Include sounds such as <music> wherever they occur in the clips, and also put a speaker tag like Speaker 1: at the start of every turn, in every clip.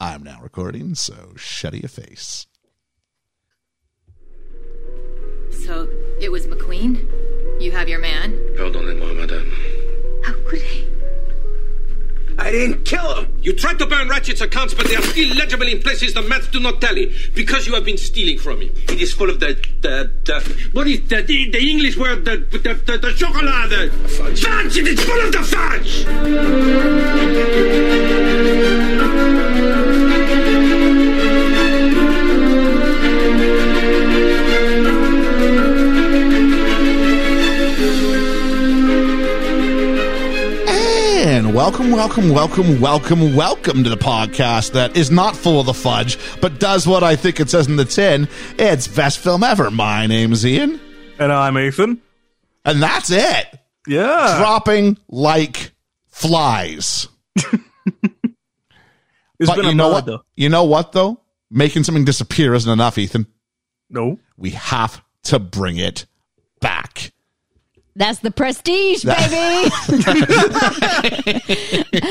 Speaker 1: I'm now recording, so shut your face.
Speaker 2: So it was McQueen? You have your man?
Speaker 3: Pardonnez-moi, madame.
Speaker 2: How could he?
Speaker 4: I didn't kill him.
Speaker 3: You tried to burn Ratchet's accounts, but they are still legible in places the maths do not tally because you have been stealing from him. It is full of the. the, the what is the, the, the English word? The, the, the, the chocolate. The fudge. Fudge! It is full of the fudge!
Speaker 1: And welcome, welcome, welcome, welcome, welcome to the podcast that is not full of the fudge, but does what I think it says in the tin. It's best film ever. My name's Ian,
Speaker 5: And I'm Ethan.
Speaker 1: and that's it.
Speaker 5: Yeah.
Speaker 1: Dropping like flies.
Speaker 5: it's
Speaker 1: but
Speaker 5: been
Speaker 1: you
Speaker 5: a
Speaker 1: know
Speaker 5: murder.
Speaker 1: what? You know what though? Making something disappear isn't enough, Ethan.
Speaker 5: No.
Speaker 1: We have to bring it back.
Speaker 6: That's the prestige, baby.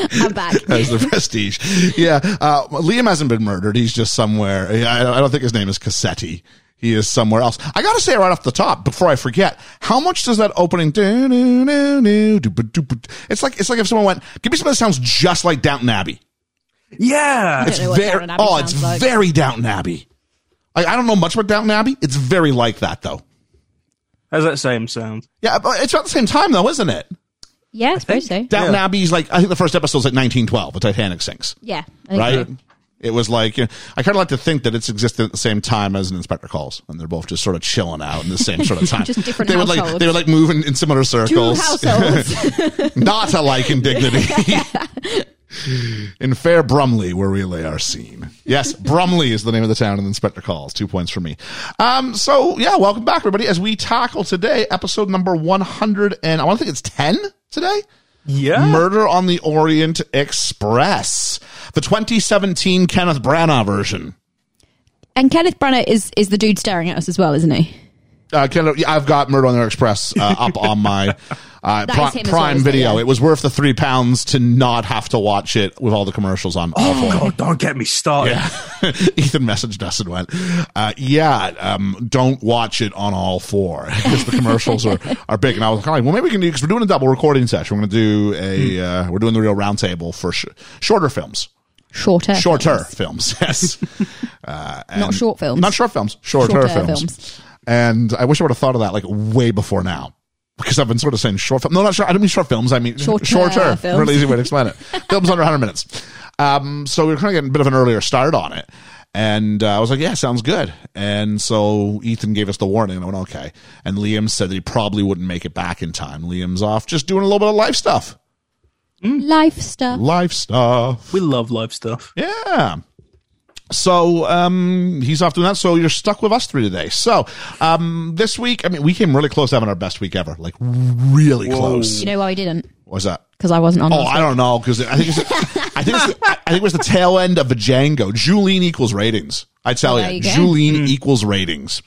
Speaker 1: <laughs>
Speaker 6: I'm back.
Speaker 1: As the <laughs> prestige. Yeah. Uh, Liam hasn't been murdered. He's just somewhere. I, I don't think his name is Cassetti. He is somewhere else. I got to say right off the top before I forget, how much does that opening? do, do, do, do, do, do, do, It's like, it's like if someone went, give me something that sounds just like Downton Abbey.
Speaker 5: Yeah.
Speaker 1: It's
Speaker 6: know what
Speaker 1: very,
Speaker 6: Downton Abbey
Speaker 1: oh, it's
Speaker 6: sounds like.
Speaker 1: very Downton Abbey. I, I don't know much about Downton Abbey. It's very like that though.
Speaker 5: Has that same sound?
Speaker 1: Yeah. But it's about the same time though, isn't it?
Speaker 6: Yeah, I suppose so.
Speaker 1: Downton
Speaker 5: Yeah.
Speaker 1: Abbey's like I think the first episode's like 1912. The Titanic sinks,
Speaker 6: Yeah. I think
Speaker 1: right?
Speaker 6: so.
Speaker 1: It was like you know, I kind of like to think that it's existed at the same time as an Inspector Calls, and they're both just sort of chilling out in the same sort
Speaker 6: <laughs>
Speaker 1: of time.
Speaker 6: Just different
Speaker 1: they would like
Speaker 6: households.
Speaker 1: they would like move in, in similar
Speaker 6: Two
Speaker 1: circles, <laughs>
Speaker 6: households.
Speaker 1: not alike in
Speaker 6: <laughs>
Speaker 1: dignity. in fair Brumley, where we lay our scene. Yes, Brumley is the name of the town in Inspector Calls. Two points for me. Um, so yeah, welcome back, everybody. As we tackle today, episode number 100, and I want to think it's 10 today.
Speaker 5: Yeah.
Speaker 6: Oh.
Speaker 1: Murder on the Orient Express, the 2017 Kenneth Branagh version.
Speaker 6: and Kenneth Branagh is, is the dude staring at us as well, isn't he?
Speaker 1: Uh, Kenneth, yeah, I've got Murder on the Orient Express uh, up on
Speaker 6: <laughs>
Speaker 1: my uh,
Speaker 6: That
Speaker 1: Pri-
Speaker 6: is him as well,
Speaker 1: Prime
Speaker 6: isn't it?
Speaker 1: Video.
Speaker 6: Yeah.
Speaker 1: It was worth the three pounds to not have to watch it with all the commercials on.
Speaker 5: Oh, God, don't get me started.
Speaker 1: Yeah. <laughs> Ethan messaged us and went, uh, yeah, um, don't watch it on all four because the commercials
Speaker 6: <laughs>
Speaker 1: are, are big. And I was like, all right, well, maybe we can do, because we're doing a double recording session. We're going to do
Speaker 6: Hmm.
Speaker 1: a, uh, we're doing the real roundtable for sh- shorter films.
Speaker 6: <laughs> Shorter.
Speaker 1: shorter films. <laughs>
Speaker 6: <laughs>
Speaker 1: Yes, uh, and-
Speaker 6: short films.
Speaker 1: Not short films. Shorter,
Speaker 6: Shorter
Speaker 1: films.
Speaker 6: films.
Speaker 1: And I wish I would have thought of that like way before now. Because I've been sort of saying short film. No, not short. I don't mean short films. I mean <laughs> shorter.
Speaker 6: Shorter films.
Speaker 1: Really easy way to explain it.
Speaker 6: <laughs>
Speaker 1: films under 100 minutes. Um, so we were kind of getting a bit of an earlier start on it. And uh, I was like, yeah, sounds good. And so Ethan gave us the warning. And I went, okay. And Liam said that he probably wouldn't make it back in time. Liam's off just doing a little bit of life stuff.
Speaker 6: Life stuff.
Speaker 1: Life stuff.
Speaker 5: We love live stuff.
Speaker 1: Yeah. So um, he's off doing that. So you're stuck with us three today. So um, this week, I mean, we came really close to having our best week ever. Like really close.
Speaker 6: You know why we didn't?
Speaker 1: What was that?
Speaker 6: Because I wasn't on.
Speaker 1: Oh,
Speaker 6: last
Speaker 1: I
Speaker 6: week.
Speaker 1: don't know because I think it's I think it's I think it was the tail end of a Django. Julene equals ratings. I tell
Speaker 6: Well, there
Speaker 1: you,
Speaker 6: you go.
Speaker 1: Julene equals ratings.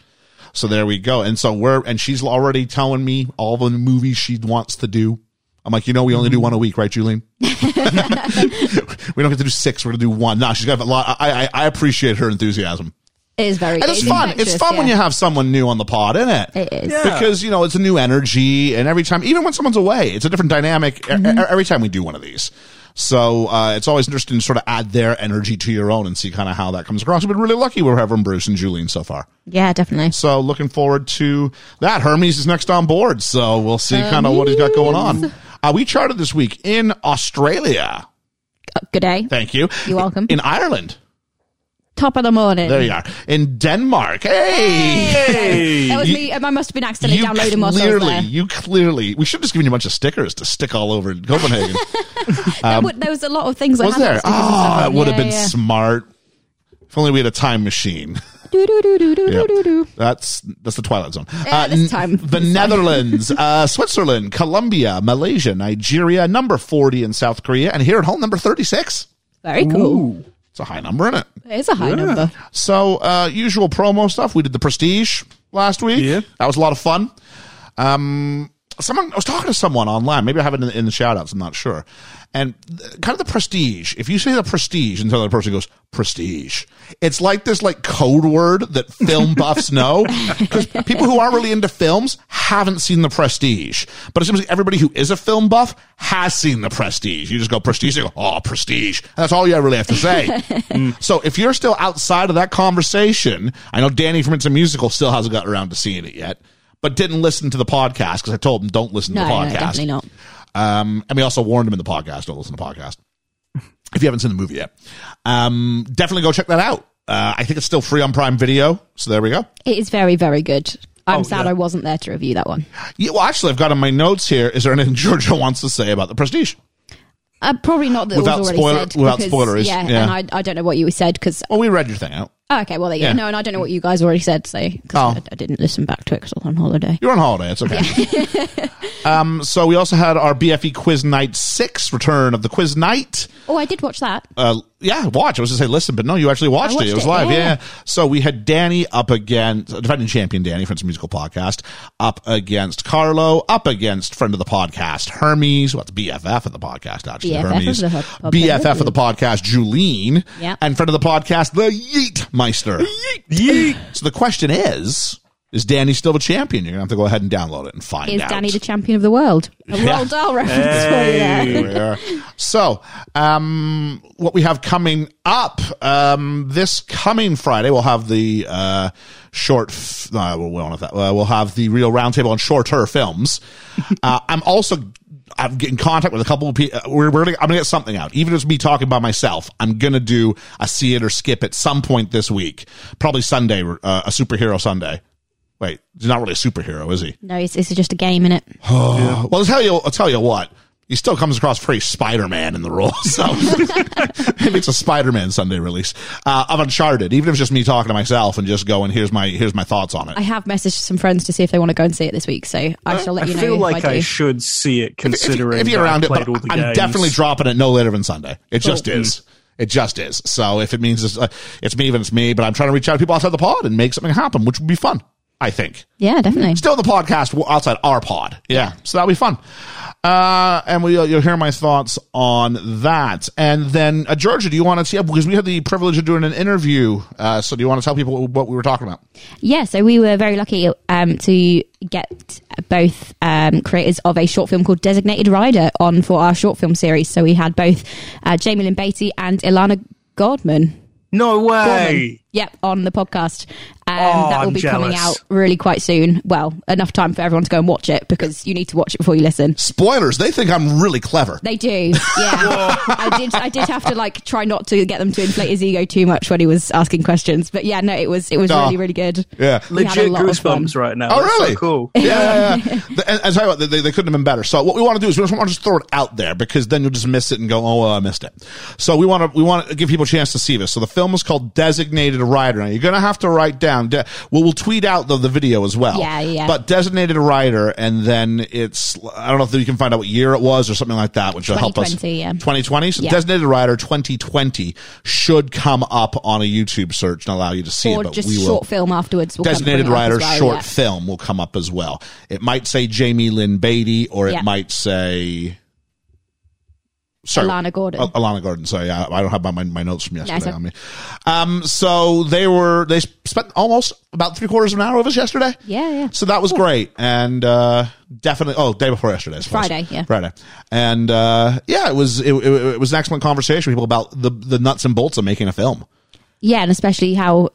Speaker 1: So there we go. And so we're and she's already telling me all the movies she wants to do. I'm like, you know, we only
Speaker 6: Mm-hmm.
Speaker 1: do one a week, right, <laughs>
Speaker 6: <laughs>
Speaker 1: Julene? we don't get to do six. We're gonna do one. Nah, she's got a lot. I I, I appreciate her enthusiasm.
Speaker 6: It is very.
Speaker 1: And it's fun. It's
Speaker 6: infectious,
Speaker 1: fun when you
Speaker 6: yeah.
Speaker 1: have someone new on the pod, isn't it?
Speaker 6: It is.
Speaker 5: Yeah.
Speaker 1: Because, you know, it's a new energy. And every time, even when someone's away, it's a different dynamic e-
Speaker 6: Mm-hmm.
Speaker 1: e- every time we do one of these. So uh, it's always interesting to sort of add their energy to your own and see kind of how that comes across. We've been really lucky we're having Bruce and Julian so far.
Speaker 6: Yeah, definitely.
Speaker 1: So looking forward to that. Hermes is next on board. So we'll see kind of what he's got going on. Uh, we charted this week in Australia.
Speaker 6: Uh, Good day.
Speaker 1: Thank you.
Speaker 6: You're welcome.
Speaker 1: In Ireland.
Speaker 6: Top of the morning.
Speaker 1: There you are. In Denmark. Hey.
Speaker 6: <laughs> That was
Speaker 1: You-
Speaker 6: me. I must have been accidentally downloading whilst I was
Speaker 1: clearly,
Speaker 6: there.
Speaker 1: you clearly, we should have just given you a bunch of stickers to stick all
Speaker 6: <laughs>
Speaker 1: over in Copenhagen.
Speaker 6: There wa- there was a lot of things. I
Speaker 1: um, was
Speaker 6: had
Speaker 1: there?
Speaker 6: upstairs and
Speaker 1: Oh,
Speaker 6: stuff.
Speaker 1: that would have
Speaker 6: Yeah,
Speaker 1: been
Speaker 6: yeah.
Speaker 1: smart. If only we had a time machine.
Speaker 6: <laughs> Do, do, do, do, do,
Speaker 1: Yeah.
Speaker 6: do, do, do.
Speaker 1: That's that's the Twilight Zone. Uh,
Speaker 6: Yeah, this
Speaker 1: n-
Speaker 6: time.
Speaker 1: The
Speaker 6: This time. <laughs>
Speaker 1: Netherlands, uh, Switzerland, Colombia, Malaysia, Nigeria, number 40 in South Korea, and here at home, number 36.
Speaker 6: Very cool.
Speaker 1: It's a high number, isn't it?
Speaker 6: It is a high number.
Speaker 1: So, uh, usual promo stuff. We did the Prestige last week.
Speaker 5: Yeah.
Speaker 1: That was a lot of fun. Um, someone I was talking to someone online. Maybe I have it in, in the shout outs. I'm not sure. And th- kind of the prestige. If you say the prestige and the other person goes prestige, it's like this like code word that film buffs know because people who aren't really into films haven't seen the prestige. But it seems like everybody who is a film buff has seen the prestige. You just go prestige. They go oh prestige. And that's all you really have to say. So if you're still outside of that conversation, I know Danny from It's a Musical still hasn't gotten around to seeing it yet, but didn't listen to the podcast because I told him don't listen
Speaker 6: No,
Speaker 1: to the
Speaker 6: no,
Speaker 1: podcast.
Speaker 6: definitely not.
Speaker 1: Um, and we also warned him in the podcast don't listen to the podcast if you haven't seen the movie yet. Um, definitely go check that out. Uh, I think it's still free on Prime Video, so there we go.
Speaker 6: It is very, very good. I'm
Speaker 5: Oh,
Speaker 6: sad
Speaker 5: yeah.
Speaker 6: I wasn't there to review that one.
Speaker 1: Yeah, well, actually, I've got on my notes here. Is there anything <laughs> Georgia wants to say about the Prestige?
Speaker 6: Uh, probably not that
Speaker 1: Without
Speaker 6: it was already
Speaker 1: spoiler-
Speaker 6: said.
Speaker 1: without
Speaker 6: because-
Speaker 1: spoilers,
Speaker 6: Yeah,
Speaker 1: yeah.
Speaker 6: and I, I don't know what you said because.
Speaker 1: Well, we read your thing out.
Speaker 6: oh, okay, well, there you
Speaker 1: Yeah.
Speaker 6: go. No, and I don't know what you guys already said, so. 'cause
Speaker 1: Oh.
Speaker 6: I, I didn't listen back to it because I was on holiday.
Speaker 1: You're on holiday. It's okay.
Speaker 6: <laughs>
Speaker 1: um, so we also had our BFE Quiz Night Six return of the Quiz Night.
Speaker 6: Oh, I did watch that.
Speaker 1: uh, yeah, watch. I was going to say listen, but no, you actually watched,
Speaker 6: watched
Speaker 1: it. It was
Speaker 6: it,
Speaker 1: live. Yeah.
Speaker 6: yeah.
Speaker 1: So we had Danny up against defending champion Danny, Friends of Musical Podcast, up against Carlo, up against friend of the podcast Hermes. What's BFF of the podcast actually?
Speaker 6: BFF of
Speaker 1: Hermes.
Speaker 6: the podcast.
Speaker 1: BFF of the podcast Julene.
Speaker 6: Yeah.
Speaker 1: And friend of the podcast the Yeet Meister.
Speaker 5: Yeet.
Speaker 1: So the question is. Is Danny still the champion? You're gonna have to go ahead and download it and find
Speaker 6: Is
Speaker 1: out.
Speaker 6: Danny the champion of the world? A
Speaker 1: Yeah.
Speaker 6: Roald Dahl reference for you there.
Speaker 1: we are. uh, So, um, what we have coming up um, this coming Friday, we'll have the uh, short. F- no, we won't have that. Uh, we'll have the real roundtable on shorter films. uh, I'm also. I'm getting in contact with a couple of people. We're, we're gonna, I'm going to get something out. Even if it's me talking by myself, I'm going to do a see it or skip at some point this week. Probably Sunday, uh, a superhero Sunday. Wait, he's not really a superhero, is he?
Speaker 6: No, it's, it's just a game, innit?
Speaker 1: Well, I'll tell you, I'll tell you what. He still comes across pretty Spider-Man in the role, <laughs> so maybe it's a Spider-Man Sunday release uh, of Uncharted. Even if it's just me talking to myself and just going, "Here's my here's my thoughts on it."
Speaker 6: I have messaged some friends to see if they want to go and see it this week, so I shall let you know
Speaker 5: feel
Speaker 6: if
Speaker 5: like
Speaker 6: I do.
Speaker 5: I, should see it,
Speaker 1: If you-
Speaker 5: considering
Speaker 1: if, you're
Speaker 5: that I
Speaker 1: around it,
Speaker 5: played
Speaker 1: but
Speaker 5: all the
Speaker 1: I'm
Speaker 5: games. Oh, mm.
Speaker 1: definitely dropping it no later than Sunday. It just
Speaker 5: Cool.
Speaker 1: is. It just is. So if it means it's, uh, it's me, then it's me. But I'm trying to reach out to people outside the pod and make something happen, which would be fun. I think.
Speaker 6: yeah, definitely.
Speaker 1: still in the podcast w- outside our pod. Yeah. So that'll be fun. Uh, and we, you'll hear my thoughts on that. And then, uh, Georgia, do you want to see Because we had the privilege of doing an interview. Uh, so do you want to tell people what we were talking about?
Speaker 6: Yeah, so we were very lucky um, to get both um, creators of a short film called Designated Rider on for our short film series. So we had both uh, Jamie Lynn Beatty and Ilana Godman.
Speaker 5: No
Speaker 6: Gorman,
Speaker 5: way.
Speaker 6: Yep, on the podcast. Um,
Speaker 5: Oh,
Speaker 6: that will
Speaker 5: I'm
Speaker 6: be coming
Speaker 5: jealous.
Speaker 6: out really quite soon. Well, enough time for everyone to go and watch it because you need to watch it before you listen.
Speaker 1: Spoilers. They think I'm really clever.
Speaker 6: They
Speaker 5: <laughs>
Speaker 6: do, yeah. I did. I did have to like try not to get them to inflate his ego too much when he was asking questions. But yeah, no, it was it was
Speaker 1: Oh.
Speaker 6: really really good.
Speaker 1: Yeah.
Speaker 6: We had a
Speaker 5: Legit
Speaker 6: lot of fun.
Speaker 5: goosebumps right now.
Speaker 1: Oh,
Speaker 5: That's so
Speaker 1: really? <laughs>
Speaker 5: cool.
Speaker 1: Yeah, yeah, yeah. The- and, and tell you what, they, they couldn't have been better. So what we want to do is we just want to just throw it out there because then you'll just miss it and go, oh, well, I missed it. So we want to we want to give people a chance to see this. So the film is called Designated Rider. Now you're going to have to write down. De- well, we'll tweet out the, the video as well.
Speaker 6: Yeah, yeah.
Speaker 1: But Designated Rider, and then it's I don't know if you can find out what year it was or something like that, which will help us.
Speaker 6: 2020, yeah.
Speaker 1: 2020. So
Speaker 6: Yeah.
Speaker 1: Designated Rider 2020 should come up on a YouTube search and allow you to see it.
Speaker 6: or
Speaker 1: But
Speaker 6: just
Speaker 1: we will
Speaker 6: short film afterwards. We'll come
Speaker 1: designated
Speaker 6: bring it up
Speaker 1: writer
Speaker 6: as well,
Speaker 1: short
Speaker 6: yeah.
Speaker 1: film will come up as well. It might say Jamie Lynn Beatty, or it
Speaker 6: Yeah.
Speaker 1: might say. Sorry,
Speaker 6: Alana Gordon.
Speaker 1: Al- Alana Gordon. Sorry, I, I don't have my, my, my notes from yesterday
Speaker 6: it's
Speaker 1: on me. Um, so they were they spent almost about three quarters of an hour with us yesterday.
Speaker 6: Yeah, yeah.
Speaker 1: So that was great, and uh, definitely. Oh, day before yesterday. I suppose.
Speaker 6: Friday, yeah.
Speaker 1: Friday, and uh, yeah, it was it, it, it was an excellent conversation with people about the the nuts and bolts of making a film.
Speaker 6: yeah, and especially how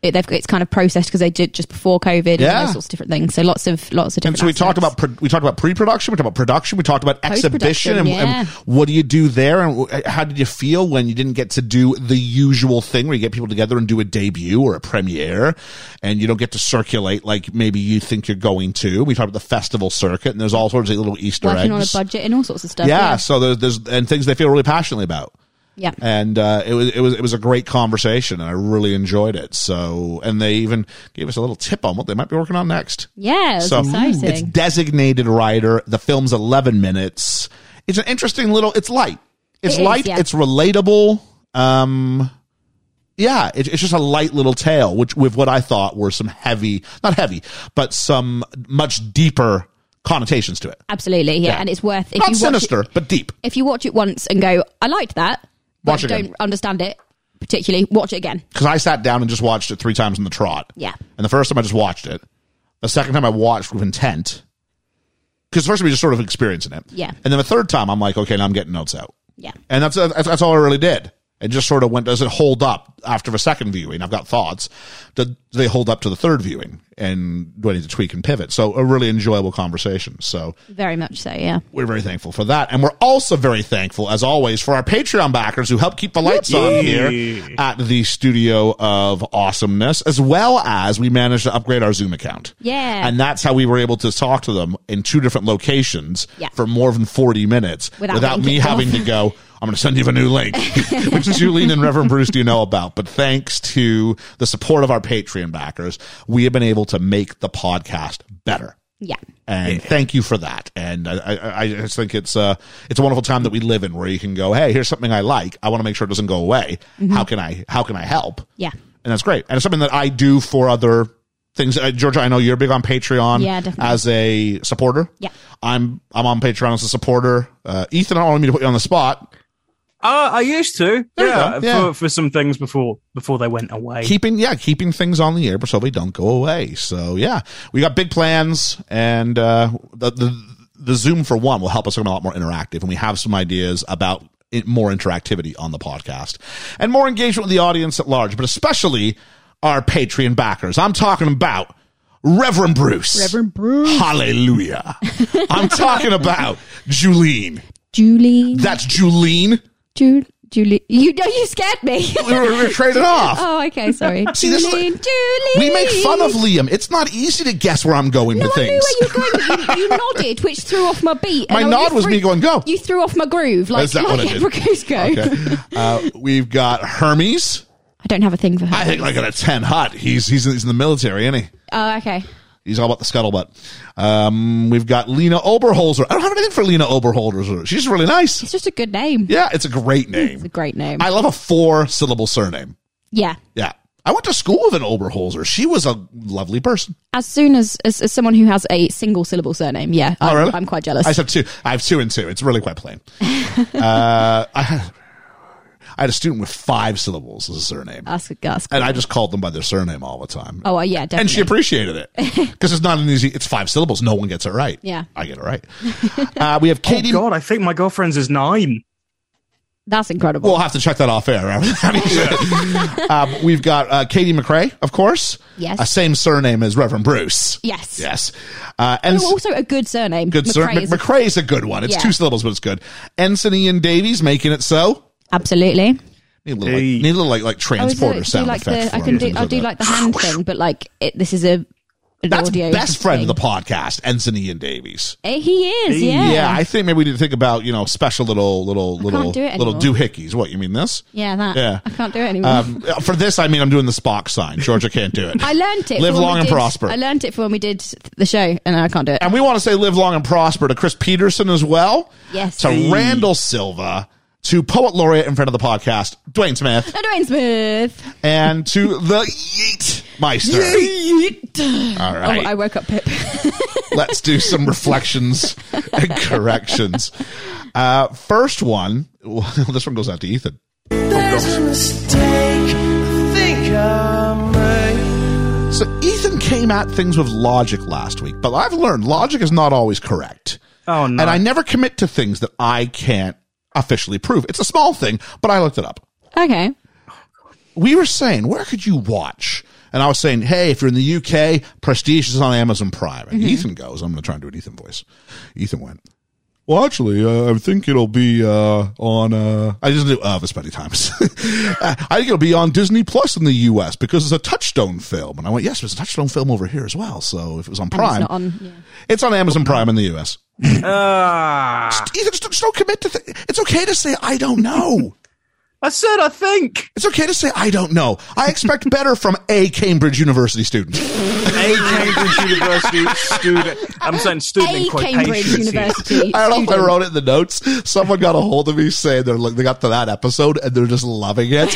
Speaker 6: it, they've it's kind of processed because they did just before COVID
Speaker 1: Yeah.
Speaker 6: and those sorts of different things. So lots of lots of different.
Speaker 1: And so we talked
Speaker 6: aspects.
Speaker 1: about pro- we talked about pre-production, we talked about production, we talked about exhibition, and,
Speaker 6: yeah.
Speaker 1: and what do you do there, and wh- uh, how did you feel when you didn't get to do the usual thing where you get people together and do a debut or a premiere, and you don't get to circulate like maybe you think you're going to. We talked about the festival circuit, and there's all sorts of little Easter
Speaker 6: working
Speaker 1: eggs.
Speaker 6: on a budget and all sorts of stuff.
Speaker 1: yeah, so there's, there's and things they feel really passionately about.
Speaker 6: yeah. yeah.
Speaker 1: And uh, it was it was it was a great conversation, and I really enjoyed it. So, and they even gave us a little tip on what they might be working on next.
Speaker 6: Yeah, it was
Speaker 1: So
Speaker 6: exciting.
Speaker 1: it's designated writer. The film's 11 minutes. It's an interesting little, it's light. It's
Speaker 6: It is,
Speaker 1: light.
Speaker 6: yeah.
Speaker 1: It's relatable. Um, yeah, it, it's just a light little tale, which with what I thought were some heavy, not heavy, but some much deeper connotations to it.
Speaker 6: Absolutely, yeah. And it's worth if
Speaker 1: Not
Speaker 6: you watch
Speaker 1: sinister,
Speaker 6: It,
Speaker 1: but deep.
Speaker 6: if you watch it once and go, I liked that, but
Speaker 1: Watch it
Speaker 6: don't
Speaker 1: again.
Speaker 6: understand it particularly, watch it again.
Speaker 1: Because I sat down and just watched it three times in the trot.
Speaker 6: Yeah.
Speaker 1: And the first time I just watched it. The second time I watched with intent. Because the first time we just sort of experiencing it.
Speaker 6: Yeah.
Speaker 1: And then the third time I'm like, okay, now I'm getting notes out.
Speaker 6: Yeah.
Speaker 1: And that's, that's that's all I really did. It just sort of went. Does it hold up after a second viewing? I've got thoughts. Do do they hold up to the third viewing? And do I need to tweak and pivot? So a really enjoyable conversation. So
Speaker 6: Very much so, yeah.
Speaker 1: we're very thankful for that, and we're also very thankful, as always, for our Patreon backers who help keep the lights on here at the Studio of Awesomeness, as well as we managed to upgrade our Zoom account.
Speaker 6: Yeah.
Speaker 1: and that's how we were able to talk to them in two different locations
Speaker 6: Yeah.
Speaker 1: for more than forty minutes
Speaker 6: Without
Speaker 1: without,
Speaker 6: being
Speaker 1: me
Speaker 6: kicked
Speaker 1: having
Speaker 6: off.
Speaker 1: to go. I'm going to send you a new
Speaker 6: <laughs>
Speaker 1: link, <laughs> which is Julene and Reverend Bruce do you know about. But thanks to the support of our Patreon backers, we have been able to make the podcast better
Speaker 6: Yeah.
Speaker 1: and thank you for that. And I, I, I just think it's uh it's a wonderful time that we live in where you can go, hey, here's something I like. I want to make sure it doesn't go away. How can I how can I help?
Speaker 6: Mm-hmm. Yeah.
Speaker 1: and that's great. And it's something that I do for other things. Uh, Georgia, I know you're big on Patreon
Speaker 6: Yeah, definitely.
Speaker 1: as a supporter.
Speaker 6: Yeah.
Speaker 1: I'm I'm on Patreon as a supporter. Uh, Ethan, I don't want me to put you on the spot.
Speaker 5: Uh, I used to,
Speaker 1: you
Speaker 5: yeah,
Speaker 1: go, yeah.
Speaker 5: For, for some things before before they went away.
Speaker 1: Keeping yeah, keeping things on the air so they don't go away. So yeah, we got big plans, and uh, the the the Zoom for one will help us become a lot more interactive, and we have some ideas about it, more interactivity on the podcast and more engagement with the audience at large, but especially our Patreon backers. I'm talking about. Reverend Bruce. Reverend Bruce. <laughs> Hallelujah. I'm talking about Julene.
Speaker 6: Julie.
Speaker 1: That's Julene.
Speaker 6: Julie. Julie. You <laughs> know, you scared me.
Speaker 1: We were, we were trading off.
Speaker 6: oh, okay, sorry.
Speaker 1: <laughs> See, this is-
Speaker 6: Julie. Julie.
Speaker 1: We make fun of Liam. It's not easy to guess where I'm going
Speaker 6: No,
Speaker 1: with
Speaker 6: I knew
Speaker 1: things.
Speaker 6: where you were going. but
Speaker 1: <laughs>
Speaker 6: You, you nodded, which threw off my beat. and
Speaker 1: My
Speaker 6: I- you
Speaker 1: nod was
Speaker 6: threw-
Speaker 1: me going, go.
Speaker 6: You threw off my groove,
Speaker 1: <laughs>
Speaker 6: like,
Speaker 1: Is that what
Speaker 6: like
Speaker 1: I
Speaker 6: <laughs>
Speaker 1: did?
Speaker 6: Abragoose go.
Speaker 1: Okay. Uh, we've got Hermes.
Speaker 6: I don't have a thing for her.
Speaker 1: I think like at a ten hut. He's he's he's in the military, isn't he?
Speaker 6: oh, okay.
Speaker 1: He's all about the scuttlebutt. Um, we've got Lena Oberholzer. I don't have anything for Lena Oberholzer. She's really nice.
Speaker 6: It's just a good name.
Speaker 1: Yeah, it's a great name.
Speaker 6: It's a great name.
Speaker 1: I love a four syllable surname.
Speaker 6: yeah.
Speaker 1: Yeah. I went to school with an Oberholzer. She was a lovely person.
Speaker 6: As soon as, as as someone who has a single syllable surname, yeah, I'm,
Speaker 1: Oh, really?
Speaker 6: I'm quite jealous.
Speaker 1: I just have two. I have two and two. It's really quite
Speaker 6: <laughs>
Speaker 1: plain. uh, I, had, I had a student with five syllables as a surname,
Speaker 6: ask, ask.
Speaker 1: and I just called them by their surname all the time.
Speaker 6: oh, uh, yeah, definitely.
Speaker 1: and she appreciated it
Speaker 6: <laughs>
Speaker 1: because it's not an easy. It's five syllables. No one gets it right.
Speaker 6: Yeah.
Speaker 1: I get it
Speaker 6: <laughs>
Speaker 1: right. Uh, we have Katie.
Speaker 5: Oh God, I think my girlfriend's is
Speaker 1: <laughs>
Speaker 5: nine.
Speaker 6: That's incredible.
Speaker 1: We'll have to check that off air.
Speaker 5: <laughs>
Speaker 1: um, we've got uh, Katie McRae, of course.
Speaker 6: Yes.
Speaker 1: Uh, same surname as Reverend Bruce.
Speaker 6: yes.
Speaker 1: Yes. Uh, and
Speaker 6: But Oh, also a good surname.
Speaker 1: good sir.
Speaker 6: McRae is-
Speaker 1: McRae's a good one. It's
Speaker 6: Yeah.
Speaker 1: two syllables, but it's good. Ensign Ian Davies making it so.
Speaker 6: Absolutely.
Speaker 1: Need a little, like,
Speaker 5: Hey.
Speaker 1: need a little like, like
Speaker 6: I was
Speaker 1: transporter
Speaker 6: Oh, do
Speaker 1: sound
Speaker 6: like
Speaker 1: effect.
Speaker 6: the, I
Speaker 1: for
Speaker 6: can
Speaker 1: him.
Speaker 6: do I do like
Speaker 1: <laughs>
Speaker 6: the hand thing, but like it, this is a an
Speaker 1: That's
Speaker 6: audio
Speaker 1: best friend
Speaker 6: thing.
Speaker 1: of the podcast, Ensign Ian Davies.
Speaker 6: Eh, He is, yeah,
Speaker 1: Yeah. I think maybe we need to think about you know special little little little
Speaker 6: do it
Speaker 1: little
Speaker 6: anymore.
Speaker 1: doohickeys. What you mean this?
Speaker 6: yeah. That
Speaker 1: Yeah.
Speaker 6: I can't do it anymore.
Speaker 1: Um, for this, I mean I'm doing the Spock sign. Georgia can't do it.
Speaker 6: <laughs> I learnt it.
Speaker 1: Live
Speaker 6: for when
Speaker 1: long
Speaker 6: we
Speaker 1: and
Speaker 6: did-
Speaker 1: prosper.
Speaker 6: I learnt it for when we did the show, and I can't do it.
Speaker 1: and we want to say live long and prosper to Chris Peterson as well.
Speaker 6: Yes.
Speaker 1: To Randall Silva, to poet laureate in front of the podcast, Dwayne Smith,
Speaker 6: No, Dwayne Smith.
Speaker 1: and to the Yeet Meister. All right.
Speaker 6: Oh, I woke up Pip. <laughs>
Speaker 1: let's do some reflections and corrections. Uh, first one, well, <laughs> this one goes out to Ethan.
Speaker 7: There's a mistake I think I made.
Speaker 1: So Ethan came at things with logic last week, but I've learned logic is not always correct.
Speaker 5: Oh, no.
Speaker 1: And I never commit to things that I can't officially prove. It's a small thing, but I looked it up.
Speaker 6: okay.
Speaker 1: we were saying, where could you watch? And I was saying, hey, if you're in the UK, Prestige is on Amazon Prime. And
Speaker 6: Mm-hmm.
Speaker 1: Ethan goes, I'm going to try and do an Ethan voice. Ethan went, well, actually, uh, I think it'll be uh, on. Uh, I just do uh, as many times. <laughs> Uh, I think it'll be on Disney Plus in the US because it's a touchstone film. And I went, yes, there's a touchstone film over here as well. So if it was on
Speaker 6: And it's
Speaker 1: Prime,
Speaker 6: not on. Yeah.
Speaker 1: it's on Amazon Prime in the US.
Speaker 5: Ah,
Speaker 1: Ethan, just, just don't commit to. Th- it's okay to say I don't know.
Speaker 5: I said I think.
Speaker 1: It's okay to say I don't know. I expect better from a Cambridge University student.
Speaker 5: A Cambridge University student. I'm saying student in
Speaker 6: A
Speaker 5: quotations.
Speaker 6: Cambridge
Speaker 5: here.
Speaker 1: <laughs>
Speaker 6: University.
Speaker 1: I don't know if I
Speaker 6: student.
Speaker 1: wrote it in the notes. Someone got a hold of me saying they're like they got to that episode and they're just loving it.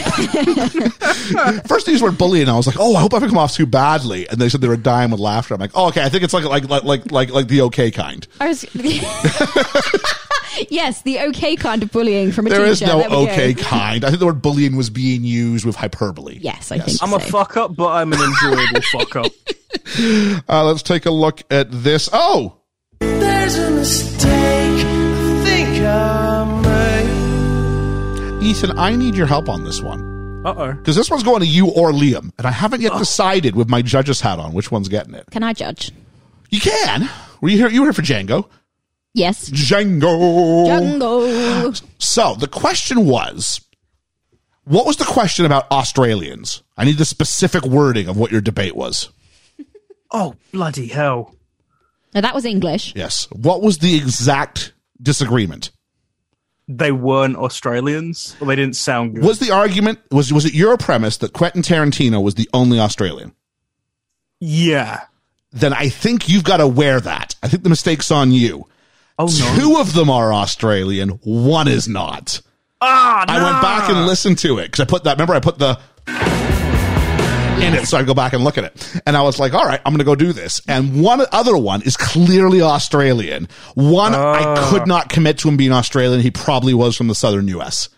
Speaker 1: First they used the word bully and I was like, oh, I hope I haven't come off too badly. And they said they were dying with laughter. I'm like, oh, okay, I think it's like like like like like like the okay kind.
Speaker 6: I was- <laughs> yes, the okay kind of bullying from a
Speaker 1: There
Speaker 6: teacher.
Speaker 1: is no
Speaker 6: There we go.
Speaker 1: okay kind. I think the word bullying was being used with hyperbole.
Speaker 6: Yes, I think
Speaker 5: I'm a
Speaker 6: so.
Speaker 5: fuck up, but I'm an enjoyable fuck up.
Speaker 1: Uh, let's take a look at this. Oh,
Speaker 7: There's a mistake I think I made.
Speaker 1: Ethan, I need your help on this one
Speaker 5: Uh oh.
Speaker 1: because this one's going to you or Liam, and I haven't yet decided with my judge's hat on which one's getting it.
Speaker 6: Can I judge?
Speaker 1: You can. Were you here? You were here for Django.
Speaker 6: Yes.
Speaker 1: Django.
Speaker 6: Jungle.
Speaker 1: So the question was, what was the question about Australians? I need the specific wording of what your debate was.
Speaker 5: Oh bloody hell!
Speaker 6: No, that was English.
Speaker 1: Yes. What was the exact disagreement?
Speaker 5: They weren't Australians. Well, they didn't sound good.
Speaker 1: Was the argument was was it your premise that Quentin Tarantino was the only Australian?
Speaker 5: Yeah.
Speaker 1: Then I think you've got to wear that. I think the mistake's on you.
Speaker 5: Oh no.
Speaker 1: Two of them are Australian. One is not.
Speaker 5: <laughs> Ah,
Speaker 1: I went back and listened to it because I put that. Remember, I put the in it, so I go back and look at it. And I was like, "All right, I'm going to go do this." And one other one is clearly Australian. One
Speaker 5: Ah.
Speaker 1: I could not commit to him being Australian. He probably was from the southern U.S.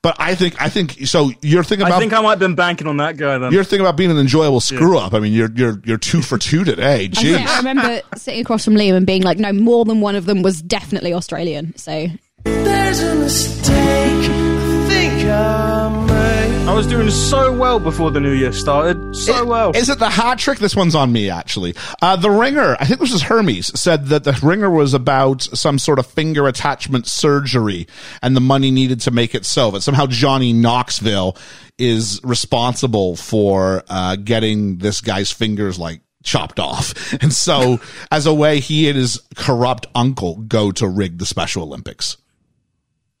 Speaker 1: But I think I think so. You're thinking
Speaker 5: I
Speaker 1: about
Speaker 5: think I might have been banking on that guy then.
Speaker 1: you're thinking about being an enjoyable screw up. I mean, you're you're you're two for two today.
Speaker 6: I, think
Speaker 1: Jeez.
Speaker 6: I remember sitting across from Liam and being like, no, more than one of them was definitely Australian. So
Speaker 7: There's a mistake I think I made.
Speaker 5: I was doing so well before the new year started. So well.
Speaker 1: Is it the hat trick? This one's on me, actually. Uh, the ringer, I think this is Hermes, said that the ringer was about some sort of finger attachment surgery and the money needed to make it so. But somehow Johnny Knoxville is responsible for uh, getting this guy's fingers like chopped off. <laughs> And so, as a way, he and his corrupt uncle go to rig the Special Olympics.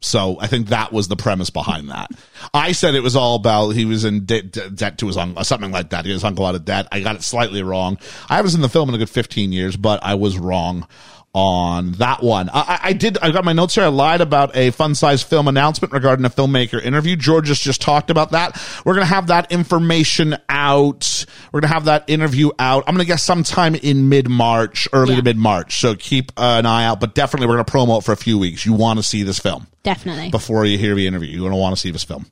Speaker 1: So I think that was the premise behind that. I said it was all about he was in de- de- debt to his uncle, something like that. He got his uncle out of debt. I got it slightly wrong. I haven't seen the film in a good 15 years, but I was wrong on that one. I, I- I did, I got my notes here. I lied about a fun size film announcement regarding a filmmaker interview. George has just talked about that. We're going to have that information out. We're going to have that interview out. I'm going to guess sometime in mid March, early to
Speaker 6: Yeah.
Speaker 1: mid March. So keep an eye out, but definitely we're going to promo it for a few weeks. You want to see this film
Speaker 6: definitely.
Speaker 1: before you hear the interview. You're going to want to see this film.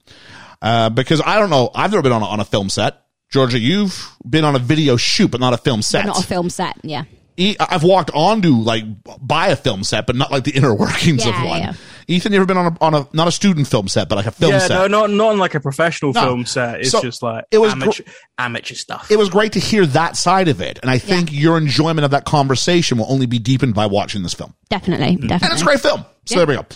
Speaker 1: Uh, because I don't know, I've never been on a, on a film set. Georgia, you've been on a video shoot, but not a film set.
Speaker 6: Not a film set. Yeah.
Speaker 1: E- I've walked onto like by a film set, but not like the inner <laughs> workings of
Speaker 6: Yeah,
Speaker 1: one.
Speaker 6: yeah.
Speaker 1: Ethan, you ever been on a, on a not a student film set, but like a film
Speaker 5: yeah,
Speaker 1: set?
Speaker 5: no, not not on like a professional
Speaker 1: No.
Speaker 5: film set. It's
Speaker 1: So,
Speaker 5: just like
Speaker 1: it was
Speaker 5: amateur, amateur stuff.
Speaker 1: It was great to hear that side of it, and I think your enjoyment of that conversation will only be deepened by watching this film.
Speaker 6: Definitely. Definitely.
Speaker 1: Mm. And it's a great film. So there we go.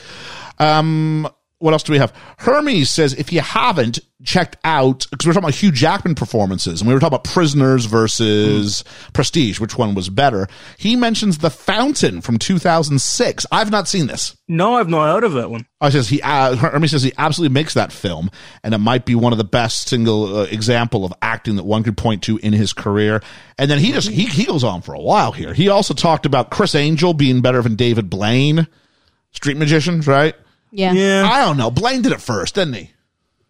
Speaker 1: Um, what else do we have? Hermes says if you haven't checked out, because we were talking about Hugh Jackman performances and we were talking about Prisoners versus Prestige, which one was better. He mentions The Fountain from 2006. I've not seen this.
Speaker 5: no, I've not heard of that one.
Speaker 1: I says he uh, Hermes says he absolutely makes that film, and it might be one of the best single uh, example of acting that one could point to in his career. And then he just he, he goes on for a while here. He also talked about Chris Angel being better than David Blaine, Street Magicians, right?
Speaker 6: yeah.
Speaker 5: Yeah,
Speaker 1: I don't know. Blaine did it first, didn't he?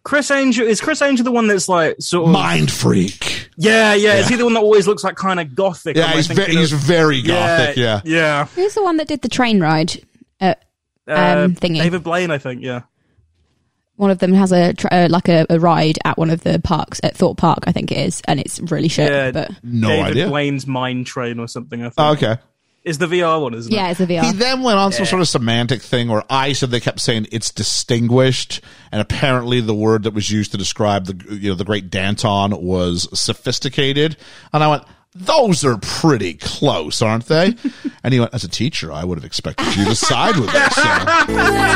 Speaker 5: Chris Angel is Chris Angel the one that's like sort of
Speaker 1: Mind freak.
Speaker 5: yeah, yeah Is he the one that always looks like kind of gothic? Am
Speaker 1: Yeah,
Speaker 5: I
Speaker 1: he's
Speaker 5: thinking
Speaker 1: very, he's
Speaker 5: of-
Speaker 1: very gothic. Yeah.
Speaker 5: yeah.
Speaker 6: Who's the one that did the train ride? Uh,
Speaker 5: Uh,
Speaker 6: Um, thingy.
Speaker 5: David Blaine, I think. Yeah.
Speaker 6: one of them has a tr uh, like a, a ride at one of the parks at Thorpe Park, I think it is, and it's really shit.
Speaker 5: Yeah.
Speaker 6: But
Speaker 1: No
Speaker 5: David
Speaker 1: idea.
Speaker 5: Blaine's Mind Train or something. I think.
Speaker 1: Oh, okay.
Speaker 5: It's the VR one, isn't
Speaker 6: yeah,
Speaker 5: it?
Speaker 6: it's a VR.
Speaker 1: He then went on some sort of semantic thing where I said they kept saying it's distinguished, and apparently the word that was used to describe the you know the great Danton was sophisticated, and I went. Those are pretty close, aren't
Speaker 6: <laughs>
Speaker 1: they? and he went, As a teacher, I would have expected you to side with us.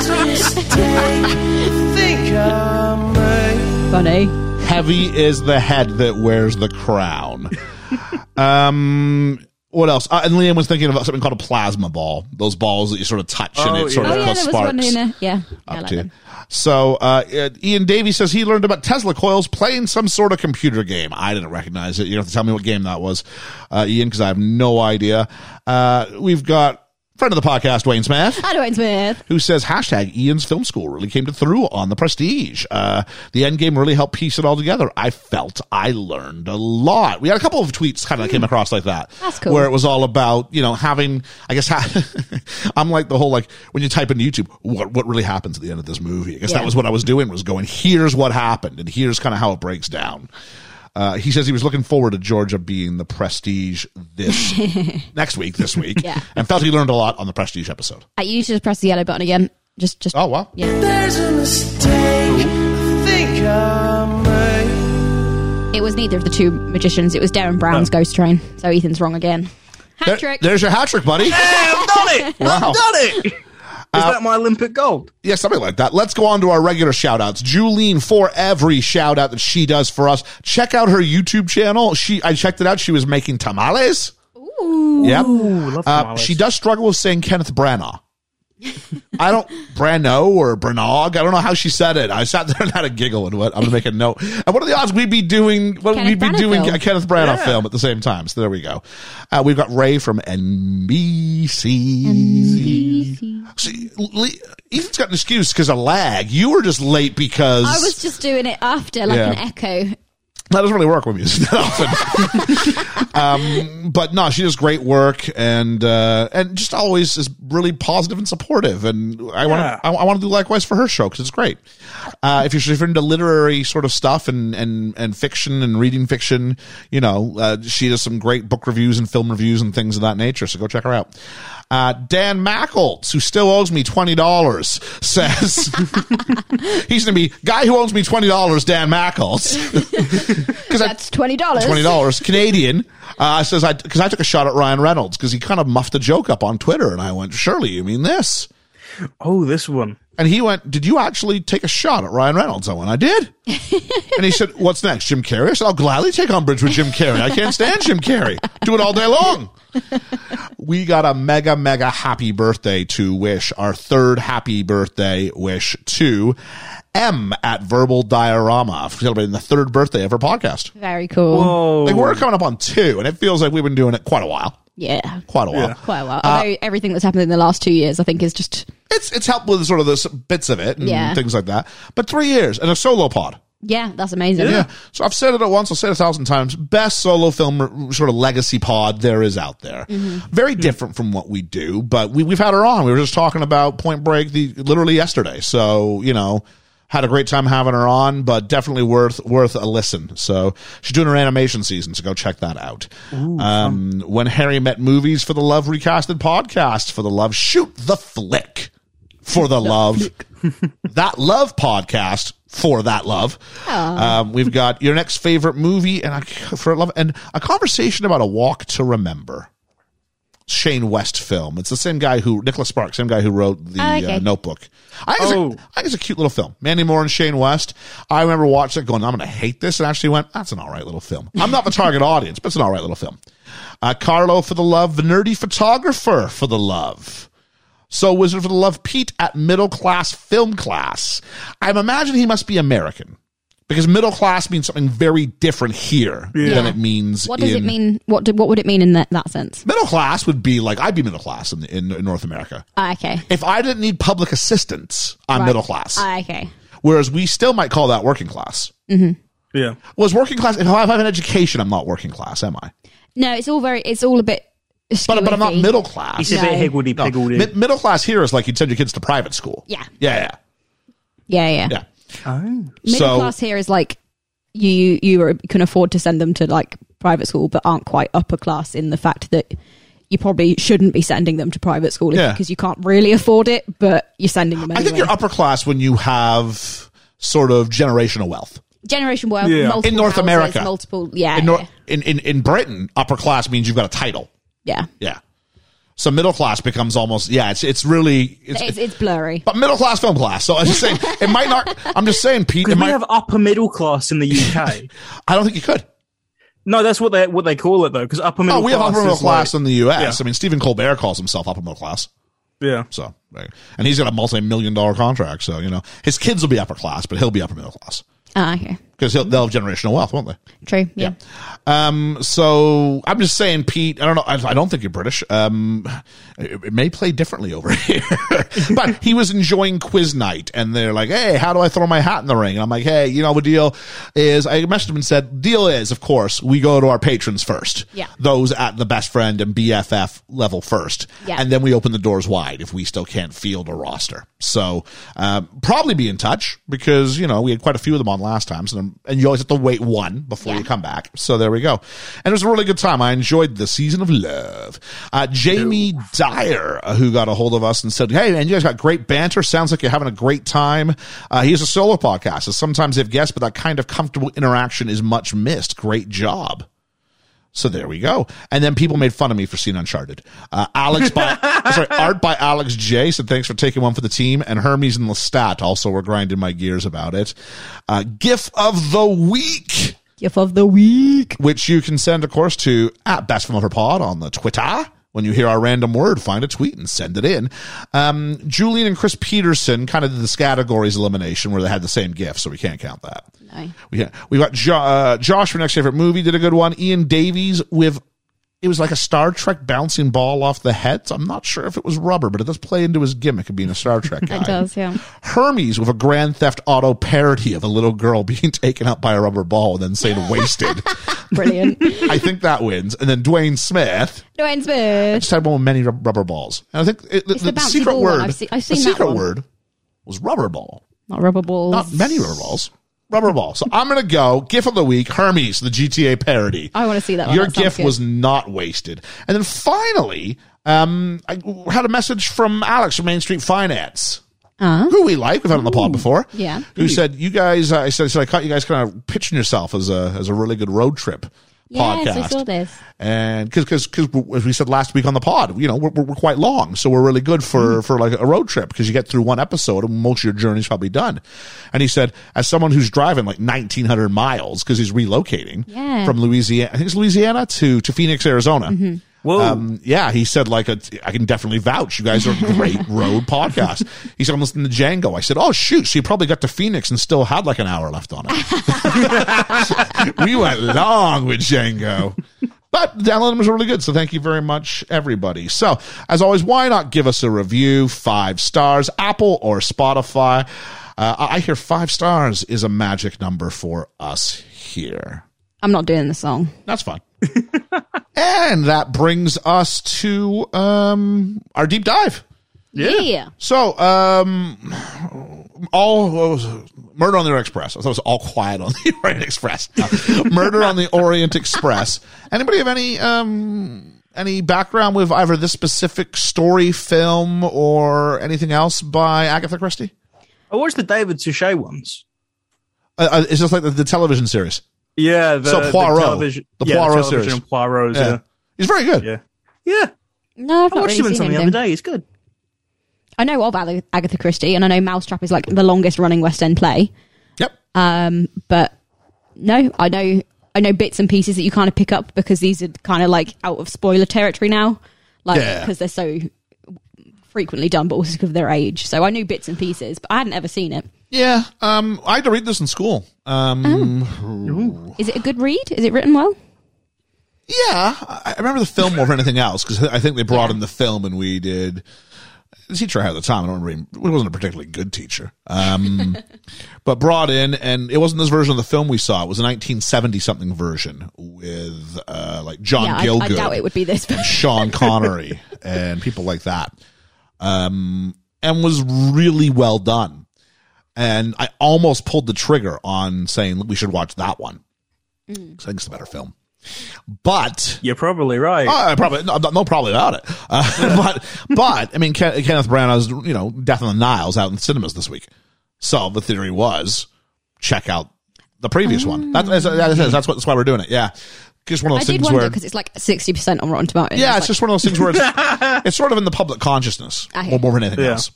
Speaker 6: <laughs>
Speaker 1: So.
Speaker 7: There's a mistake I think I made.
Speaker 6: Funny. Oh,
Speaker 1: Heavy is the head that wears the crown. um, What else? Uh, and Liam was thinking about something called a plasma ball. Those balls that you sort of touch and
Speaker 5: Oh,
Speaker 1: it sort
Speaker 5: yeah.
Speaker 6: Oh
Speaker 1: of
Speaker 6: yeah,
Speaker 1: puts
Speaker 6: there was
Speaker 1: sparks
Speaker 6: one in a yeah. I
Speaker 1: up
Speaker 6: like
Speaker 1: to.
Speaker 6: them.
Speaker 1: So uh, uh, Ian Davies says he learned about Tesla coils playing some sort of computer game. I didn't recognize it. You have to tell me what game that was, uh, Ian, because I have no idea. Uh, we've got friend of the podcast Wayne Smith
Speaker 6: I know it's Smith.
Speaker 1: who says hashtag Ian's film school really came to through on the prestige. Uh, the end game really helped piece it all together. I felt I learned a lot. We had a couple of tweets kind of came across like that.
Speaker 6: Hmm. That's cool.
Speaker 1: Where it was all about, you know, having, I guess, ha- <laughs> I'm like the whole, like when you type into YouTube, what, what really happens at the end of this movie? I guess that
Speaker 6: Yeah.
Speaker 1: was what I was doing was going, here's what happened and here's kind of how it breaks down. Uh, he says he was looking forward to Georgia being the prestige
Speaker 6: <laughs>
Speaker 1: this next week, this week,
Speaker 6: Yeah.
Speaker 1: and felt he learned a lot on the prestige episode.
Speaker 6: I you should just press the yellow button again. Just just
Speaker 1: Oh, wow.
Speaker 7: There's a mistake I think I made.
Speaker 6: It was neither of the two magicians. It was Darren Brown's Ghost Train. So Ethan's wrong again. Hat
Speaker 1: There-
Speaker 6: trick.
Speaker 1: There's your hat trick, buddy.
Speaker 5: I've done it.
Speaker 1: <laughs> Wow. Uh,
Speaker 5: I've done it. Is that my Olympic gold?
Speaker 1: Yeah, something like that. Let's go on to our regular shout outs. Julene, for every shout out that she does for us, check out her YouTube channel. She, I checked it out. She was making tamales. Ooh. Yep.
Speaker 5: love
Speaker 1: Uh,
Speaker 5: tamales.
Speaker 1: she does struggle with saying Kenneth Branagh. I don't Brano or Branagh. I don't know how she said it. I sat there and had a giggle and what I'm gonna make a note. And what are the odds we'd be doing? What
Speaker 6: Kenneth
Speaker 1: we'd be
Speaker 6: Branagh
Speaker 1: doing
Speaker 6: film.
Speaker 1: a Kenneth Branagh
Speaker 5: Yeah.
Speaker 1: film at the same time. So there we go. Uh, we've got Ray from NBC. See, Le- Ethan's got an excuse because of lag. You were just late because
Speaker 6: I was just doing it after, like
Speaker 1: Yeah.
Speaker 6: an echo.
Speaker 1: that doesn't really work with <laughs> music that often. um, but no, she does great work and uh, and just always is really positive and supportive. And I want
Speaker 5: Yeah.
Speaker 1: to I, I want to do likewise for her show because it's great. Uh, if you're if you're into literary sort of stuff and and and fiction and reading fiction, you know uh, she does some great book reviews and film reviews and things of that nature. So go check her out. Uh, Dan Mackles, who still owes me twenty dollars, <laughs> says he's gonna be guy who owes me twenty dollars. Dan
Speaker 6: <laughs>
Speaker 1: Mackles. Because
Speaker 6: That's twenty dollars.
Speaker 1: Uh, twenty dollars Canadian. Uh, says I because I took a shot at Ryan Reynolds because he kind of muffed a joke up on Twitter, and I went, "Surely you mean this?"
Speaker 5: Oh, this one.
Speaker 1: And he went, "Did you actually take a shot at Ryan Reynolds?" I went, "I did." and he said, "What's next, Jim Carrey?" I said, "I'll gladly take umbrage with Jim Carrey. I can't stand Jim Carrey. Do it all day long." We got a mega mega happy birthday to wish our third happy birthday wish to M at Verbal Diorama for celebrating the third birthday of her podcast.
Speaker 6: Very cool.
Speaker 5: Oh,
Speaker 1: Like we're coming up on two, and it feels like we've been doing it quite a while.
Speaker 6: Yeah.
Speaker 1: Quite a while.
Speaker 5: Yeah.
Speaker 6: Quite a
Speaker 1: Uh,
Speaker 6: while. Although everything that's happened in the last two years, I think, is just
Speaker 1: It's it's helped with sort of the s- bits of it and
Speaker 6: Yeah.
Speaker 1: things like that. But three years and a solo pod.
Speaker 6: yeah, that's amazing.
Speaker 1: Yeah. So I've said it at once. I'll say it a thousand times. Best solo film r- sort of legacy pod there is out there. Very different from what we do, but we, we've had her on. We were just talking about Point Break the literally yesterday. So you know. Had a great time having her on, but definitely worth worth a listen. So she's doing her animation season, so go check that out. um, when Harry met movies for the Love recasted podcast for the Love shoot the flick for the love that love podcast for that love um, we've got your next favorite movie and a, for love and a conversation about a walk to remember shane west film it's the same guy who nicholas sparks same guy who wrote the
Speaker 6: Oh, okay.
Speaker 1: uh, notebook I think,
Speaker 5: Oh.
Speaker 1: it's a, I think it's a cute little film mandy moore and shane west i remember watching it going i'm gonna hate this and actually went that's an all right little film i'm not the target audience but it's an all right little film uh, carlo for the love the nerdy photographer for the love so Wizard for the Love Pete at middle class film class. I imagine he must be American because middle class means something very different here than
Speaker 6: Yeah.
Speaker 1: it means.
Speaker 6: What does it
Speaker 1: in-
Speaker 6: mean? What do, what would it mean in that, that sense?
Speaker 1: Middle class would be like I'd be middle class in, in, in North America.
Speaker 6: Ah, okay.
Speaker 1: If I didn't need public assistance, I'm
Speaker 6: Right.
Speaker 1: middle class.
Speaker 6: Ah, okay.
Speaker 1: Whereas we still might call that working class.
Speaker 5: yeah.
Speaker 1: Was working class? If I have an education, I'm not working class, am I?
Speaker 6: No, it's all very. It's all a bit.
Speaker 1: But but I'm not
Speaker 6: skewy-fy.
Speaker 1: middle class.
Speaker 5: It's a
Speaker 6: No.
Speaker 5: bit higgledy
Speaker 1: No,
Speaker 5: piggledy.
Speaker 1: mid- middle class here is like you'd send your kids to private school.
Speaker 6: Yeah.
Speaker 1: yeah, yeah.
Speaker 6: Yeah, yeah.
Speaker 1: yeah.
Speaker 5: Oh.
Speaker 6: Middle
Speaker 1: So-
Speaker 6: class here is like you you you are- can afford to send them to like private school, but aren't quite upper class in the fact that you probably shouldn't be sending them to private school
Speaker 1: Yeah.
Speaker 6: because you can't really afford it, but you're sending them. Anyway.
Speaker 1: I think you're upper class when you have sort of generational wealth.
Speaker 6: generation wealth
Speaker 5: Yeah.
Speaker 6: multiple
Speaker 1: In North
Speaker 6: houses,
Speaker 1: America.
Speaker 6: multiple. Yeah,
Speaker 1: In, Nor-
Speaker 6: yeah,
Speaker 1: in, in in Britain, upper class means you've got a title.
Speaker 6: yeah.
Speaker 1: Yeah. So middle class becomes almost yeah. It's it's really it's,
Speaker 6: It's, it's blurry.
Speaker 1: but middle class film class. So I'm just saying it might not. I'm just saying Pete. It
Speaker 5: Because we
Speaker 1: might, <laughs>
Speaker 5: have upper middle class in the UK.
Speaker 1: I don't think you could.
Speaker 8: No, that's what they what they call it though, because upper middle.
Speaker 1: Oh, we have upper
Speaker 8: is
Speaker 1: middle class
Speaker 8: like-
Speaker 1: in the U.S. I
Speaker 8: Yeah.
Speaker 1: mean, Stephen Colbert calls himself upper middle class.
Speaker 8: yeah,
Speaker 1: So, right. and he's got a multi-million dollar contract. So, you know, his kids will be upper class, but he'll be upper middle class
Speaker 6: Ah, okay.
Speaker 1: because they'll have generational wealth, won't they?
Speaker 6: True. Yeah.
Speaker 1: Um, so I'm just saying, Pete. I don't know. I, I don't think you're British. Um, it, it may play differently over <laughs> here, but he was enjoying quiz night, and they're like, "Hey, how do I throw my hat in the ring?" And I'm like, "Hey, you know the deal is." I messaged him and said, "Deal is, of course, we go to our patrons first.
Speaker 6: Yeah.
Speaker 1: those at the best friend and BFF level first,
Speaker 6: Yeah.
Speaker 1: and then we open the doors wide if we still can't field a roster. So um, probably be in touch because you know we had quite a few of them on last time, so and you always have to wait one before you
Speaker 6: Yeah.
Speaker 1: come back. So there we go. And it was a really good time. I enjoyed the season of love. Uh, Jamie Dyer, uh, who got a hold of us and said, Hey, man, you guys got great banter. Sounds like you're having a great time. Uh, he has a solo podcast. So sometimes they've guessed, but that kind of comfortable interaction is much missed. Great job. So there we go. And then people made fun of me for seeing Uncharted. Uh, Alex by, sorry, art by Alex J said thanks for taking one for the team. And Hermes and Lestat also were grinding my gears about it. Uh, GIF of the week
Speaker 6: Gift of the week.
Speaker 1: which you can send, of course, to at Best Film Ever Pod on the Twitter. When you hear our random word, find a tweet and send it in. Um, Julian and Chris Peterson kind of did this categories elimination where they had the same gift, so we can't count that.
Speaker 6: No.
Speaker 1: We, we got jo- uh, Josh for next favorite movie, did a good one. Ian Davies with, it was like a Star Trek bouncing ball off the head. So I'm not sure if it was rubber, but it does play into his gimmick of being a Star Trek guy.
Speaker 6: <laughs> It does. Yeah.
Speaker 1: Hermes with a Grand Theft Auto parody of a little girl <laughs> being taken out by a rubber ball and then
Speaker 6: <laughs>
Speaker 1: saying wasted.
Speaker 6: Brilliant. <laughs>
Speaker 1: I think that wins. And then Dwayne Smith
Speaker 6: Dwayne Smith.
Speaker 1: just had one with many rub- rubber balls. And I think it, the,
Speaker 6: It's
Speaker 1: the
Speaker 6: the bouncy
Speaker 1: secret
Speaker 6: ball one.
Speaker 1: word,
Speaker 6: I've se- I've seen
Speaker 1: the
Speaker 6: that
Speaker 1: secret
Speaker 6: one.
Speaker 1: word was rubber ball.
Speaker 6: Not rubber balls.
Speaker 1: Not many rubber balls. Rubber ball. So I'm going to go GIF of the week, Hermes, the GTA parody.
Speaker 6: I wanna see that one.
Speaker 1: Your
Speaker 6: That sounds
Speaker 1: GIF
Speaker 6: good.
Speaker 1: was not wasted. And then finally, um, I had a message from Alex from Main Street Finance who we like. We've had on the pod before.
Speaker 6: Uh-huh. Yeah.
Speaker 1: Who said you guys? uh, I said, I said I caught you guys kind of pitching yourself as a as a really good road trip podcast.
Speaker 6: Yes, I saw this.
Speaker 1: And because because because as we said last week on the pod, you know we're, we're, we're quite long, so we're really good for for like a road trip because you get through one episode and most of your journey's probably done. And he said, as someone who's driving like nineteen hundred miles because he's relocating
Speaker 6: Yeah.
Speaker 1: from Louisiana, I think it's Louisiana to to Phoenix, Arizona.
Speaker 8: Whoa.
Speaker 1: Um, yeah, he said like a, I can definitely vouch. You guys are a great road podcast. He said I'm listening to Django. I said, oh shoot, so you probably got to Phoenix and still had like an hour left on it. we went long with Django. But the download was really good, so thank you very much, everybody. So, as always, why not give us a review, five stars, Apple or Spotify? Uh, I I hear five stars is a magic number for us here.
Speaker 6: I'm not doing the song.
Speaker 1: That's fine. <laughs> and that brings us to um, our deep dive.
Speaker 6: Yeah.
Speaker 1: So, um, all what was it? Murder on the Orient Express. I thought it was all quiet on the <laughs> Orient Express. No. Murder on the Orient Express. Anybody have any um, any background with either this specific story, film, or anything else by Agatha Christie?
Speaker 8: I watched the David Suchet ones.
Speaker 1: Uh, uh, it's just like the, the television series.
Speaker 8: Yeah, the,
Speaker 1: So Poirot.
Speaker 8: the, television,
Speaker 1: The
Speaker 8: yeah,
Speaker 1: Poirot
Speaker 8: television
Speaker 1: series.
Speaker 8: and Poirot's. Yeah,
Speaker 1: It's very good.
Speaker 8: yeah, yeah.
Speaker 6: No, I've
Speaker 8: I
Speaker 6: not
Speaker 8: watched him in
Speaker 6: really seen
Speaker 8: something the
Speaker 6: anything.
Speaker 8: other day. It's good.
Speaker 6: I know of Ag- Agatha Christie, and I know Mousetrap is like the longest running West End play.
Speaker 1: Yep.
Speaker 6: But no, I know I know bits and pieces that you kind of pick up because these are kind of like out of spoiler territory now, like
Speaker 1: Yeah.
Speaker 6: because they're so frequently done, but also because of their age. So I knew bits and pieces, but I hadn't ever seen it.
Speaker 1: yeah. Um, I had to read this in school. Um,
Speaker 6: Is it a good read? Is it written well?
Speaker 1: Yeah, I I remember the film more than anything else because I think they brought in the film and we did. The teacher I had at the time, I don't remember. He wasn't a particularly good teacher,
Speaker 6: <laughs>
Speaker 1: um, but brought in, and it wasn't this version of the film we saw. It was a 1970 something version with uh, like John
Speaker 6: yeah, I, I
Speaker 1: Gielgud,
Speaker 6: doubt it would be this.
Speaker 1: Sean Connery, and people like that. Um, and was really well done. And I almost pulled the trigger on saying we should watch that one.
Speaker 6: Mm.
Speaker 1: 'Cause I think it's a better film, but.
Speaker 8: You're probably right.
Speaker 1: Uh, probably no, no probably about it. Uh, <laughs> but but I mean Ken, Kenneth Branagh is you know Death on the Nile's out in the cinemas this week. So the theory was check out the previous one. That, that's, that is- that's what that's why we're doing it. Yeah. Just one of
Speaker 6: I
Speaker 1: those
Speaker 6: did
Speaker 1: things
Speaker 6: wonder
Speaker 1: where
Speaker 6: because it's like 60% on Rotten Tomatoes.
Speaker 1: yeah, it's
Speaker 6: It's like-
Speaker 1: just one of those things where
Speaker 6: <laughs>
Speaker 1: it's, it's sort of in the public consciousness
Speaker 6: I hear
Speaker 1: more, more than anything
Speaker 8: Yeah.
Speaker 1: else.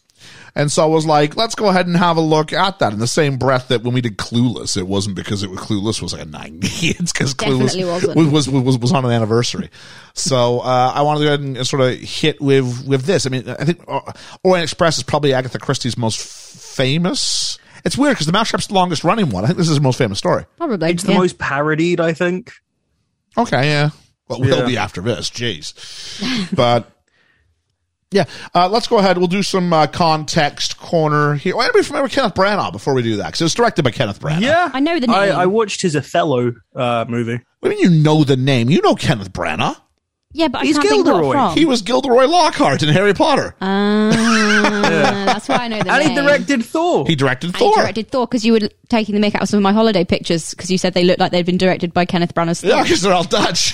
Speaker 1: And so I was like, let's go ahead and have a look at that. In the same breath that when we did Clueless, it wasn't because it was Clueless was like a nine. it's because Clueless
Speaker 6: Definitely wasn't.
Speaker 1: was, was was was on an anniversary. so uh, I wanted to go ahead and sort of hit with with this. I mean, I think uh, Orient Express is probably Agatha Christie's most f- famous. It's weird because the Mousetrap's the longest running one. I think this is the most famous story.
Speaker 6: Probably.
Speaker 8: It's the
Speaker 6: yeah.
Speaker 8: most parodied, I think.
Speaker 1: Okay, yeah. Well, we'll
Speaker 8: Yeah.
Speaker 1: be after this. Jeez. But yeah, uh, let's go ahead. We'll do some uh, context corner here. Oh, anybody familiar with Kenneth Branagh before we do that? Because it was directed by Kenneth Branagh.
Speaker 6: I know the
Speaker 8: I,
Speaker 6: name.
Speaker 8: I watched his Othello uh, movie.
Speaker 1: What do you mean you know the name? You know Kenneth Branagh.
Speaker 6: yeah, but I
Speaker 8: He's
Speaker 6: can't
Speaker 8: Gilderoy.
Speaker 6: think what from.
Speaker 1: He was Gilderoy Lockhart in Harry Potter.
Speaker 8: <laughs>
Speaker 6: Uh, That's why I know the
Speaker 8: And
Speaker 6: name.
Speaker 8: he directed Thor.
Speaker 1: he directed
Speaker 6: I
Speaker 1: Thor.
Speaker 6: directed Thor because you were taking the mick out of some of my holiday pictures because you said they looked like they'd been directed by Kenneth Branagh's Thor.
Speaker 1: yeah, because they're all Dutch.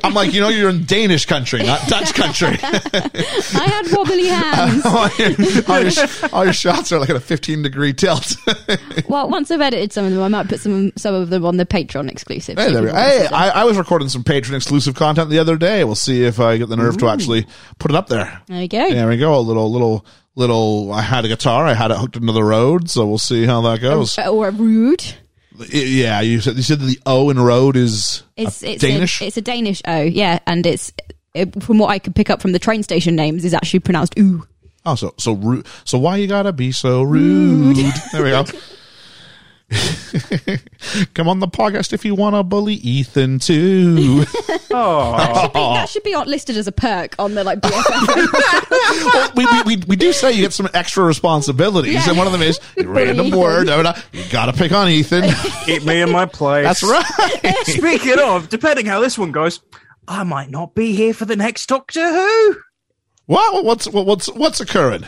Speaker 1: <laughs> I'm like, you know, you're in Danish country, not Dutch
Speaker 6: <laughs>
Speaker 1: country. <laughs>
Speaker 6: I had wobbly hands.
Speaker 1: all, your, all your- all your shots are like at a 15 degree tilt. <laughs>
Speaker 6: well, once I've edited some of them, I might put some some of them on the Patreon exclusive.
Speaker 1: Hey,
Speaker 6: so
Speaker 1: there we
Speaker 6: people
Speaker 1: go.
Speaker 6: can see
Speaker 1: Hey,
Speaker 6: them.
Speaker 1: I, I was recording some patron exclusive content the other day. We'll see if I get the nerve to actually put it up there.
Speaker 6: Mm. There you go.
Speaker 1: There we go. A little, little, little. I had a guitar. I had it hooked into the road, so we'll see how that
Speaker 6: Oh,
Speaker 1: goes.
Speaker 6: Uh, or rude.
Speaker 1: Y- yeah, you said you said the O in road is
Speaker 6: It's
Speaker 1: a
Speaker 6: it's
Speaker 1: Danish.
Speaker 6: A, it's a Danish O, yeah, and it's it, from what I could pick up from the train station names is actually pronounced ooh.
Speaker 1: oh, so so rude. So why you gotta be so rude? <laughs> there
Speaker 6: <laughs>
Speaker 1: we go. Come on the podcast if you wanna bully Ethan too. Oh.
Speaker 6: That should be on, listed as a perk on the like
Speaker 1: <laughs>
Speaker 6: BFF.
Speaker 1: well, we, we, we, we do say you get some extra responsibilities,
Speaker 6: Yeah.
Speaker 1: and one of them is random
Speaker 6: Ethan.
Speaker 1: word. da, da, da, You got to pick on Ethan.
Speaker 8: Keep me in my
Speaker 6: <laughs>
Speaker 8: place.
Speaker 1: That's right.
Speaker 8: Speaking of, depending how this one goes, I might not be here for the next Doctor Who.
Speaker 1: What, what's what, what's what's occurring?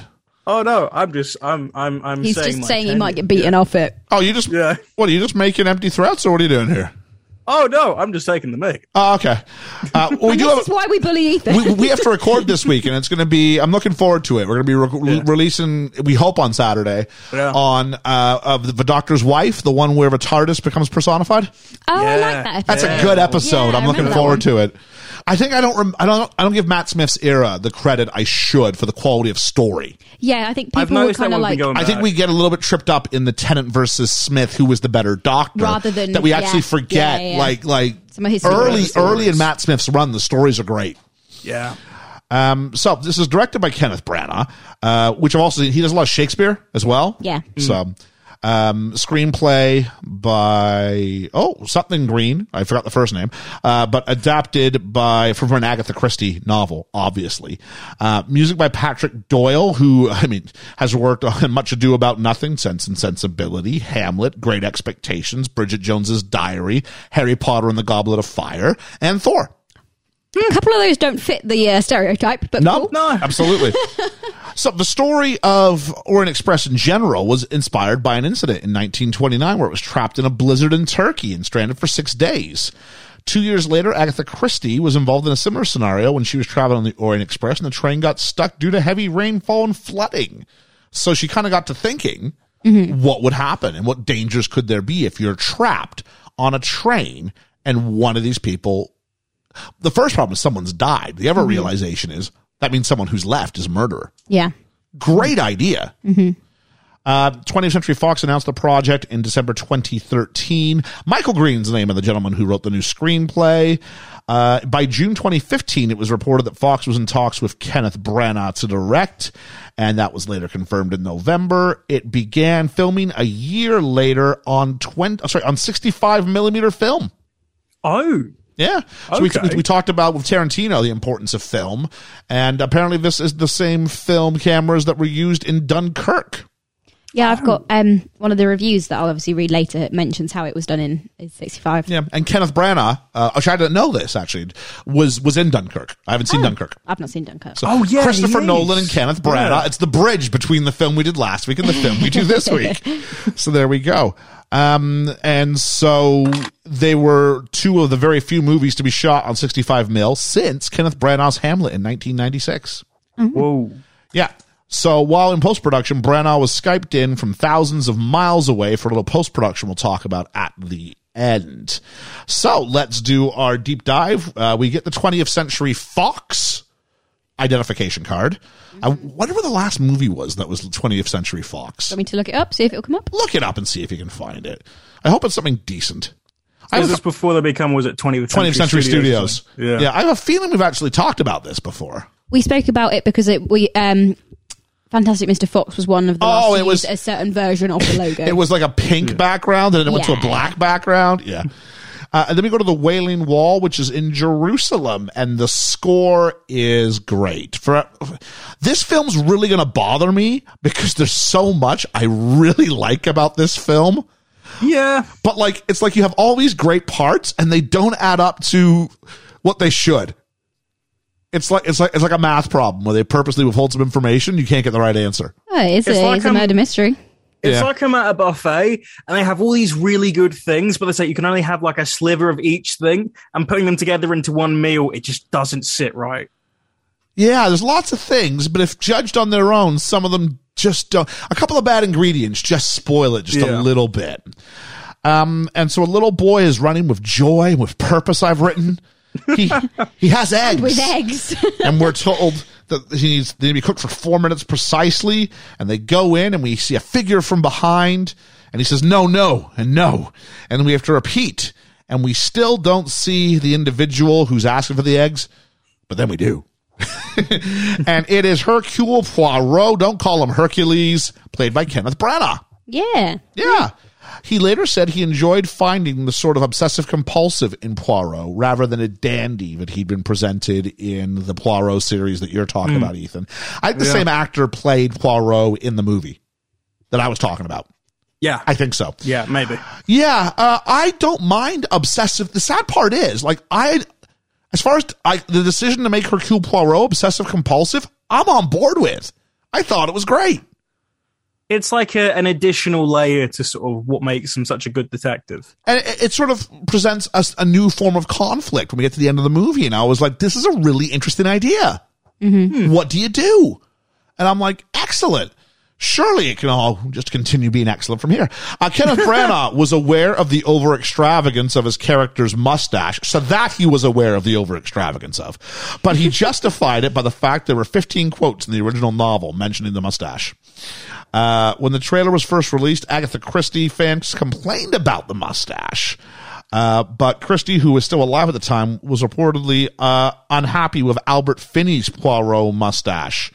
Speaker 8: Oh no, I'm just I'm I'm I'm
Speaker 6: He's
Speaker 8: saying
Speaker 6: just
Speaker 8: my
Speaker 6: saying he
Speaker 8: opinion.
Speaker 6: might get beaten off it.
Speaker 1: Oh, you just
Speaker 8: Yeah.
Speaker 1: What are you just making empty threats, or what are you doing here?
Speaker 8: Oh no, I'm just taking the mic.
Speaker 1: Oh, okay. Uh, we do
Speaker 6: This
Speaker 1: have.
Speaker 6: is why we bully Ethan. Oh,
Speaker 1: We, we have to record this week, and it's going to be. I'm looking forward to it. We're going to be re-
Speaker 8: Yeah.
Speaker 1: releasing. We hope on Saturday
Speaker 8: Yeah.
Speaker 1: on uh, of the, the Doctor's wife, the one where the TARDIS becomes personified.
Speaker 6: oh, I
Speaker 8: Yeah.
Speaker 6: like that.
Speaker 1: That's
Speaker 8: Yeah.
Speaker 1: a good episode.
Speaker 6: Yeah, I
Speaker 1: I'm looking
Speaker 6: remember that
Speaker 1: forward
Speaker 6: one.
Speaker 1: to it. I think I don't. Rem- I don't. I don't give Matt Smith's era the credit I should for the quality of story.
Speaker 6: Yeah, I think
Speaker 8: I've
Speaker 6: people were
Speaker 8: noticed that
Speaker 6: kind of
Speaker 8: one's
Speaker 6: like
Speaker 8: been going.
Speaker 1: I think
Speaker 8: back.
Speaker 1: we get a little bit tripped up in the Tennant versus Smith, who was the better doctor,
Speaker 6: Rather than-
Speaker 1: that we actually
Speaker 6: yeah,
Speaker 1: forget.
Speaker 6: yeah, yeah.
Speaker 1: Like like
Speaker 6: Some of his
Speaker 1: early
Speaker 6: stories.
Speaker 1: early in Matt Smith's run, the stories are great.
Speaker 8: yeah.
Speaker 1: Um, so this is directed by Kenneth Branagh, uh, which I've also seen. He does a lot of Shakespeare as well.
Speaker 6: Yeah.
Speaker 1: So, um, screenplay by oh something Green. I forgot the first name, uh, but adapted by from an Agatha Christie novel, obviously. Uh, music by Patrick Doyle, who <laughs> I mean has worked on Much Ado About Nothing, Sense and Sensibility, Hamlet, Great Expectations, Bridget Jones's Diary, Harry Potter and the Goblet of Fire, and Thor.
Speaker 6: a couple of those don't fit the uh, stereotype, but
Speaker 1: No,
Speaker 6: cool.
Speaker 1: no, absolutely. <laughs> so the story of Orient Express in general was inspired by an incident in 1929 where it was trapped in a blizzard in Turkey and stranded for six days. Two years later, Agatha Christie was involved in a similar scenario when she was traveling on the Orient Express and the train got stuck due to heavy rainfall and flooding. So she kind of got to thinking what would happen and what dangers could there be if you're trapped on a train and one of these people the first problem is someone's died. The other realization is that means someone who's left is a murderer.
Speaker 6: Yeah.
Speaker 1: Great idea. Uh, 20th Century Fox announced the project in December 2013. Michael Green's the name of the gentleman who wrote the new screenplay. Uh, by June 2015, it was reported that Fox was in talks with Kenneth Branagh to direct, and that was later confirmed in November. It began filming a year later on 20, sorry, on 65 millimeter film.
Speaker 8: Oh,
Speaker 1: Yeah. So we,
Speaker 8: Okay.
Speaker 1: we, we talked about with Tarantino the importance of film, and apparently this is the same film cameras that were used in Dunkirk.
Speaker 6: Yeah, I've got um, one of the reviews that I'll obviously read later. It mentions how it was done in in 65.
Speaker 1: Yeah. And Kenneth Branagh, uh, which I didn't know this actually, was was in Dunkirk. I haven't seen Dunkirk.
Speaker 6: I've not seen Dunkirk.
Speaker 1: So
Speaker 8: Oh, yeah,
Speaker 1: Christopher
Speaker 8: he is.
Speaker 1: Nolan and Kenneth Branagh.
Speaker 8: Yeah.
Speaker 1: It's the bridge between the film we did last week and the film we do
Speaker 8: <laughs>
Speaker 1: this week. So there we go. Um, and so they were two of the very few movies to be shot on 65 mil since Kenneth Branagh's Hamlet in 1996.
Speaker 6: Mm-hmm.
Speaker 8: whoa.
Speaker 1: Yeah. So while in post production, Branagh was skyped in from thousands of miles away for a little post production we'll talk about at the end. So let's do our deep dive. Uh, we get the 20th Century Fox identification card. I wonder what the last movie was that was 20th Century Fox.
Speaker 6: Want me to look it up, see if it'll come up?
Speaker 1: Look it up and see if you can find it. I hope it's something decent. I have
Speaker 8: Was
Speaker 1: a
Speaker 8: this before they become? Was it 20th
Speaker 1: 20th Century Studios.
Speaker 8: Yeah.
Speaker 1: I have a feeling we've actually talked about this before.
Speaker 6: We spoke about it because it we um Fantastic Mr. Fox was one of the last
Speaker 1: Oh,
Speaker 6: to
Speaker 1: it was-
Speaker 6: use a certain version of the logo.
Speaker 1: <laughs> It was like a pink background and then it went to a
Speaker 6: Yeah.
Speaker 1: black background. Yeah. Uh, and then we go to the Wailing Wall, which is in Jerusalem, and the score is great. For this film's really going to bother me because there's so much I really like about this film.
Speaker 8: Yeah,
Speaker 1: but like it's like you have all these great parts and they don't add up to what they should it's like it's like it's like a math problem where they purposely withhold some information you can't get the right answer
Speaker 6: oh, it's,
Speaker 8: It's
Speaker 6: a,
Speaker 8: like,
Speaker 6: it's a
Speaker 8: um,
Speaker 1: <laughs>
Speaker 6: murder mystery.
Speaker 8: it's
Speaker 1: Yeah.
Speaker 8: like I'm at a buffet and they have all these really good things, but they say you can only have like a sliver of each thing, and putting them together into one meal, it just doesn't sit right.
Speaker 1: yeah there's lots of things but if judged on their own some of them just don't a couple of bad ingredients just spoil it just a
Speaker 8: Yeah.
Speaker 1: little bit um and so a little boy is running with joy with purpose i've written he he has eggs
Speaker 6: With eggs. <laughs>
Speaker 1: and we're told that he needs they need to be cooked for four minutes precisely. And they go in, and we see a figure from behind, and he says, "No, no, and no," and we have to repeat, and we still don't see the individual who's asking for the eggs, but then we do. <laughs> and it is Hercule Poirot. Don't call him Hercules, played by Kenneth Branagh.
Speaker 6: yeah.
Speaker 1: Yeah. He later said he enjoyed finding the sort of obsessive compulsive in Poirot rather than a dandy that he'd been presented in the Poirot series that you're talking about, Ethan. I think the same actor played Poirot in the movie that I was talking about.
Speaker 8: Yeah,
Speaker 1: I think so.
Speaker 8: yeah, maybe.
Speaker 1: Yeah, uh, I don't mind obsessive. The sad part is, like, I, as far as I, the decision to make Hercule Poirot obsessive compulsive, I'm on board with. I thought it was great.
Speaker 8: It's like a, an additional layer to sort of what makes him such a good detective.
Speaker 1: and it, it sort of presents us a new form of conflict when we get to the end of the movie and i was like this is a really interesting idea what do you do and i'm like excellent surely it can all just continue being excellent from here uh, kenneth branagh <laughs> was aware of the over extravagance of his character's mustache so that he was aware of the over extravagance of but he <laughs> justified it by the fact there were 15 quotes in the original novel mentioning the mustache uh, when the trailer was first released, Agatha Christie fans complained about the mustache. Uh, but Christie, who was still alive at the time, was reportedly uh, unhappy with Albert Finney's Poirot mustache.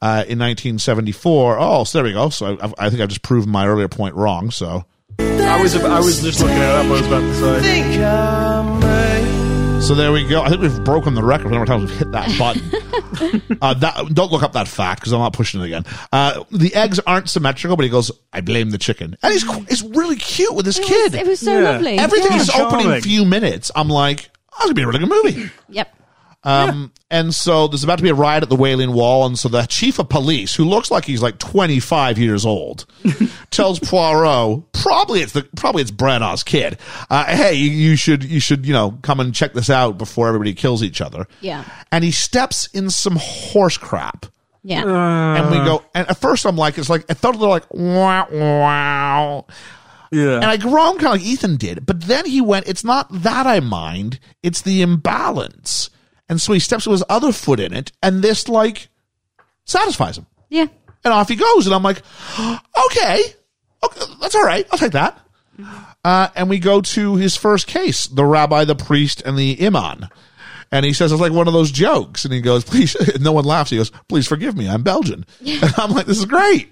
Speaker 1: Uh, in 1974. Oh, so there we go. So I, I've- I think I've just proven my earlier point wrong. So,
Speaker 8: I was I was just looking it up. I was about to say.
Speaker 7: Think I may.
Speaker 1: so there we go. I think we've broken the record. How many times we've hit that button?
Speaker 6: <laughs>
Speaker 1: uh, that, don't look up that fact because I'm not pushing it again. Uh, the eggs aren't symmetrical, but he goes, "I blame the chicken," and he's qu- he's really cute with his
Speaker 6: It
Speaker 1: kid.
Speaker 6: was, it was so
Speaker 8: Yeah.
Speaker 6: lovely.
Speaker 1: everything
Speaker 6: Yeah.
Speaker 1: is opening
Speaker 8: Charming.
Speaker 1: few minutes. I'm like, oh, it's gonna be a really good movie.
Speaker 6: Yep.
Speaker 1: Um, and so there's about to be a riot at the Wailing Wall, and so the chief of police, who looks like he's like 25 years old, <laughs> tells Poirot, probably it's the probably it's Branagh's kid. Uh, hey, you, you should you should you know come and check this out before everybody kills each other.
Speaker 6: Yeah.
Speaker 1: And he steps in some horse crap.
Speaker 6: Yeah.
Speaker 1: Uh. And we go, and at first I'm like, it's like, I thought they're like, wow, wow.
Speaker 8: Yeah.
Speaker 1: And I groaned kind of like Ethan did, but then he went, it's not that I mind, it's the imbalance. And so he steps with his other foot in it, and this like satisfies him.
Speaker 6: yeah.
Speaker 1: And off he goes. And I'm like, <gasps> okay, okay that's all right. I'll take that. Uh, and we go to his first case the rabbi, the priest, and the imam. And he says, it's like one of those jokes. And he goes, <laughs> please, no one laughs. He goes, please forgive me. I'm Belgian. And <laughs> I'm like, this is great.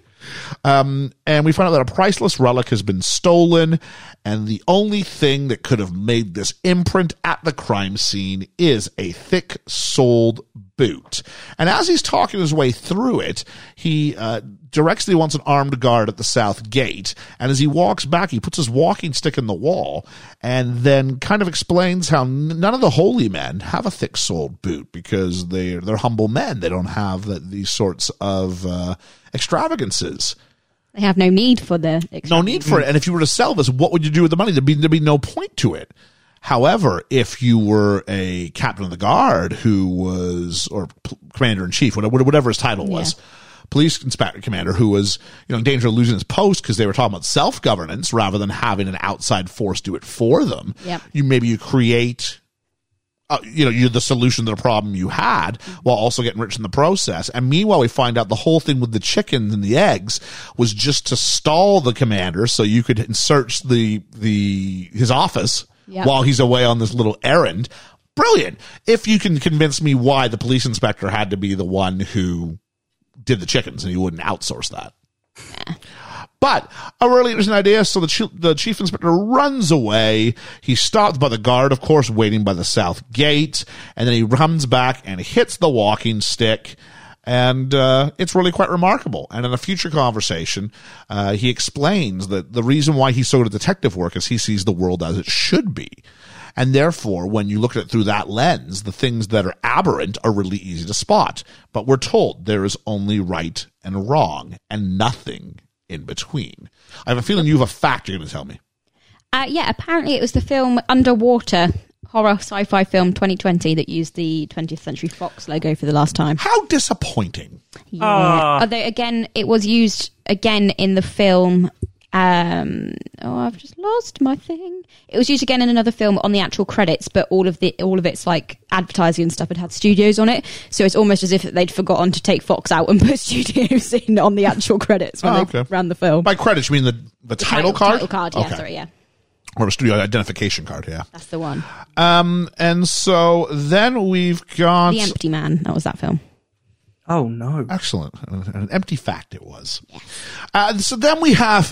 Speaker 1: Um, and we find out that a priceless relic has been stolen. And the only thing that could have made this imprint at the crime scene is a thick soled boot. And as he's talking his way through it, he uh, directs that he wants an armed guard at the south gate. And as he walks back, he puts his walking stick in the wall and then kind of explains how n- none of the holy men have a thick soled boot because they're, they're humble men. They don't have the, these sorts of uh, extravagances.
Speaker 6: They have no need for the
Speaker 1: No need for it. And if you were to sell this, what would you do with the money? There'd be, there'd be no point to it. However, if you were a captain of the guard who was, or p- commander in chief, whatever, whatever his title was, police inspector commander who was, you know, in danger of losing his post because they were talking about self governance rather than having an outside force do it for them.
Speaker 6: Yep.
Speaker 1: You maybe you create uh, you know, you're the solution to the problem you had while also getting rich in the process. And meanwhile, we find out the whole thing with the chickens and the eggs was just to stall the commander so you could search the, the, his office
Speaker 6: Yep.
Speaker 1: while he's away on this little errand. Brilliant. If you can convince me why the police inspector had to be the one who did the chickens and he wouldn't outsource that. But a really interesting idea. So the chief, the chief inspector runs away. He's stopped by the guard, of course, waiting by the south gate. And then he comes back and hits the walking stick. And uh, it's really quite remarkable. And in a future conversation, uh, he explains that the reason why he's so good at detective work is he sees the world as it should be. And therefore, when you look at it through that lens, the things that are aberrant are really easy to spot. But we're told there is only right and wrong and nothing in between. I have a feeling you have a fact you're going to tell me.
Speaker 6: Uh, yeah, apparently it was the film Underwater horror sci-fi film 2020 that used the 20th Century Fox logo for the
Speaker 1: <laughs>
Speaker 6: last time.
Speaker 1: How disappointing.
Speaker 6: Yeah.
Speaker 1: Ah.
Speaker 6: Although again, it was used again in the film. Um, oh, I've just lost my thing. It was used again in another film on the actual credits, but all of the all of its like advertising and stuff had had studios on it, so it's almost as if they'd forgotten to take Fox out and <laughs> put studios in on the actual credits when
Speaker 1: Oh,
Speaker 6: they
Speaker 1: okay.
Speaker 6: ran the film.
Speaker 1: By credits, you mean the, the, title, card?
Speaker 6: Title card. Yeah,
Speaker 1: Okay.
Speaker 6: sorry. Yeah,
Speaker 1: Or a studio identification card, yeah.
Speaker 6: that's the one.
Speaker 1: Um, and so then we've got.
Speaker 6: The Empty Man. That was that film.
Speaker 8: Oh no.
Speaker 1: Excellent. An, an empty fact it was. Uh, so then we have, <laughs>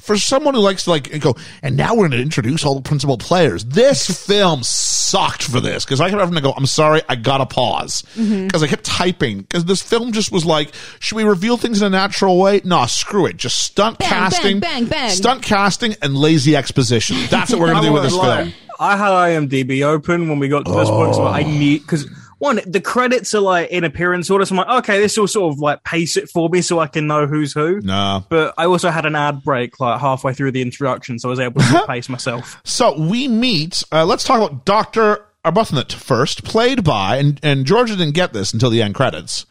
Speaker 1: for someone who likes to like go, and now we're going to introduce all the principal players. This film sucked for this because I kept having to go, I'm sorry, I got to pause because
Speaker 6: Mm-hmm.
Speaker 1: I kept typing because this film just was like, should we reveal things in a natural way? Nah, screw it. Just stunt
Speaker 6: Bang, bang,
Speaker 1: casting,
Speaker 6: bang, bang.
Speaker 1: stunt casting and lazy exposition. That's what we're going to do with this
Speaker 8: won't lie.
Speaker 1: film.
Speaker 8: I had IMDb open when we got to this point, so
Speaker 1: Oh.
Speaker 8: I need because one, the credits are like in appearance order. So I'm like, okay, this will sort of like pace it for me, so I can know who's who.
Speaker 1: No.
Speaker 8: But I also had an ad break like halfway through the introduction, so I was
Speaker 1: <laughs>
Speaker 8: able to pace myself.
Speaker 1: So we meet. Uh, let's talk about Doctor Arbuthnot first, played by and and Georgia didn't get this until the end credits.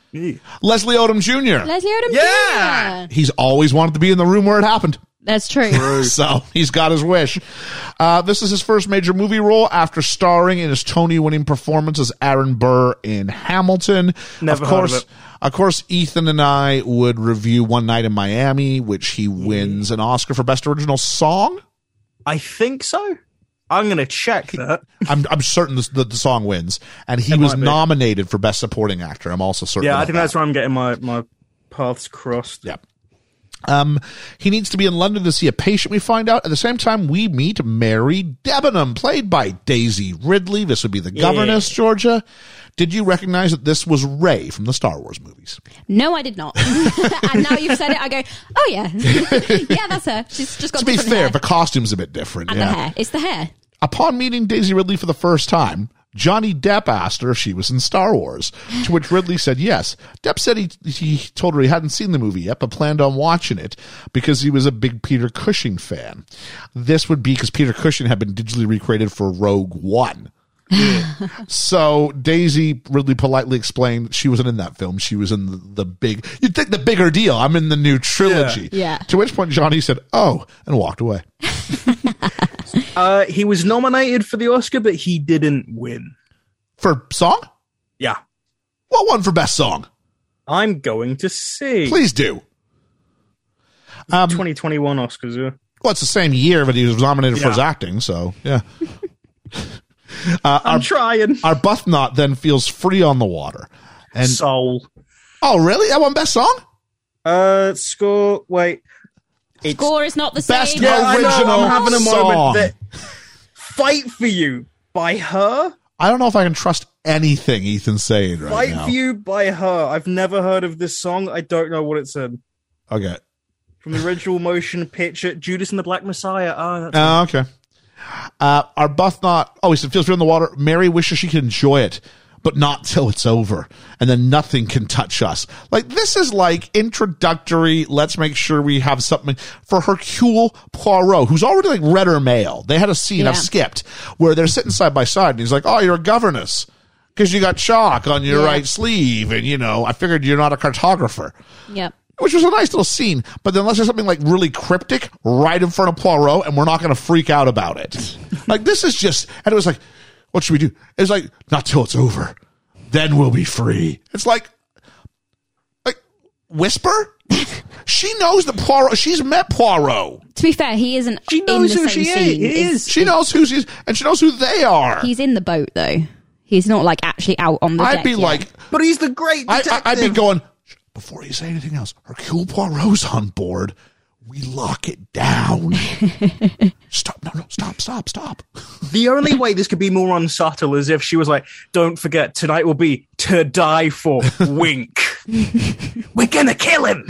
Speaker 1: Leslie Odom Jr.
Speaker 6: Leslie Odom.
Speaker 1: yeah,
Speaker 6: Jr.
Speaker 1: he's always wanted to be in the room where it happened.
Speaker 6: that's true.
Speaker 1: So he's got his wish. Uh, this is his first major movie role after starring in his Tony-winning performance as Aaron Burr in Hamilton.
Speaker 8: Never
Speaker 1: of
Speaker 8: heard
Speaker 1: course,
Speaker 8: of it.
Speaker 1: of course, Ethan and I would review One Night in Miami, which he wins an Oscar for Best Original Song.
Speaker 8: I think so. I'm gonna check that.
Speaker 1: I'm, I'm certain the, the, the song wins, and he
Speaker 8: It
Speaker 1: was
Speaker 8: might be.
Speaker 1: nominated for best supporting actor. I'm also certain.
Speaker 8: Yeah, I
Speaker 1: of
Speaker 8: think
Speaker 1: that.
Speaker 8: that's where I'm getting my my paths crossed.
Speaker 1: Yeah. Um, he needs to be in London to see a patient. We find out at the same time we meet Mary Debenham, played by Daisy Ridley. This would be the governess, Georgia. Did you recognize that this was Ray from the Star Wars movies?
Speaker 6: No, I did not. <laughs> and now you've said it, I go, oh yeah, <laughs> yeah, that's her. She's just got
Speaker 1: To be
Speaker 6: different
Speaker 1: fair,
Speaker 6: hair.
Speaker 1: the costume's a bit different.
Speaker 6: and
Speaker 1: yeah.
Speaker 6: the hair. It's the hair.
Speaker 1: Upon meeting Daisy Ridley for the first time, Johnny Depp asked her if she was in Star Wars, to which Ridley said yes. Depp said he, he told her he hadn't seen the movie yet, but planned on watching it because he was a big Peter Cushing fan. This would be because Peter Cushing had been digitally recreated for Rogue One. <laughs> so Daisy Ridley politely explained she wasn't in that film. She was in the, the big, you'd think the bigger deal. I'm in the new trilogy.
Speaker 6: Yeah.
Speaker 1: To which point Johnny said, oh, and walked away.
Speaker 8: Uh, he was nominated for the Oscar, but he didn't win.
Speaker 1: For song?
Speaker 8: Yeah,
Speaker 1: What one for best song?
Speaker 8: I'm going to see
Speaker 1: Please do.
Speaker 8: 2021 Oscars. Yeah.
Speaker 1: Well, it's the same year, but he was nominated for
Speaker 8: Yeah.
Speaker 1: his acting, so yeah. Uh,
Speaker 8: I'm trying.
Speaker 1: Arbuthnot then feels free on the water. And
Speaker 8: Soul.
Speaker 1: oh, really? That one best song?
Speaker 8: Uh, score. Wait. It's
Speaker 6: Gore is not the
Speaker 1: Best
Speaker 6: same.
Speaker 1: Yeah,
Speaker 8: I know,
Speaker 1: Original
Speaker 8: I'm having a
Speaker 1: song.
Speaker 8: moment that Fight for You by her.
Speaker 1: I don't know if I can trust anything Ethan's saying right
Speaker 8: Fight
Speaker 1: now.
Speaker 8: for You by her. I've never heard of this song. I don't know what it's in.
Speaker 1: Okay.
Speaker 8: From the original motion picture, Judas and the Black Messiah. Oh, that's
Speaker 1: Oh, okay. Uh, Arbuthnot. Oh, he said feels free on the water. Mary wishes she could enjoy it, but not till it's over, and then nothing can touch us. Like this is like introductory. Let's make sure we have something for Hercule Poirot, who's already like red or male. They had a scene I've
Speaker 6: Yeah.
Speaker 1: skipped where they're sitting side by side, and he's like, "Oh, you're a governess." because you got chalk on your
Speaker 6: Yeah.
Speaker 1: right sleeve, and you know, I figured you're not a cartographer.
Speaker 6: Yep.
Speaker 1: Which was a nice little scene, but then unless there's something like really cryptic right in front of Poirot, and we're not going to freak out about it. like this is just, and it was like, what should we do? It's like not till it's over, then we'll be free. It's like, like whisper. <laughs> she knows that Poirot. She's met Poirot.
Speaker 6: To be fair, he isn't.
Speaker 8: She knows
Speaker 6: in the
Speaker 8: who
Speaker 6: same
Speaker 8: she
Speaker 6: scene.
Speaker 8: is.
Speaker 6: It's-
Speaker 1: She knows who she's, and she knows who they are.
Speaker 6: He's in the boat though. He's not like actually out on the.
Speaker 1: I'd
Speaker 6: deck
Speaker 1: be
Speaker 6: yet.
Speaker 1: like,
Speaker 8: But he's the great
Speaker 1: I, I,
Speaker 8: detective.
Speaker 1: I'd be going, "Shh, before you say anything else, Hercule Poirot's on board. We lock it
Speaker 8: <laughs>
Speaker 1: down. stop. No, no, stop, stop, stop.
Speaker 8: The only way this could be more unsubtle is if she was like, "Don't forget, tonight will be to die <laughs> for." Wink. We're gonna kill him.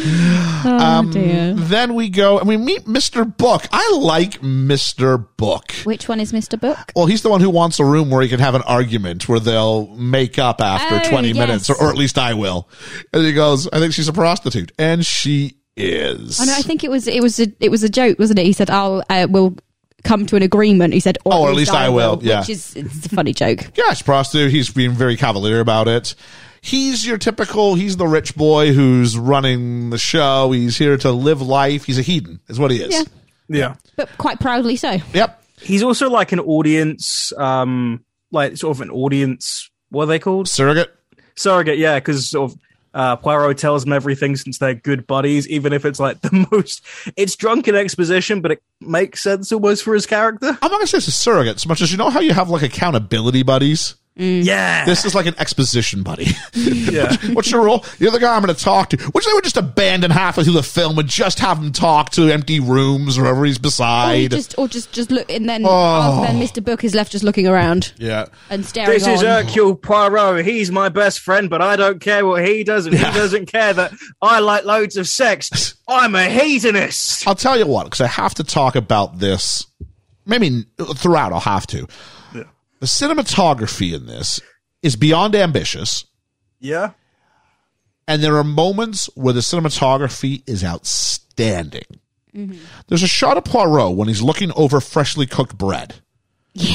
Speaker 6: oh
Speaker 8: um,
Speaker 6: dear.
Speaker 1: Then we go and we meet Mr. Book. I like Mr. Book.
Speaker 6: Which one is Mr. Book?
Speaker 1: Well, he's the one who wants a room where he can have an argument where they'll make up after
Speaker 6: Oh,
Speaker 1: 20
Speaker 6: yes.
Speaker 1: minutes, or, or at least I will. And he goes, I think she's a prostitute. And she is.
Speaker 6: I know. Oh, I think it was it was a it was a joke, wasn't it? He said, "I'll uh, we'll come to an agreement." He said,
Speaker 1: Oh, or at least I will," yeah.
Speaker 6: which is it's a funny joke.
Speaker 1: Yes, prostitute. He's being very cavalier about it. He's your typical, he's the rich boy who's running the show. He's here to live life. He's a heathen, is what he is.
Speaker 6: Yeah.
Speaker 8: Yeah.
Speaker 6: But quite proudly so.
Speaker 1: Yep.
Speaker 8: He's also like an audience, um, like sort of an audience. What are they called?
Speaker 1: Surrogate.
Speaker 8: Surrogate. Yeah, because sort of. Uh, Poirot tells them everything since they're good buddies, even if it's like <laughs> the most. It's drunken exposition, but it makes sense almost for his character.
Speaker 1: I'm not going to say it's a surrogate so much as you know how you have like accountability buddies?
Speaker 8: Yeah.
Speaker 1: This is like an exposition buddy.
Speaker 8: yeah.
Speaker 1: <laughs> What's your role? You're the guy I'm going to talk to, which they would just abandon halfway through the film and just have him talk to empty rooms or wherever he's
Speaker 6: Or you
Speaker 1: beside.
Speaker 6: just or just just look, and then oh, then Mr. Book is left just looking around
Speaker 1: yeah.
Speaker 6: and staring.
Speaker 8: This is
Speaker 6: on.
Speaker 8: Hercule Poirot. He's my best friend, but I don't care what he does, and he doesn't care that I like loads of sex. I'm a hedonist.
Speaker 1: I'll tell you what, because I have to talk about this. Maybe throughout, I'll have to. The cinematography in this is beyond ambitious,
Speaker 8: Yeah.
Speaker 1: and there are moments where the cinematography is outstanding. There's a shot of Poirot when he's looking over freshly cooked bread,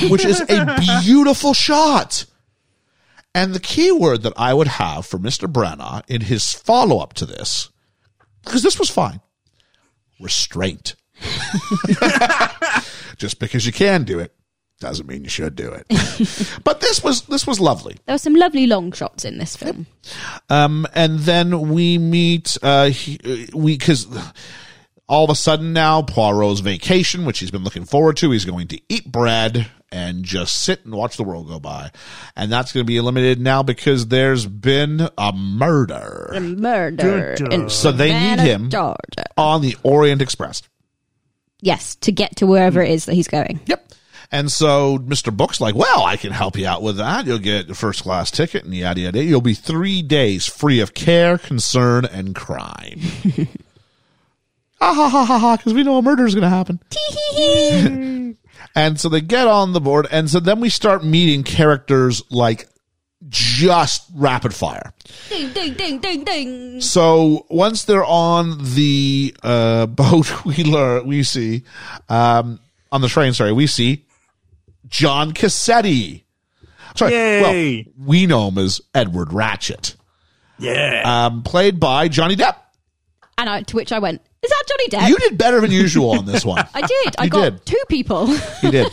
Speaker 1: which is a beautiful shot. And the key word that I would have for Mr. Branagh in his follow up to this, because this was fine restraint. <laughs> Just because you can do it doesn't mean you should do it. but this was this was lovely.
Speaker 6: There were some lovely long shots in this film.
Speaker 1: Um, and then we meet uh, he, uh, we because all of a sudden now Poirot's vacation, which he's been looking forward to, he's going to eat bread and just sit and watch the world go by, and that's going to be eliminated now because there's been a murder,
Speaker 6: Murder. in
Speaker 1: so they need
Speaker 6: Savannah,
Speaker 1: him
Speaker 6: Georgia.
Speaker 1: on the Orient Express.
Speaker 6: Yes, to get to wherever it is that he's going.
Speaker 1: Yep. And so Mr. Book's like, well, I can help you out with that. You'll get a first class ticket and yada yada. You'll be three days free of care, concern, and crime. <laughs> ah ha ha ha ha! Because we know a murder is going to happen. and so they get on the board, and so then we start meeting characters like just rapid fire.
Speaker 6: Ding ding ding ding ding.
Speaker 1: So once they're on the uh, <laughs> boat, we learn we see um, on the train. Sorry, we see John Cassetti. Sorry,
Speaker 8: Yay.
Speaker 1: well, we know him as Edward Ratchet,
Speaker 8: Yeah.
Speaker 1: um, played by Johnny Depp.
Speaker 6: And I, to which I went, "Is that Johnny Depp?"
Speaker 1: You did better than usual on this one.
Speaker 6: I did. I
Speaker 1: You
Speaker 6: got
Speaker 1: did.
Speaker 6: two people.
Speaker 1: He did.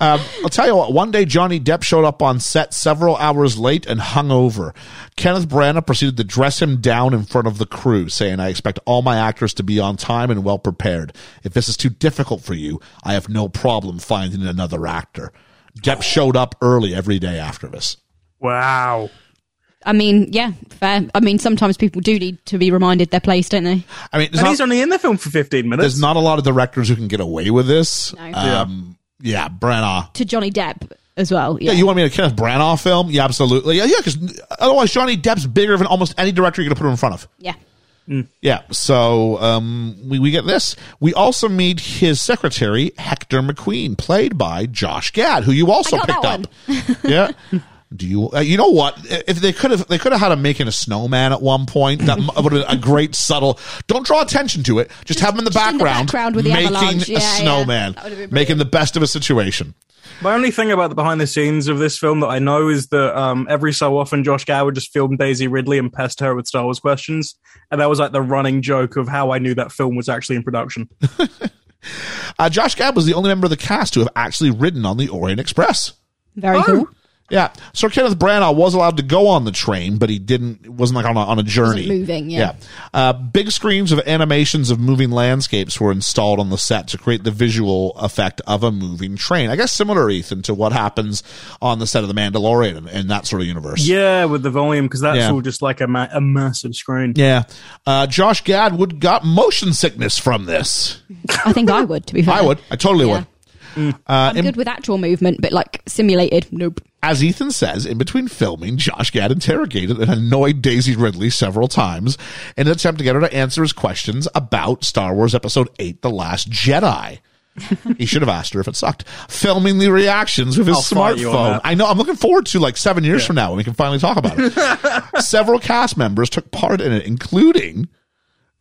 Speaker 1: Um, I'll tell you what. One day, Johnny Depp showed up on set several hours late and hungover. Kenneth Branagh proceeded to dress him down in front of the crew, saying, "I expect all my actors to be on time and well prepared. If this is too difficult for you, I have no problem finding another actor." Depp showed up early every day after this.
Speaker 8: Wow.
Speaker 6: <laughs> I mean, yeah, fair. I mean, sometimes people do need to be reminded their place, don't they?
Speaker 1: I mean, there's,
Speaker 8: And
Speaker 1: not,
Speaker 8: he's only in the film for 15 minutes.
Speaker 1: there's not a lot of directors who can get away with this.
Speaker 6: No. Yeah.
Speaker 1: Um, yeah. Branagh.
Speaker 6: To Johnny Depp as well. Yeah,
Speaker 1: Yeah, you want me in a Kenneth Branagh film? Yeah, absolutely. Yeah, because otherwise Johnny Depp's bigger than almost any director you're going to put him in front of.
Speaker 6: yeah.
Speaker 1: Yeah, so um, we, we get this. We also meet his secretary, Hector McQueen, played by Josh Gad, who you also
Speaker 6: I got
Speaker 1: picked
Speaker 6: that
Speaker 1: up. <laughs> yeah. Do you? Uh, you know what? If they could have, they could have had him making a snowman at one point. That would have been a great subtle. Don't draw attention to it. Just, have him in the
Speaker 6: just in the
Speaker 1: background,
Speaker 6: background with the avalanche.
Speaker 1: making
Speaker 6: Yeah,
Speaker 1: a
Speaker 6: yeah.
Speaker 1: snowman,
Speaker 6: That would have been
Speaker 1: making the best of a situation.
Speaker 8: My only thing about the behind the scenes of this film that I know is that um, every so often Josh Gad would just film Daisy Ridley and pest her with Star Wars questions, and that was like the running joke of how I knew that film was actually
Speaker 1: <laughs>
Speaker 8: in production.
Speaker 1: Uh, Josh Gad was the only member of the cast to have actually ridden on the Orient Express.
Speaker 8: Oh.
Speaker 6: Very cool.
Speaker 1: Yeah, Sir Kenneth Branagh was allowed to go on the train, but he didn't. Wasn't like on a, on a journey.
Speaker 6: Wasn't moving, yeah.
Speaker 1: Uh, big screens of animations of moving landscapes were installed on the set to create the visual effect of a moving train. I guess similar, Ethan, to what happens on the set of The Mandalorian and, and that sort of universe.
Speaker 8: yeah, with the volume because that's
Speaker 1: Yeah.
Speaker 8: all just like a, ma- a massive screen.
Speaker 1: Yeah. Uh, Josh Gad would got motion sickness from this.
Speaker 6: I think I
Speaker 1: <laughs>
Speaker 6: would, to be fair.
Speaker 1: I would. I totally
Speaker 6: Yeah.
Speaker 1: would. Uh,
Speaker 6: I'm good with actual movement, but like simulated, nope.
Speaker 1: As Ethan says, in between filming, Josh Gad interrogated and annoyed Daisy Ridley several times in an attempt to get her to answer his questions about Star Wars Episode 8 The Last Jedi. he should have asked her if it sucked. Filming the reactions with his
Speaker 8: I'll fight you on
Speaker 1: smartphone.
Speaker 8: that.
Speaker 1: I know. I'm looking forward to like seven years from now when we can finally talk about
Speaker 8: <laughs>
Speaker 1: it. Several cast members took part in it, including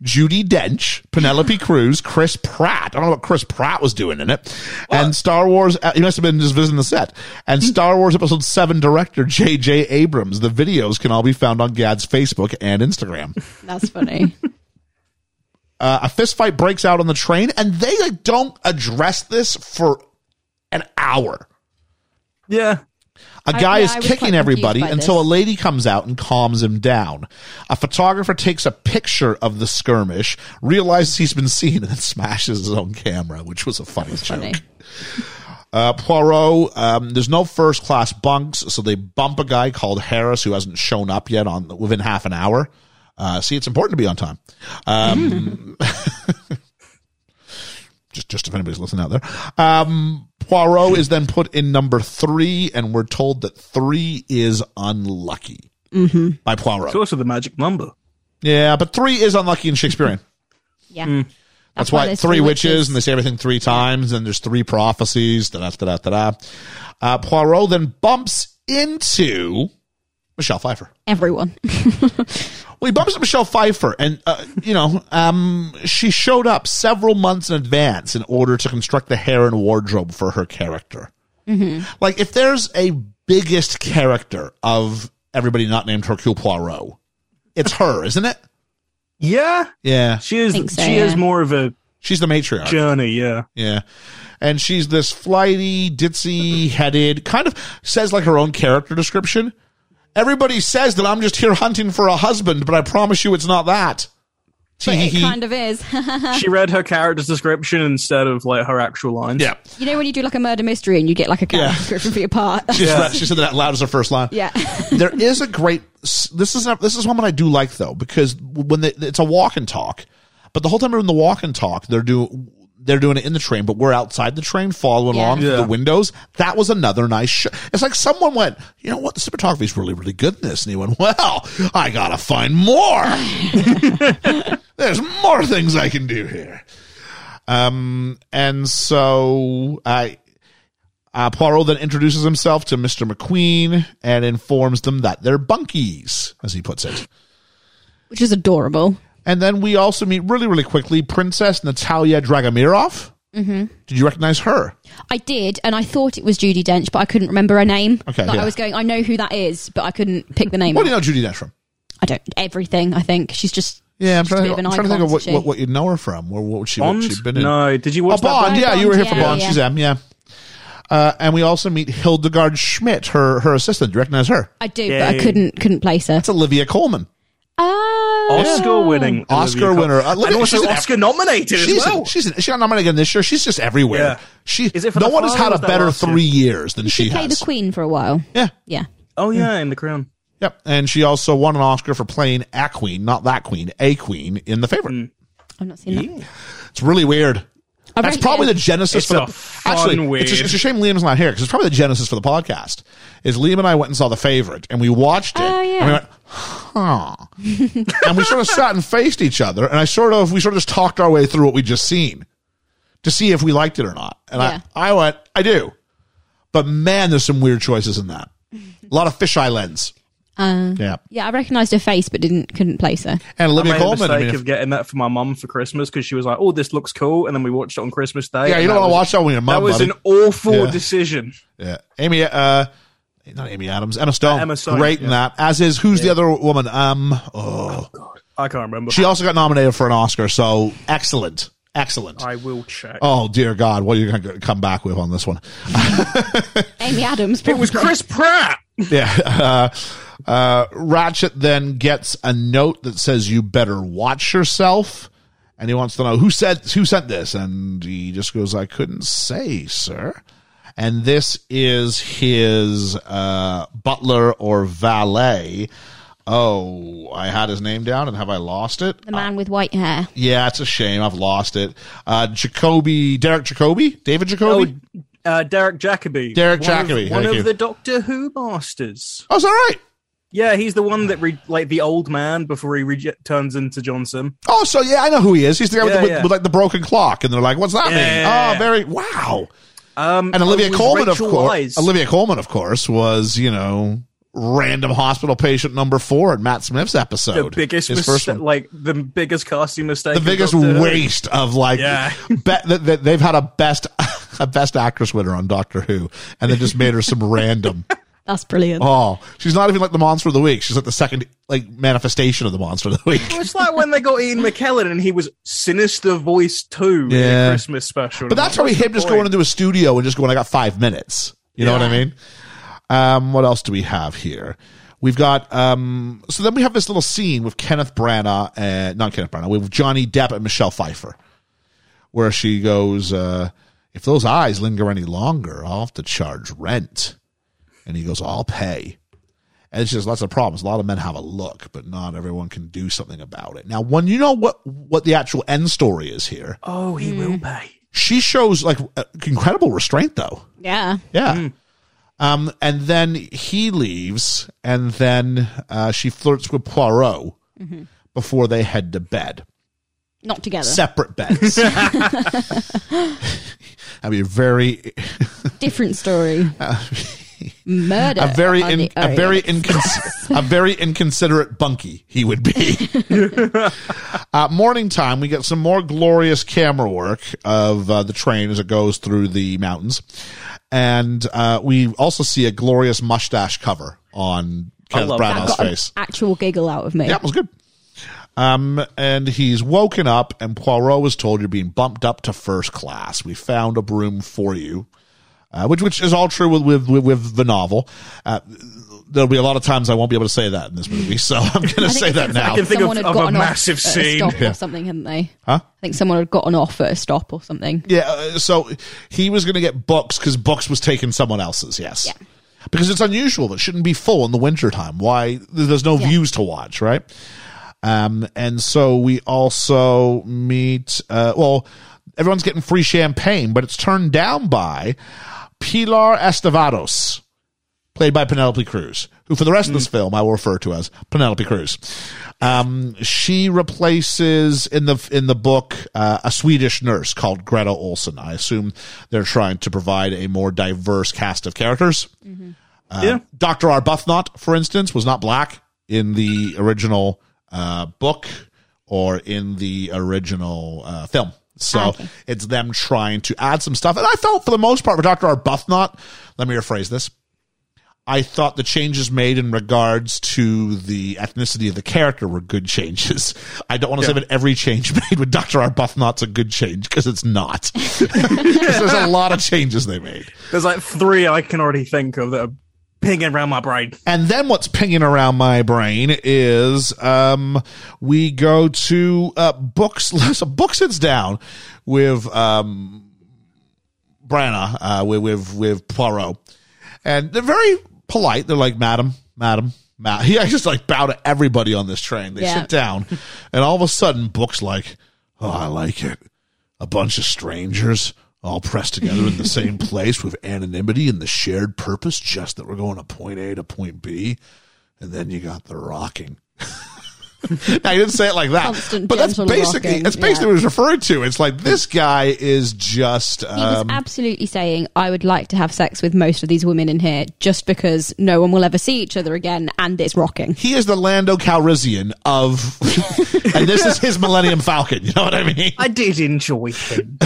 Speaker 1: Judy Dench, Penelope Cruz, Chris Pratt. I don't know what Chris Pratt was doing in it. And Star Wars, uh, he must have been just visiting the set. And Star Wars Episode 7 director J.J. Abrams. The videos can all be found on Gad's Facebook and Instagram.
Speaker 6: That's funny.
Speaker 1: Uh, a fist fight breaks out on the train, and they like, don't address this for an hour.
Speaker 8: Yeah.
Speaker 1: A
Speaker 6: I-
Speaker 1: guy
Speaker 6: yeah,
Speaker 1: is
Speaker 6: I was quite
Speaker 1: kicking
Speaker 6: confused
Speaker 1: everybody
Speaker 6: by
Speaker 1: until
Speaker 6: this.
Speaker 1: a lady comes out and calms him down. A photographer takes a picture of the skirmish, realizes he's been seen, and then smashes his own camera, which was a funny joke.
Speaker 6: <laughs> funny.
Speaker 1: Uh, Poirot, um, there's no first class bunks, so they bump a guy called Harris who hasn't shown up yet on within half an hour. Uh, see, it's important to be on time. Um, <laughs> just, just if anybody's listening out there. Um, Poirot is then put in number three, and we're told that three is unlucky by Poirot.
Speaker 8: It's also the magic number.
Speaker 1: Yeah, but three is unlucky in Shakespearean.
Speaker 6: Yeah.
Speaker 1: Hmm. That's,
Speaker 6: why
Speaker 1: why,
Speaker 6: there's
Speaker 1: three
Speaker 6: three
Speaker 1: witches,
Speaker 6: witches.
Speaker 1: and they say everything three times, and there's three prophecies. Da da da da da. da. Uh, Poirot then bumps into Michelle Pfeiffer.
Speaker 6: Everyone. <laughs>
Speaker 1: Well, he bumps into Michelle Pfeiffer, and uh, you know, um, she showed up several months in advance in order to construct the hair and wardrobe for her character.
Speaker 6: Mm-hmm.
Speaker 1: Like, if there's a biggest character of everybody not named Hercule Poirot, it's her, isn't it?
Speaker 8: Yeah,
Speaker 1: Yeah,
Speaker 8: she is.
Speaker 6: Think so,
Speaker 8: she
Speaker 6: yeah.
Speaker 8: is more of a
Speaker 1: she's the matriarch.
Speaker 8: journey.
Speaker 6: <laughs>
Speaker 8: Yeah,
Speaker 1: Yeah. And she's this flighty, ditzy headed, kind of says like her own character description. Everybody says that I'm just here hunting for a husband, but I promise you it's not that.
Speaker 6: but it
Speaker 1: Tee-hee-hee.
Speaker 6: kind of is. <laughs>
Speaker 8: she read her character's description instead of like her actual lines.
Speaker 1: yeah.
Speaker 6: you know when you do like a murder mystery and you get like a character
Speaker 1: Yeah.
Speaker 6: description for
Speaker 1: <laughs>
Speaker 6: your part?
Speaker 1: She, said that, she said that out loud as her first line.
Speaker 6: <laughs> Yeah.
Speaker 1: there is a great. This is a, this is one that I do like though because when they, it's a walk and talk, but the whole time they're in the walk and talk, they're do they're doing it in the train, but we're outside the train following
Speaker 6: Yeah.
Speaker 1: along through
Speaker 8: Yeah.
Speaker 1: the windows. That was another nice show. It's like someone went, you know what, the cinematography is really really good in this, and he went, well, I gotta find more. There's more things I can do here. Um, and so I. Uh, Poirot then introduces himself to Mr. McQueen and informs them that they're bunkies, as he puts it.
Speaker 6: Which is adorable.
Speaker 1: And then we also meet really, really quickly Princess Natalia Dragomirov. Mm-hmm. Did you recognize her?
Speaker 6: I did, and I thought it was Judy Dench, but I couldn't remember her name.
Speaker 1: Okay,
Speaker 6: Like,
Speaker 1: yeah.
Speaker 6: I was going, I know who that is, but I couldn't pick the name.
Speaker 1: What do you know Judy Dench from?
Speaker 6: I don't. Everything. I think she's just.
Speaker 1: Yeah, I'm
Speaker 6: she's just a
Speaker 1: trying to,
Speaker 6: bit of an
Speaker 1: I'm trying to
Speaker 6: icon,
Speaker 1: think of what,
Speaker 6: isn't
Speaker 1: what,
Speaker 6: she?
Speaker 1: what you'd know her from. Or what she, what
Speaker 8: Bond.
Speaker 1: she'd been in.
Speaker 8: No, did you
Speaker 1: Oh,
Speaker 8: watch that
Speaker 1: Bond,
Speaker 8: Bond?
Speaker 1: yeah, you were here for
Speaker 6: Yeah,
Speaker 1: Bond.
Speaker 6: yeah.
Speaker 1: She's M, yeah. Uh, and we also meet Hildegard Schmidt, her her assistant. Do you recognize her?
Speaker 6: I do,
Speaker 8: Yeah,
Speaker 6: but I
Speaker 8: yeah.
Speaker 6: couldn't couldn't place her.
Speaker 1: It's Olivia Coleman,
Speaker 6: Oh.
Speaker 8: Oscar winning,
Speaker 1: Oscar
Speaker 8: Olivia Coleman.
Speaker 1: winner. Uh, look,
Speaker 8: and also
Speaker 1: she's an-
Speaker 8: Oscar nominated
Speaker 1: she's
Speaker 8: as well.
Speaker 1: she's she's not nominated again this year. She's just everywhere.
Speaker 8: Yeah.
Speaker 1: She
Speaker 8: Is it for
Speaker 1: no
Speaker 8: the
Speaker 1: one has
Speaker 8: final
Speaker 1: had
Speaker 8: or
Speaker 1: a
Speaker 8: was that
Speaker 1: better
Speaker 8: last year?
Speaker 1: three years than she,
Speaker 6: she played
Speaker 1: has.
Speaker 6: the Queen for a while.
Speaker 1: Yeah.
Speaker 6: Yeah.
Speaker 8: oh yeah, in the Crown.
Speaker 1: Yep. And she also won an Oscar for playing a queen, not that queen, a queen in the favorite.
Speaker 6: I've not seen that.
Speaker 1: It's really weird.
Speaker 6: I
Speaker 1: That's
Speaker 6: reckon-
Speaker 1: probably the genesis
Speaker 8: It's
Speaker 1: for the
Speaker 8: a fun
Speaker 1: actually. It's,
Speaker 8: weird.
Speaker 1: a, it's a shame Liam's not here because it's probably the genesis for the podcast. Is Liam and I went and saw the favorite and we watched it
Speaker 6: Oh,
Speaker 1: and we
Speaker 6: yeah.
Speaker 1: went, huh? and we sort of sat and faced each other and I sort of we sort of just talked our way through what we'd just seen to see if we liked it or not. And
Speaker 6: Yeah.
Speaker 1: I I went I do, but man, there's some weird choices in that. A lot of fisheye lens.
Speaker 6: Uh,
Speaker 1: yeah.
Speaker 6: Yeah, I recognised her face but didn't couldn't place her.
Speaker 1: And
Speaker 8: I made
Speaker 1: Olivia
Speaker 8: the
Speaker 1: Coleman. I
Speaker 8: mistake
Speaker 1: mean, if-
Speaker 8: of getting that for my mum for Christmas because she was like, "Oh, this looks cool," and then we watched it on Christmas Day.
Speaker 1: yeah,
Speaker 8: and
Speaker 1: you don't
Speaker 8: that
Speaker 1: want to
Speaker 8: was-
Speaker 1: watch that when your mom.
Speaker 8: That was
Speaker 1: buddy.
Speaker 8: an awful
Speaker 1: Yeah.
Speaker 8: decision.
Speaker 1: yeah. Amy, uh, not Amy Adams, Emma Stone.
Speaker 8: Emma Stone,
Speaker 1: Great in
Speaker 8: yeah.
Speaker 1: that. As is, who's the other woman? Um, oh.
Speaker 8: I can't remember.
Speaker 1: She also got nominated for an Oscar, so excellent. Excellent.
Speaker 8: <laughs> I will check.
Speaker 1: Oh, dear God. What are you going to come back with on this one?
Speaker 6: Amy Adams.
Speaker 8: It was Chris Pratt.
Speaker 1: Yeah. <laughs> Uh, uh, Ratchet then gets a note that says, "You better watch yourself," and he wants to know who said who sent this, and he just goes, "I couldn't say, sir." And this is his uh, butler or valet. Oh, I had his name down, and have I lost it?
Speaker 6: the man with white hair.
Speaker 1: Yeah, it's a shame. I've lost it. Uh, Jacoby, Derek Jacoby, David Jacoby.
Speaker 8: Oh, uh, Derek Jacobi.
Speaker 1: Derek
Speaker 8: One of-
Speaker 1: Jacobi,
Speaker 8: One
Speaker 1: thank
Speaker 8: of
Speaker 1: you.
Speaker 8: the Doctor Who masters.
Speaker 1: Oh, is that right?
Speaker 8: Yeah, he's the one that re- like the old man before he re- turns into Johnson.
Speaker 1: Oh, so yeah, I know who he is. He's the guy with,
Speaker 8: Yeah,
Speaker 1: the, with,
Speaker 8: yeah.
Speaker 1: with like the broken clock, and they're like, "What's that
Speaker 8: Yeah,
Speaker 1: mean?"
Speaker 8: yeah,
Speaker 1: Oh,
Speaker 8: yeah.
Speaker 1: very wow.
Speaker 8: Um,
Speaker 1: And Olivia
Speaker 8: with
Speaker 1: Coleman,
Speaker 8: Rachel
Speaker 1: of course.
Speaker 8: Weisz.
Speaker 1: Olivia Coleman, of course, was you know random hospital patient number four in Matt Smith's
Speaker 8: the
Speaker 1: episode.
Speaker 8: biggest
Speaker 1: Oh, his first
Speaker 8: mistake,
Speaker 1: one.
Speaker 8: like the biggest casting mistake.
Speaker 1: The
Speaker 8: in
Speaker 1: biggest
Speaker 8: Doctor Who.
Speaker 1: waste of like,
Speaker 8: Yeah.
Speaker 1: <laughs> be- that that they've had a best <laughs> a best actress winner on Doctor Who, and they just made her some
Speaker 8: <laughs>
Speaker 1: random.
Speaker 6: That's brilliant.
Speaker 1: Oh, she's not even like the monster of the week. She's like the second like manifestation of the monster of the week.
Speaker 8: Well, It's like when they got Ian McKellen and he was sinister voice too in
Speaker 1: Yeah.
Speaker 8: the Christmas special.
Speaker 1: But that's probably him just going into a studio and just going, I got five minutes. You know what I mean? Um, what else do we have here? We've got um, so then we have this little scene with Kenneth Branagh and not Kenneth Branagh with Johnny Depp and Michelle Pfeiffer, where she goes, uh, "If those eyes linger any longer, I'll have to charge rent." And he goes, "I'll pay." And it's just lots of problems. A lot of men have a look, but not everyone can do something about it. Now, when you know what what the actual end story is here,
Speaker 8: Oh, he will pay.
Speaker 1: she shows like uh, incredible restraint though
Speaker 6: Yeah.
Speaker 1: yeah um and then he leaves and then uh she flirts with poirot before they head to bed
Speaker 6: Not together.
Speaker 1: separate beds <laughs> i mean very <laughs>
Speaker 6: Different story. Murder.
Speaker 1: a very
Speaker 6: uh, on
Speaker 1: in,
Speaker 6: the Oh,
Speaker 1: a
Speaker 6: Orient.
Speaker 1: very incons- a very inconsiderate bunkie he would be.
Speaker 6: <laughs>
Speaker 1: uh, morning time, we get some more glorious camera work of uh, the train as it goes through the mountains, and uh, we also see a glorious mustache cover on Kenneth
Speaker 8: love that.
Speaker 6: That
Speaker 1: Branagh's
Speaker 6: got an
Speaker 1: face.
Speaker 6: actual giggle out of me.
Speaker 1: Yeah, it was good. Um, and he's woken up, and Poirot was told you're being bumped up to first class. We found a room for you, uh, which which is all true with with with, with the novel. Uh, there'll be a lot of times I won't be able to say that in this movie, so <laughs> I'm going to say that now.
Speaker 8: I can think of- of a massive
Speaker 6: off at
Speaker 8: scene.
Speaker 6: stop
Speaker 1: Yeah.
Speaker 6: or something, hadn't they? Huh? I think someone had gotten off at a stop or something.
Speaker 1: Yeah, uh, so he was going to get books because books was taking someone else's. Yes,
Speaker 6: Yeah.
Speaker 1: because it's unusual. It shouldn't be full in the wintertime. Why? There's no views to watch, right? Um, and so we also meet. Uh, well, everyone's getting free champagne, but it's turned down by Pilar Estevados, played by Penelope Cruz, who for the rest of this film I will refer to as Penelope Cruz. Um, she replaces in the in the book uh, a Swedish nurse called Greta Olson. I assume they're trying to provide a more diverse cast of characters. Ah.
Speaker 8: yeah,
Speaker 1: Dr. Arbuthnot, for instance, was not black in the original uh, book or in the original uh, film. So
Speaker 6: Okay.
Speaker 1: it's them trying to add some stuff. And I felt for the most part with Dr. Arbuthnot, let me rephrase this. I thought the changes made in regards to the ethnicity of the character were good changes. <laughs> I don't want to say that every change <laughs> made with Dr. Arbuthnot's a good change because it's not. <laughs> 'Cause there's a lot of changes they made.
Speaker 8: there's like three I can already think of that are pinging around my brain.
Speaker 1: And then what's pinging around my brain is um, we go to uh, books. <laughs> So book sits down with um, Branagh, uh, with, with with Poirot, and they're very polite. They're like, "Madam, madam." Ma-" <laughs> He I just like bow to everybody on this train. They
Speaker 6: Yeah.
Speaker 1: sit down, and all of a sudden, Book's like, "Oh, I like it. A bunch of strangers." All pressed together in the same place with anonymity and the shared purpose, just that we're going to point A to point B and then you got the rocking. <laughs> now he didn't say it like that,
Speaker 9: Constant
Speaker 1: but that's
Speaker 9: gentle
Speaker 1: basically
Speaker 9: rocking,
Speaker 1: that's basically
Speaker 9: yeah.
Speaker 1: what it's referred to. It's like this guy is just
Speaker 6: He was
Speaker 1: um,
Speaker 6: absolutely saying, I would like to have sex with most of these women in here just because no one will ever see each other again and it's rocking.
Speaker 1: he is the Lando Calrissian
Speaker 6: <laughs>
Speaker 1: of, and this is his Millennium Falcon. You know what I mean?
Speaker 8: I did
Speaker 1: <laughs>
Speaker 8: enjoy him.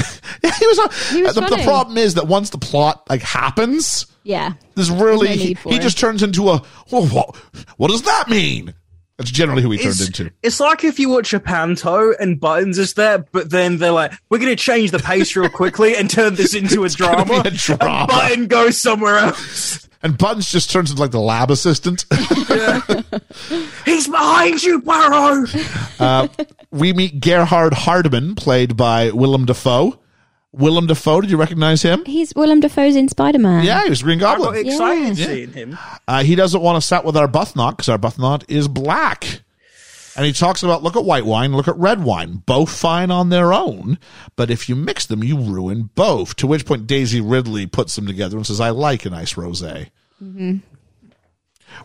Speaker 1: Yeah, <laughs> he was. A,
Speaker 6: He was
Speaker 1: the, the
Speaker 6: funny.
Speaker 1: problem is that once the plot like happens,
Speaker 6: Yeah.
Speaker 1: there's really
Speaker 6: There's no
Speaker 1: he,
Speaker 6: need for
Speaker 1: he
Speaker 6: it.
Speaker 1: just turns into a well, what, what does that mean? That's generally who he turned
Speaker 8: It's,
Speaker 1: into.
Speaker 8: it's like if you watch a panto and Buttons is there, but then they're like, we're going to change the pace real quickly and turn
Speaker 1: <laughs>
Speaker 8: this into a
Speaker 1: gonna
Speaker 8: drama.
Speaker 1: be a drama.
Speaker 8: And Button goes somewhere else.
Speaker 1: And Buttons just turns into like the lab assistant. <laughs>
Speaker 8: He's behind you, Barrow.
Speaker 1: we meet Gerhard Hardman, played by Willem Dafoe. Willem Dafoe, did you recognize him?
Speaker 6: He's Willem Dafoe's in Spider Man.
Speaker 1: Yeah, he was Green
Speaker 8: I got
Speaker 1: Goblin.
Speaker 8: excited
Speaker 1: Yeah.
Speaker 8: seeing him.
Speaker 1: Uh, he doesn't want to sat with our Buthnot because our Buthnot is black. And he talks about look at white wine, look at red wine, both fine on their own, but if you mix them, you ruin both. To which point Daisy Ridley puts them together and says, "I like a nice rosé,"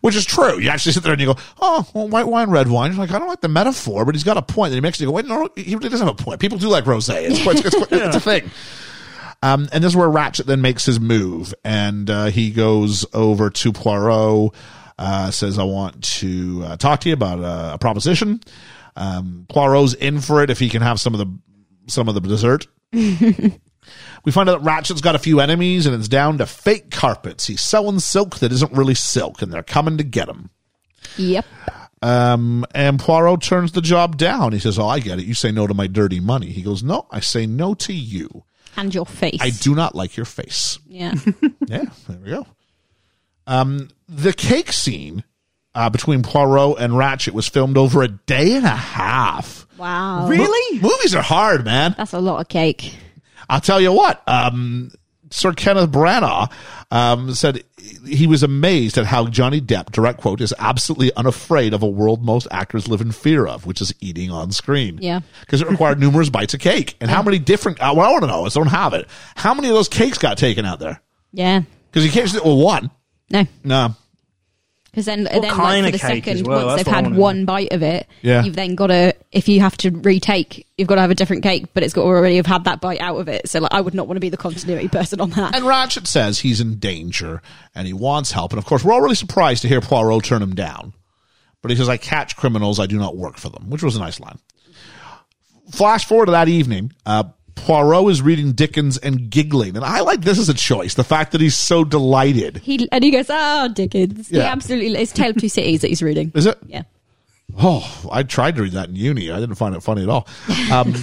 Speaker 1: which is true. You actually sit there and you go, "Oh, well, white wine, red wine." You're like, "I don't like the metaphor," but he's got a point. Then he makes you go, "Wait, no, he really doesn't have a point. People do like rosé. It's, quite- it's, quite- it's a thing." Um, and this is where Ratchet then makes his move, and uh, he goes over to Poirot, uh, says, "I want to uh, talk to you about a, a proposition." Um, Poirot's in for it if he can have some of the some of the dessert. we find out that Ratchet's got a few enemies, and it's down to fake carpets. He's selling silk that isn't really silk, and they're coming to get him.
Speaker 6: Yep.
Speaker 1: Um, and Poirot turns the job down. He says, "Oh, I get it. You say no to my dirty money." He goes, "No, I say no to you.
Speaker 6: And your face.
Speaker 1: I do not like your face."
Speaker 6: Yeah.
Speaker 1: Yeah, there we go. Um, the cake scene uh, between Poirot and Ratchet was filmed over a day and a half.
Speaker 6: <laughs> wow.
Speaker 1: Really? movies are hard, man.
Speaker 6: That's a lot of cake.
Speaker 1: I'll tell you what. Um, Sir Kenneth Branagh um, said he was amazed at how Johnny Depp, direct quote, is absolutely unafraid of a world most actors live in fear of, which is eating on screen.
Speaker 6: Yeah.
Speaker 1: Because it required numerous bites of cake. And how many different, uh, what I want to know is, don't have it. How many of those cakes got taken out there?
Speaker 6: Yeah.
Speaker 1: Because you can't just, well, one.
Speaker 6: No.
Speaker 1: No.
Speaker 6: Because then, then like,
Speaker 8: kind
Speaker 6: for
Speaker 8: of
Speaker 6: the
Speaker 8: cake as
Speaker 6: second,
Speaker 8: well?
Speaker 6: once
Speaker 8: That's what
Speaker 6: they've
Speaker 8: I
Speaker 6: had
Speaker 8: wanna know.
Speaker 6: one bite of it,
Speaker 1: Yeah.
Speaker 6: you've then got to, if you have to retake, you've got to have a different cake, but it's got to already have had that bite out of it. So like, I would not want to be the continuity person on that.
Speaker 1: And Ratchet says he's in danger and he wants help. And of course, we're all really surprised to hear Poirot turn him down. But he says, I catch criminals, I do not work for them, which was a nice line. Flash forward to that evening. Uh, Poirot is reading Dickens and giggling. And I like this as a choice the fact that he's so delighted.
Speaker 6: He and he goes, "Oh, Dickens." He
Speaker 1: Yeah.
Speaker 6: absolutely. It's Tale of Two Cities that he's reading.
Speaker 1: Is it?
Speaker 6: Yeah.
Speaker 1: Oh, I tried to read that in uni. I didn't find it funny at all. Um,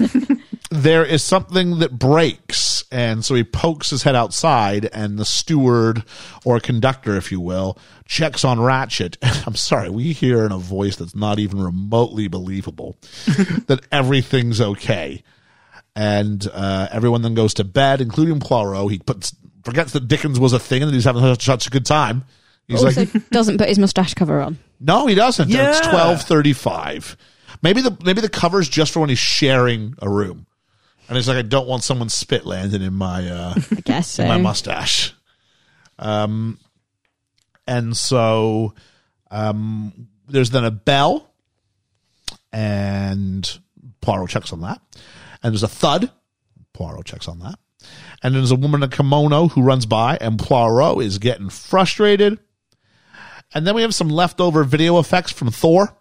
Speaker 1: there is something that breaks, and so he pokes his head outside, and the steward or conductor, if you will, checks on Ratchet. <laughs> I'm sorry, we hear in a voice that's not even remotely believable that everything's okay. And uh, everyone then goes to bed, including Poirot. He puts forgets that Dickens was a thing and that he's having such, such a good time. He's
Speaker 6: also, doesn't put his mustache cover on.
Speaker 1: no, he doesn't. It's
Speaker 8: Yeah.
Speaker 1: twelve thirty-five. Maybe the maybe the cover's just for when he's sharing a room, and it's like I don't want someone spit landing in my uh,
Speaker 6: I guess so.
Speaker 1: in my mustache. Um, and so um, there's then a bell, and Poirot checks on that, and there's a thud. Poirot checks on that, and there's a woman in a kimono who runs by, and Poirot is getting frustrated. And then we have some leftover video effects from Thor.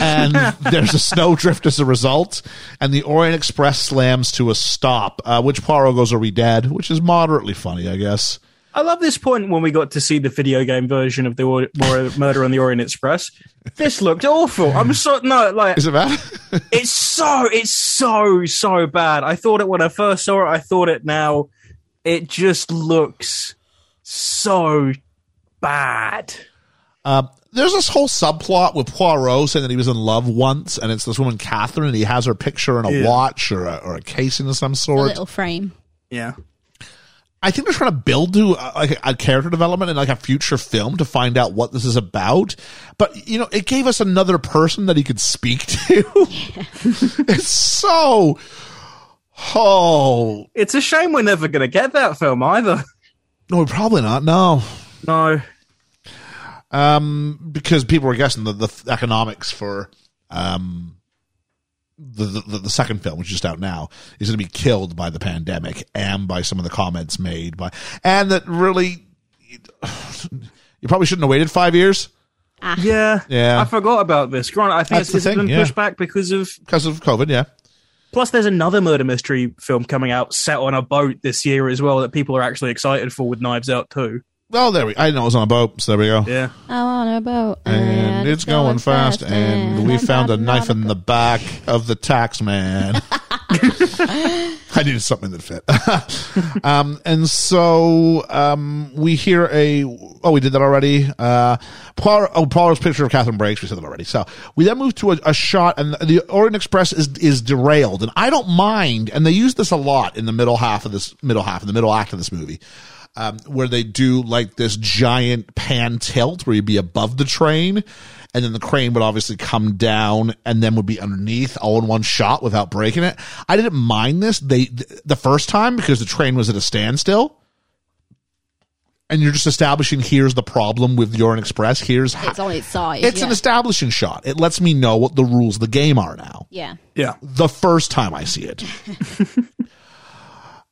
Speaker 1: and there's a snowdrift as a result, and the Orient Express slams to a stop, uh, which Poirot goes, Are we dead? Which is moderately funny, I guess.
Speaker 8: I love this point when we got to see the video game version of the Or- Mor- Murder on the Orient Express. This looked awful. I'm so no, like
Speaker 1: Is it bad? <laughs>
Speaker 8: it's so it's so so bad. I thought it when I first saw it. I thought it now. It just looks so bad.
Speaker 1: there's this whole subplot with Poirot saying that he was in love once, and it's this woman, Catherine, and he has her picture in a watch or a, or a casing of some
Speaker 6: a
Speaker 1: sort.
Speaker 6: little frame.
Speaker 8: Yeah.
Speaker 1: I think they're trying to build to uh, like a character development and like a future film to find out what this is about. But you know, it gave us another person that he could speak <laughs> to. it's so oh
Speaker 8: It's a shame we're never going to get that film either.
Speaker 1: no, probably not. No,
Speaker 8: No.
Speaker 1: because people were guessing the, the economics for um, the, the, the second film, which is just out now, is going to be killed by the pandemic and by some of the comments made by, and that really, <sighs> you probably shouldn't have waited five years
Speaker 8: Yeah,
Speaker 1: Yeah.
Speaker 8: I forgot about this. Granted, I think
Speaker 1: That's
Speaker 8: it's
Speaker 1: the
Speaker 8: it's been
Speaker 1: thing, yeah.
Speaker 8: pushed back because of.
Speaker 1: because of COVID. Yeah.
Speaker 8: Plus, there's another murder mystery film coming out set on a boat this year as well that people are actually excited for with Knives Out too.
Speaker 1: Well, there we. I didn't know it was on a boat, so there we go.
Speaker 8: Yeah,
Speaker 6: I want a boat.
Speaker 1: And it's going, fast, and we found a knife in the back of the tax <laughs> man. I needed something that fit. <laughs> um, and so um, we hear a. Oh, we did that already. Uh, Paul, oh, Paul's picture of Catherine Breaks. We said that already. So we then move to a, a shot, and the Orient Express is is derailed, and I don't mind. And they use this a lot in the middle half of this middle half of the middle act of this movie. Um, where they do like this giant pan tilt where you'd be above the train and then the crane would obviously come down and then would be underneath all in one shot without breaking it. I didn't mind this they th- the first time because the train was at a standstill. And you're just establishing here's the problem with the Orient Express. Here's how
Speaker 6: It's on its side.
Speaker 1: it's
Speaker 6: yeah.
Speaker 1: an establishing shot. It lets me know what the rules of the game are now
Speaker 6: yeah.
Speaker 8: yeah.
Speaker 1: the first time I see it. <laughs>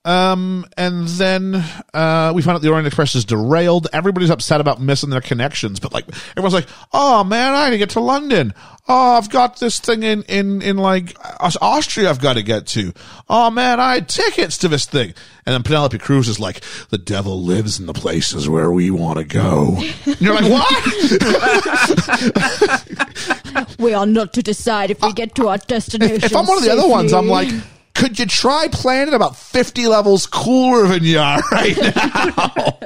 Speaker 1: um, and then uh, we found out the Orient Express is derailed. Everybody's upset about missing their connections, but like everyone's like, "Oh man, I got to get to London. Oh, I've got this thing in in in like Aus- Austria. I've got to get to. Oh man, I had tickets to this thing." And then Penelope Cruz is like, "The devil lives in the places where we want to go." And you're like, "What?"
Speaker 6: We are not to decide if we get to our destination.
Speaker 1: if I'm one of the other ones, I'm like, could you try playing it about 50 levels cooler than you are <laughs> right now?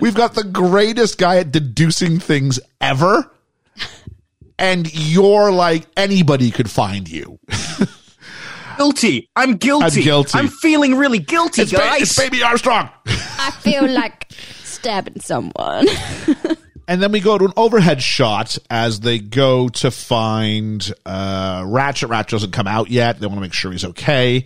Speaker 1: We've got the greatest guy at deducing things ever. And you're like, anybody could find you.
Speaker 8: Guilty. I'm guilty.
Speaker 1: I'm guilty.
Speaker 8: I'm feeling really guilty,
Speaker 1: It's, ba-
Speaker 8: guys.
Speaker 1: it's Baby Armstrong.
Speaker 6: I feel like stabbing someone.
Speaker 1: And then we go to an overhead shot as they go to find uh, Ratchet. Ratchet doesn't come out yet. They want to make sure he's okay.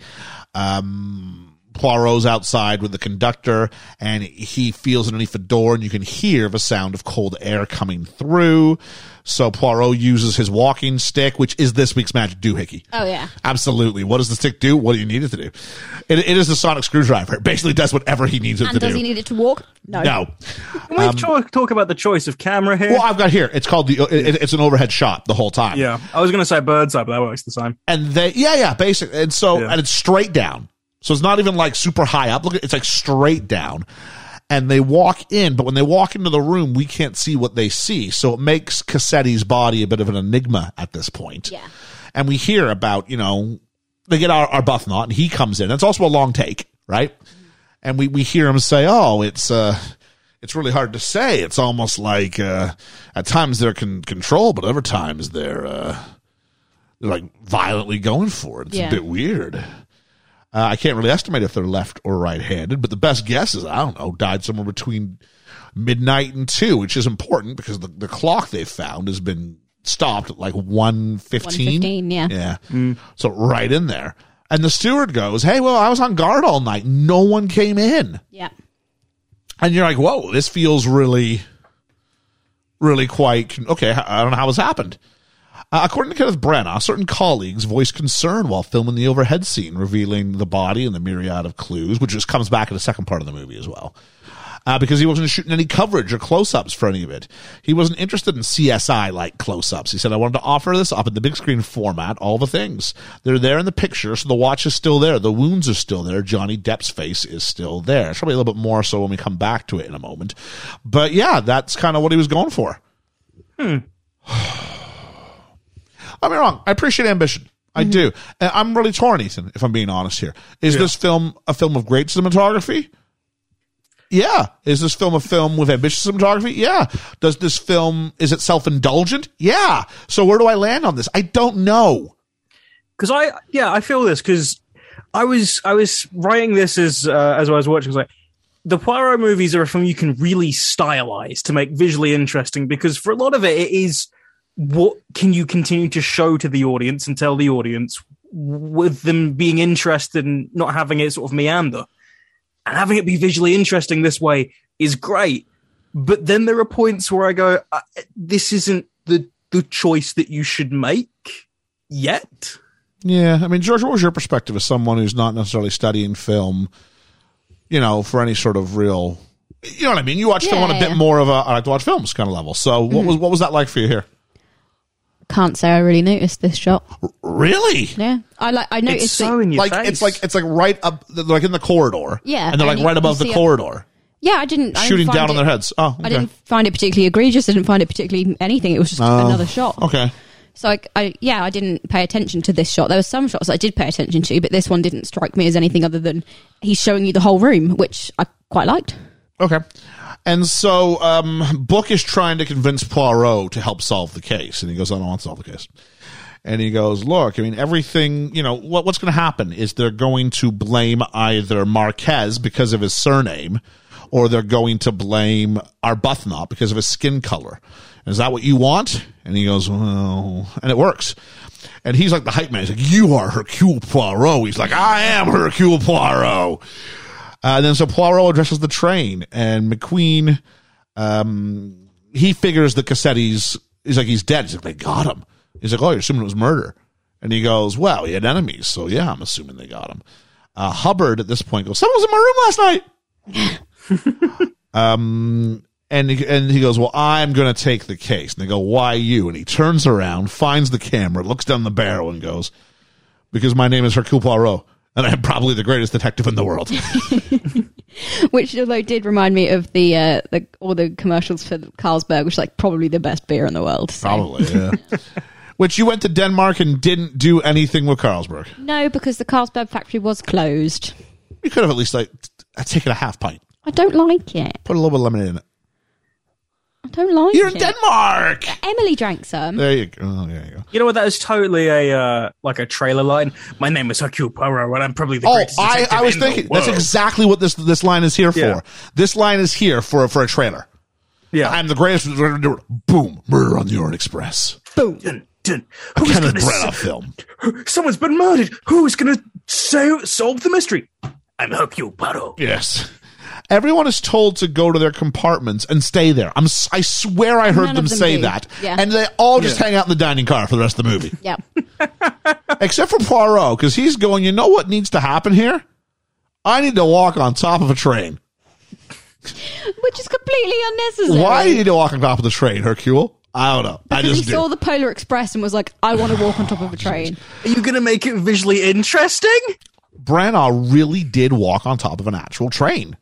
Speaker 1: Um, Poirot's outside with the conductor, and he feels underneath the door, and you can hear the sound of cold air coming through. So Poirot uses his walking stick, which is this week's magic doohickey.
Speaker 6: Oh, yeah.
Speaker 1: absolutely. What does the stick do? What do you need it to do? It, it is the sonic screwdriver. It basically does whatever he needs it
Speaker 6: and
Speaker 1: to
Speaker 6: does
Speaker 1: do.
Speaker 6: he need it to walk? No.
Speaker 1: no.
Speaker 8: Can we talk, talk about the choice of camera here?
Speaker 1: Well, I've got here. It's called the. It, it's an overhead shot the whole time.
Speaker 8: yeah, I was going to say bird's eye, but that works the same.
Speaker 1: and they. Yeah, yeah. Basically, and so
Speaker 8: Yeah.
Speaker 1: and it's straight down. So it's not even like super high up. Look, at- it's like straight down. And they walk in, but when they walk into the room, we can't see what they see. So it makes Cassetti's body a bit of an enigma at this point.
Speaker 6: Yeah.
Speaker 1: And we hear about you know they get our Arbuthnot, and he comes in. That's also a long take, right? and we, we hear him say, "Oh, it's uh, it's really hard to say. It's almost like uh, at times they're con- control, but other times they're uh, they're like violently going for it. It's
Speaker 6: Yeah.
Speaker 1: a bit weird. Uh, I can't really estimate if they're left or right-handed, but the best guess is I don't know. Died somewhere between midnight and two, which is important because the, the clock they found has been stopped at like one fifteen.
Speaker 6: 1:15, yeah.
Speaker 1: yeah. So right in there. And the steward goes, "Hey, well, I was on guard all night. No one came in."
Speaker 6: Yeah.
Speaker 1: and you're like, whoa, this feels really, really quite okay. I don't know how this happened. Uh, according to Kenneth Branagh, certain colleagues voiced concern while filming the overhead scene, revealing the body and the myriad of clues, which just comes back in the second part of the movie as well. Uh, because he wasn't shooting any coverage or close ups for any of it. He wasn't interested in CSI like close ups. He said, I wanted to offer this up in the big screen format, all the things. They're there in the picture, so the watch is still there. The wounds are still there. Johnny Depp's face is still there. It's probably a little bit more so when we come back to it in a moment. But yeah, that's kind of what he was going for. <sighs> I'm wrong. I appreciate ambition. I do. And I'm really torn, Ethan, if I'm being honest here. Is this film a film of great cinematography? Yeah. Is this film a film with ambitious cinematography? Yeah. Does this film, is it self indulgent? Yeah. So where do I land on this? I don't know.
Speaker 8: because I yeah I feel this because I was I was writing this as uh, as I was watching I was like the Poirot movies are a film you can really stylize to make visually interesting because for a lot of it it is what can you continue to show to the audience and tell the audience with them being interested and not having it sort of meander and having it be visually interesting this way is great but then there are points where I go I, "Uh, this isn't the the choice that you should make yet.
Speaker 1: Yeah, I mean, George, what was your perspective as someone who's not necessarily studying film? You know, for any sort of real, you know what I mean. You watch film on a
Speaker 6: Yeah, Mm-hmm.
Speaker 1: bit
Speaker 6: yeah.
Speaker 1: more of a I like to watch films kind of level. So, what was what was that like for you here?
Speaker 6: Can't say I really noticed this shot.
Speaker 1: Really?
Speaker 6: Yeah, I like. I noticed.
Speaker 8: It's so
Speaker 6: that,
Speaker 8: in your
Speaker 1: Like
Speaker 8: face.
Speaker 1: it's like it's like right up, like in the corridor.
Speaker 6: Yeah,
Speaker 1: and they're
Speaker 6: and
Speaker 1: like
Speaker 6: you-
Speaker 1: right above the
Speaker 6: you see a-
Speaker 1: corridor,
Speaker 6: yeah, I didn't. I didn't
Speaker 1: shooting
Speaker 6: find
Speaker 1: down on
Speaker 6: it-
Speaker 1: their heads. Oh, okay.
Speaker 6: I didn't find it particularly egregious. I didn't find it particularly anything. It was just
Speaker 1: Oh,
Speaker 6: another shot.
Speaker 1: Okay.
Speaker 6: So I, I, yeah, I didn't pay attention to this shot. There were some shots I did pay attention to, but this one didn't strike me as anything other than he's showing you the whole room, which I quite liked. <laughs>
Speaker 1: Okay. And so um, Book is trying to convince Poirot to help solve the case. And he goes, I don't want to solve the case. And he goes, Look, I mean, everything, you know, what, what's going to happen is they're going to blame either Marquez because of his surname or they're going to blame Arbuthnot because of his skin color. Is that what you want? And he goes, Well, and it works. And he's like the hype man. He's like, You are Hercule Poirot. He's like, I am Hercule Poirot. Uh, and then so Poirot addresses the train, and McQueen, um, he figures that Cassetti's, he's like, he's dead. He's like, they got him. He's like, oh, you're assuming it was murder. And he goes, well, he had enemies, so yeah, I'm assuming they got him. Uh, Hubbard at this point goes, someone was in my room last night. um, and he, and he goes, well, I'm going to take the case. And they go, why you? And he turns around, finds the camera, looks down the barrel, and goes, because my name is Hercule Poirot, and I'm probably the greatest detective in the world.
Speaker 6: Which although did remind me of the uh, the all the commercials for Carlsberg, which is like probably the best beer in the world. So.
Speaker 1: Probably, yeah. <laughs> Which you went to Denmark and didn't do anything with Carlsberg.
Speaker 6: No, because the Carlsberg factory was closed.
Speaker 1: You could have at least like t- t- taken a half pint,
Speaker 6: I don't like it.
Speaker 1: put a little bit of lemonade in it.
Speaker 6: I don't like
Speaker 1: You're
Speaker 6: it.
Speaker 1: in Denmark.
Speaker 6: Emily drank some.
Speaker 1: There you go. Oh, there you go.
Speaker 8: You know what? That is totally a uh, like a trailer line. My name is Hercule Poirot, and I'm probably the
Speaker 1: Oh,
Speaker 8: greatest
Speaker 1: I,
Speaker 8: detective
Speaker 1: I was
Speaker 8: in the
Speaker 1: thinking that's
Speaker 8: world.
Speaker 1: exactly what this this line is here for.
Speaker 8: Yeah.
Speaker 1: This line is here for for a trailer.
Speaker 8: yeah.
Speaker 1: I'm the greatest. Boom! Murder on the Orient Express.
Speaker 8: Dun, dun. Who's
Speaker 1: Kenneth
Speaker 8: gonna
Speaker 1: Branagh
Speaker 8: s-
Speaker 1: film.
Speaker 8: Someone's been murdered. Who's going to so- solve the mystery? I'm Hercule Poirot.
Speaker 1: Yes. Everyone is told to go to their compartments and stay there. I'm, si swear I heard
Speaker 6: None of
Speaker 1: them,
Speaker 6: them
Speaker 1: say
Speaker 6: do.
Speaker 1: that.
Speaker 6: Yeah.
Speaker 1: And they all just hang out in the dining car for the rest of the movie.
Speaker 6: Yeah.
Speaker 1: Except for Poirot, because he's going, you know what needs to happen here? I need to walk on top of a train.
Speaker 6: <laughs> Which is completely unnecessary.
Speaker 1: Why do you need to walk on top of the train, Hercule? I don't know. I
Speaker 6: Because he
Speaker 1: just do.
Speaker 6: saw the Polar Express and was like, I want to walk
Speaker 1: <laughs>
Speaker 6: on top of a train.
Speaker 8: Are you going to make it visually interesting?
Speaker 1: Branagh really did walk on top of an actual train.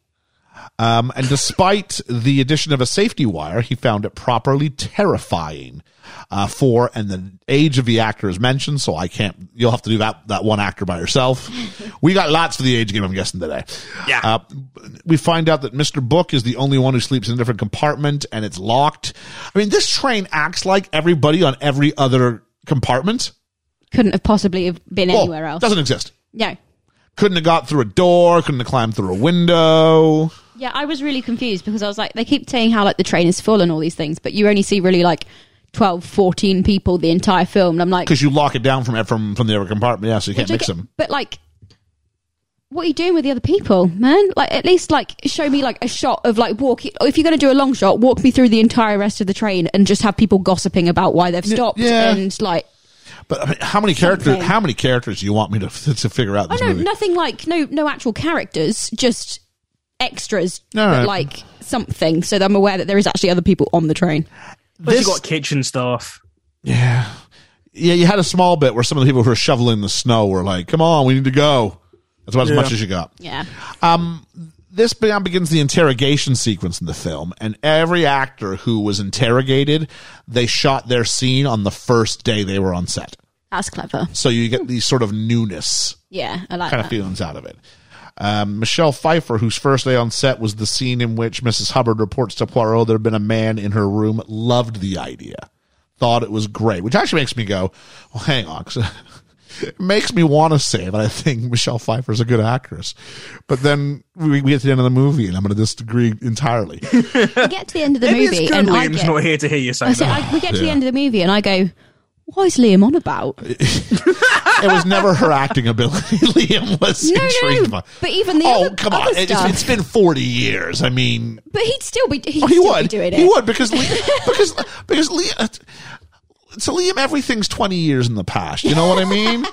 Speaker 1: Um, and despite the addition of a safety wire, he found it properly terrifying. Uh, for and the age of the actor is mentioned, so I can't. You'll have to do that that one actor by yourself. we got lots for the age game, I'm guessing today.
Speaker 8: Yeah.
Speaker 1: Uh, we find out that Mister Book is the only one who sleeps in a different compartment, and it's locked. I mean, this train acts like everybody on every other compartment.
Speaker 6: Couldn't have possibly have been
Speaker 1: Well,
Speaker 6: anywhere else.
Speaker 1: doesn't exist
Speaker 6: No.
Speaker 1: couldn't have got through a door, couldn't have climbed through a window.
Speaker 6: Yeah, I was really confused because I was like, they keep saying how like the train is full and all these things, but you only see really like 12, 14 people the entire film. And I'm like,
Speaker 1: Because you lock it down from from from the other compartment, yeah, so you can't
Speaker 6: Which I
Speaker 1: mix
Speaker 6: get-
Speaker 1: them.
Speaker 6: But like, what are you doing with the other people, man? Like, at least like show me like a shot of like walking. If you're going to do a long shot, walk me through the entire rest of the train and just have people gossiping about why they've stopped
Speaker 1: yeah.
Speaker 6: and like. oh,
Speaker 1: But I mean, how many characters?
Speaker 6: Something.
Speaker 1: How many characters do you want me to <laughs> to figure out in
Speaker 6: Oh
Speaker 1: this
Speaker 6: no,
Speaker 1: movie?
Speaker 6: nothing like no no actual characters, just extras,
Speaker 1: All
Speaker 6: but
Speaker 1: right.
Speaker 6: like something. So that I'm aware that there is actually other people on the train.
Speaker 8: This- you
Speaker 1: This-
Speaker 8: got kitchen staff.
Speaker 1: yeah, yeah. You had a small bit where some of the people who were shoveling the snow were like, "Come on, we need to go." That's about as much as you got.
Speaker 6: Yeah,
Speaker 1: this be- begins the interrogation sequence in the film, and every actor who was interrogated, they shot their scene on the first day they were on set.
Speaker 6: that's clever.
Speaker 1: So you get these sort of newness
Speaker 6: Yeah, I like
Speaker 1: kind of
Speaker 6: that.
Speaker 1: feelings out of it. Um, Michelle Pfeiffer, whose first day on set was the scene in which Mrs. Hubbard reports to Poirot there had been a man in her room, loved the idea, thought it was great, which actually makes me go, well, hang on. 'cause <laughs> it makes me want to say that I think Michelle Pfeiffer's a good actress. But then we, we get to the end of the movie, and I'm going to disagree entirely.
Speaker 6: We get to the end of the
Speaker 8: Maybe
Speaker 6: movie,
Speaker 8: it's good
Speaker 6: and I
Speaker 8: Liam's
Speaker 6: get,
Speaker 8: not here to hear you
Speaker 6: I
Speaker 8: say
Speaker 6: say,
Speaker 8: that.
Speaker 6: I, we get to the
Speaker 1: Yeah. Uh,
Speaker 6: end of the movie, and I go, "What is Liam on about?"
Speaker 1: it was never her acting ability. <laughs> Liam was
Speaker 6: No,
Speaker 1: intrigued
Speaker 6: no,
Speaker 1: by.
Speaker 6: but even the
Speaker 1: oh,
Speaker 6: other-
Speaker 1: come
Speaker 6: other
Speaker 1: on. It's,
Speaker 6: stuff.
Speaker 1: it's been 40 years. I mean,
Speaker 6: But he'd still be he'd
Speaker 1: Oh, he
Speaker 6: still
Speaker 1: would.
Speaker 6: <laughs> be doing it.
Speaker 1: He would because Lee, because because Lee, to uh, Liam, everything's 20 years in the past. You know what I
Speaker 6: <laughs>
Speaker 1: mean?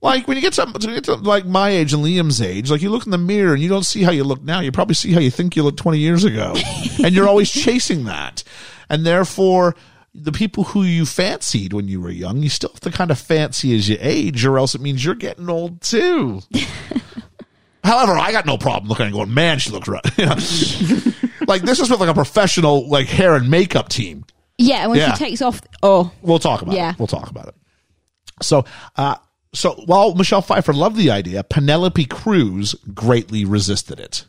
Speaker 1: like, when you get, to, when you get to, like my age and Liam's age, like you look in the mirror and you don't see how you look now. You probably see how you think you looked 20 years ago.
Speaker 6: <laughs>
Speaker 1: and you're always chasing that. And therefore, the people who you fancied when you were young, you still have to kind of fancy as you age, or else it means you're getting old
Speaker 6: <laughs>
Speaker 1: too. However, I got no problem looking and going, man, she looks right. <laughs> You know? like, this is with like a professional, like hair and makeup team
Speaker 6: Yeah, and when
Speaker 1: Yeah.
Speaker 6: she takes off, oh,
Speaker 1: we'll talk about
Speaker 6: Yeah.
Speaker 1: it. We'll talk about it. So, uh, so while Michelle Pfeiffer loved the idea, Penelope Cruz greatly resisted it.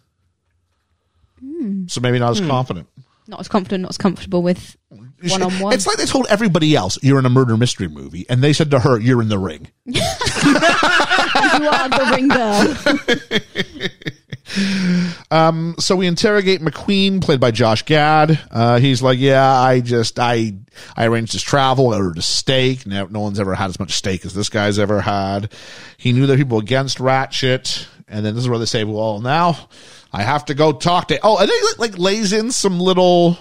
Speaker 1: So maybe not as confident.
Speaker 6: not as confident, not as
Speaker 1: <laughs>
Speaker 6: comfortable with one on one.
Speaker 1: It's like they told everybody else, "You're in a murder mystery movie," and they said to her, "You're in the ring."
Speaker 6: You are the ring girl.
Speaker 1: so we interrogate McQueen, played by Josh Gad. Uh, he's like, "Yeah, I just I I arranged his travel, I ordered a steak. No, no one's ever had as much steak as this guy's ever had. He knew that people against Ratchet, and then this is where they say, "Well, now I have to go talk to." Oh, and then he like, like lays in some little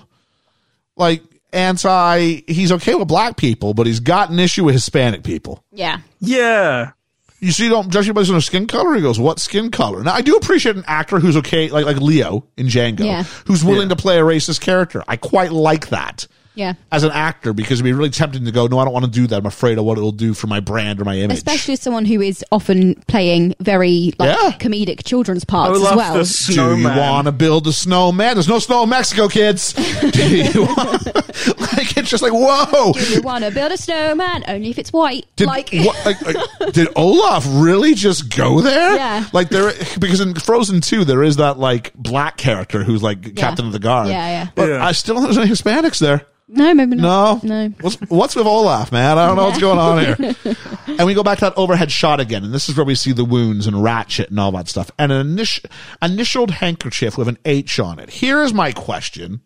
Speaker 1: like anti. He's okay with black people, but he's got an issue with Hispanic people.
Speaker 6: Yeah.
Speaker 8: Yeah.
Speaker 1: You see, you don't judge anybody on their skin color. He goes, "What skin color?" Now, I do appreciate an actor who's okay, like like Leo in Django,
Speaker 6: Yeah.
Speaker 1: who's willing to play a racist character. I quite like that
Speaker 6: Yeah.
Speaker 1: as an actor because it'd be really tempting to go, "No, I don't want to do that. I'm afraid of what it'll do for my brand or my image."
Speaker 6: Especially as someone who is often playing very like
Speaker 1: Yeah.
Speaker 6: comedic children's
Speaker 8: I
Speaker 6: parts as
Speaker 8: love
Speaker 6: well.
Speaker 8: the
Speaker 1: do
Speaker 8: snowman.
Speaker 1: you want to build a snowman? There's no snow in Mexico, kids. <laughs> Do you want- like it's just like whoa.
Speaker 6: Do you want to build a snowman only if it's white?
Speaker 1: Did,
Speaker 6: like,
Speaker 1: what, like, like, did Olaf really just go there?
Speaker 6: Yeah.
Speaker 1: Like there, because in Frozen Two, there is that like black character who's like captain of the guard.
Speaker 6: Yeah, yeah.
Speaker 1: But
Speaker 8: Yeah.
Speaker 1: I still don't think there's any Hispanics there.
Speaker 6: no, maybe
Speaker 1: No,
Speaker 6: not. No.
Speaker 1: What's what's with Olaf, man? I don't know what's
Speaker 6: Yeah.
Speaker 1: going on here.
Speaker 6: <laughs>
Speaker 1: and we go back to that overhead shot again, and this is where we see the wounds and ratchet and all that stuff, and an initial initialed handkerchief with an H on it. Here is my question: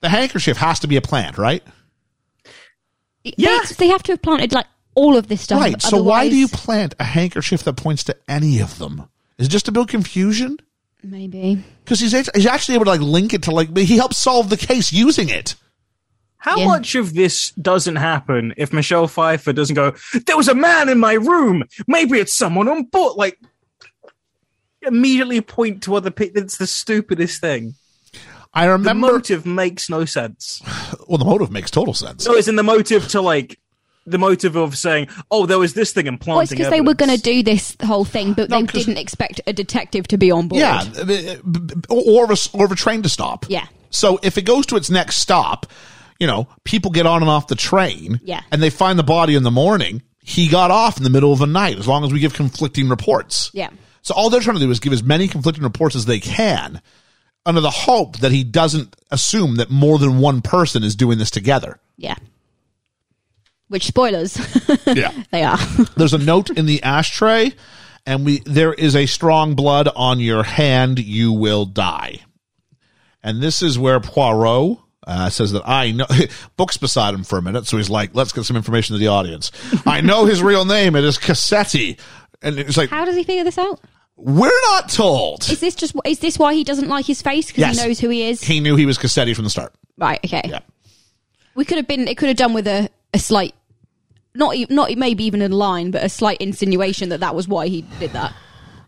Speaker 1: The handkerchief has to be a plant, right?
Speaker 8: Yeah.
Speaker 6: They, they have to have planted like all of this stuff.
Speaker 1: Right. So why do you
Speaker 6: otherwise-
Speaker 1: plant a handkerchief that points to any of them? Is it just to build confusion?
Speaker 6: maybe.
Speaker 1: Because he's act- he's actually able to like link it to like he helps solve the case using it.
Speaker 8: How
Speaker 6: Yeah.
Speaker 8: much of this doesn't happen if Michelle Pfeiffer doesn't go, there was a man in my room. Maybe it's someone on board. Like, immediately point to other people. It's the stupidest thing.
Speaker 1: I
Speaker 8: The
Speaker 1: remember.
Speaker 8: motive makes no sense.
Speaker 1: well, the motive makes total sense.
Speaker 8: So it's in the motive to like, the motive of saying, oh, there was this thing and planting
Speaker 6: Well, it's because they were going to
Speaker 8: evidence.
Speaker 6: do this whole thing, but
Speaker 1: No,
Speaker 6: they
Speaker 1: 'cause-
Speaker 6: didn't expect a detective to be on board.
Speaker 1: Yeah, b- b- or of a, or of a train to stop.
Speaker 6: Yeah.
Speaker 1: So if it goes to its next stop, you know, people get on and off the train.
Speaker 6: Yeah.
Speaker 1: And they find the body in the morning. He got off in the middle of the night. As long as we give conflicting reports.
Speaker 6: Yeah.
Speaker 1: So all they're trying to do is give as many conflicting reports as they can, under the hope that he doesn't assume that more than one person is doing this together.
Speaker 6: Yeah. Which spoilers <laughs>
Speaker 1: Yeah.
Speaker 6: they are.
Speaker 1: There's a note in the ashtray, and we there is a strong blood on your hand. You will die. And this is where Poirot uh, says that I know. <laughs> Book's beside him for a minute, so he's like, "Let's get some information to the audience." I know his real name. It is Cassetti, and it's like
Speaker 6: How does he figure this out?
Speaker 1: we're not told.
Speaker 6: Is this just is this why he doesn't like his face because
Speaker 1: Yes.
Speaker 6: he knows who he is?
Speaker 1: He knew he was Cassetti from the start.
Speaker 6: right. Okay.
Speaker 1: Yeah.
Speaker 6: We could have been. It could have done with a, a slight, not e- not maybe even a line, but a slight insinuation that that was why he did that.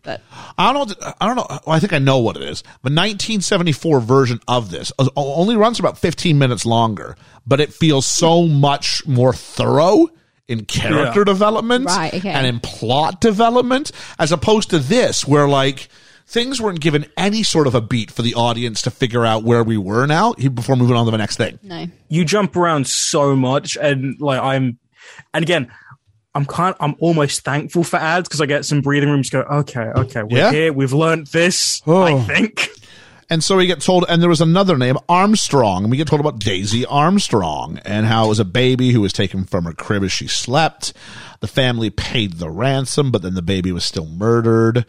Speaker 6: But
Speaker 1: I don't. I don't know. Well, I think I know what it is. The 1974 version of this uh, o- only runs about 15 minutes longer, but it feels so much more thorough in character
Speaker 8: Yeah.
Speaker 1: development
Speaker 6: Right, okay.
Speaker 1: and in plot development, as opposed to this, where like things weren't given any sort of a beat for the audience to figure out where we were now he- before moving on to the next thing.
Speaker 6: no.
Speaker 8: you jump around so much and like i'm and again i'm kind i'm almost thankful for ads because i get some breathing rooms go okay okay we're
Speaker 1: Yeah.
Speaker 8: here we've learned this i
Speaker 6: Oh.
Speaker 8: think
Speaker 1: And so we get told, and there was another name, Armstrong. And we get told about Daisy Armstrong and how it was a baby who was taken from her crib as she slept. The family paid the ransom, but then the baby was still murdered.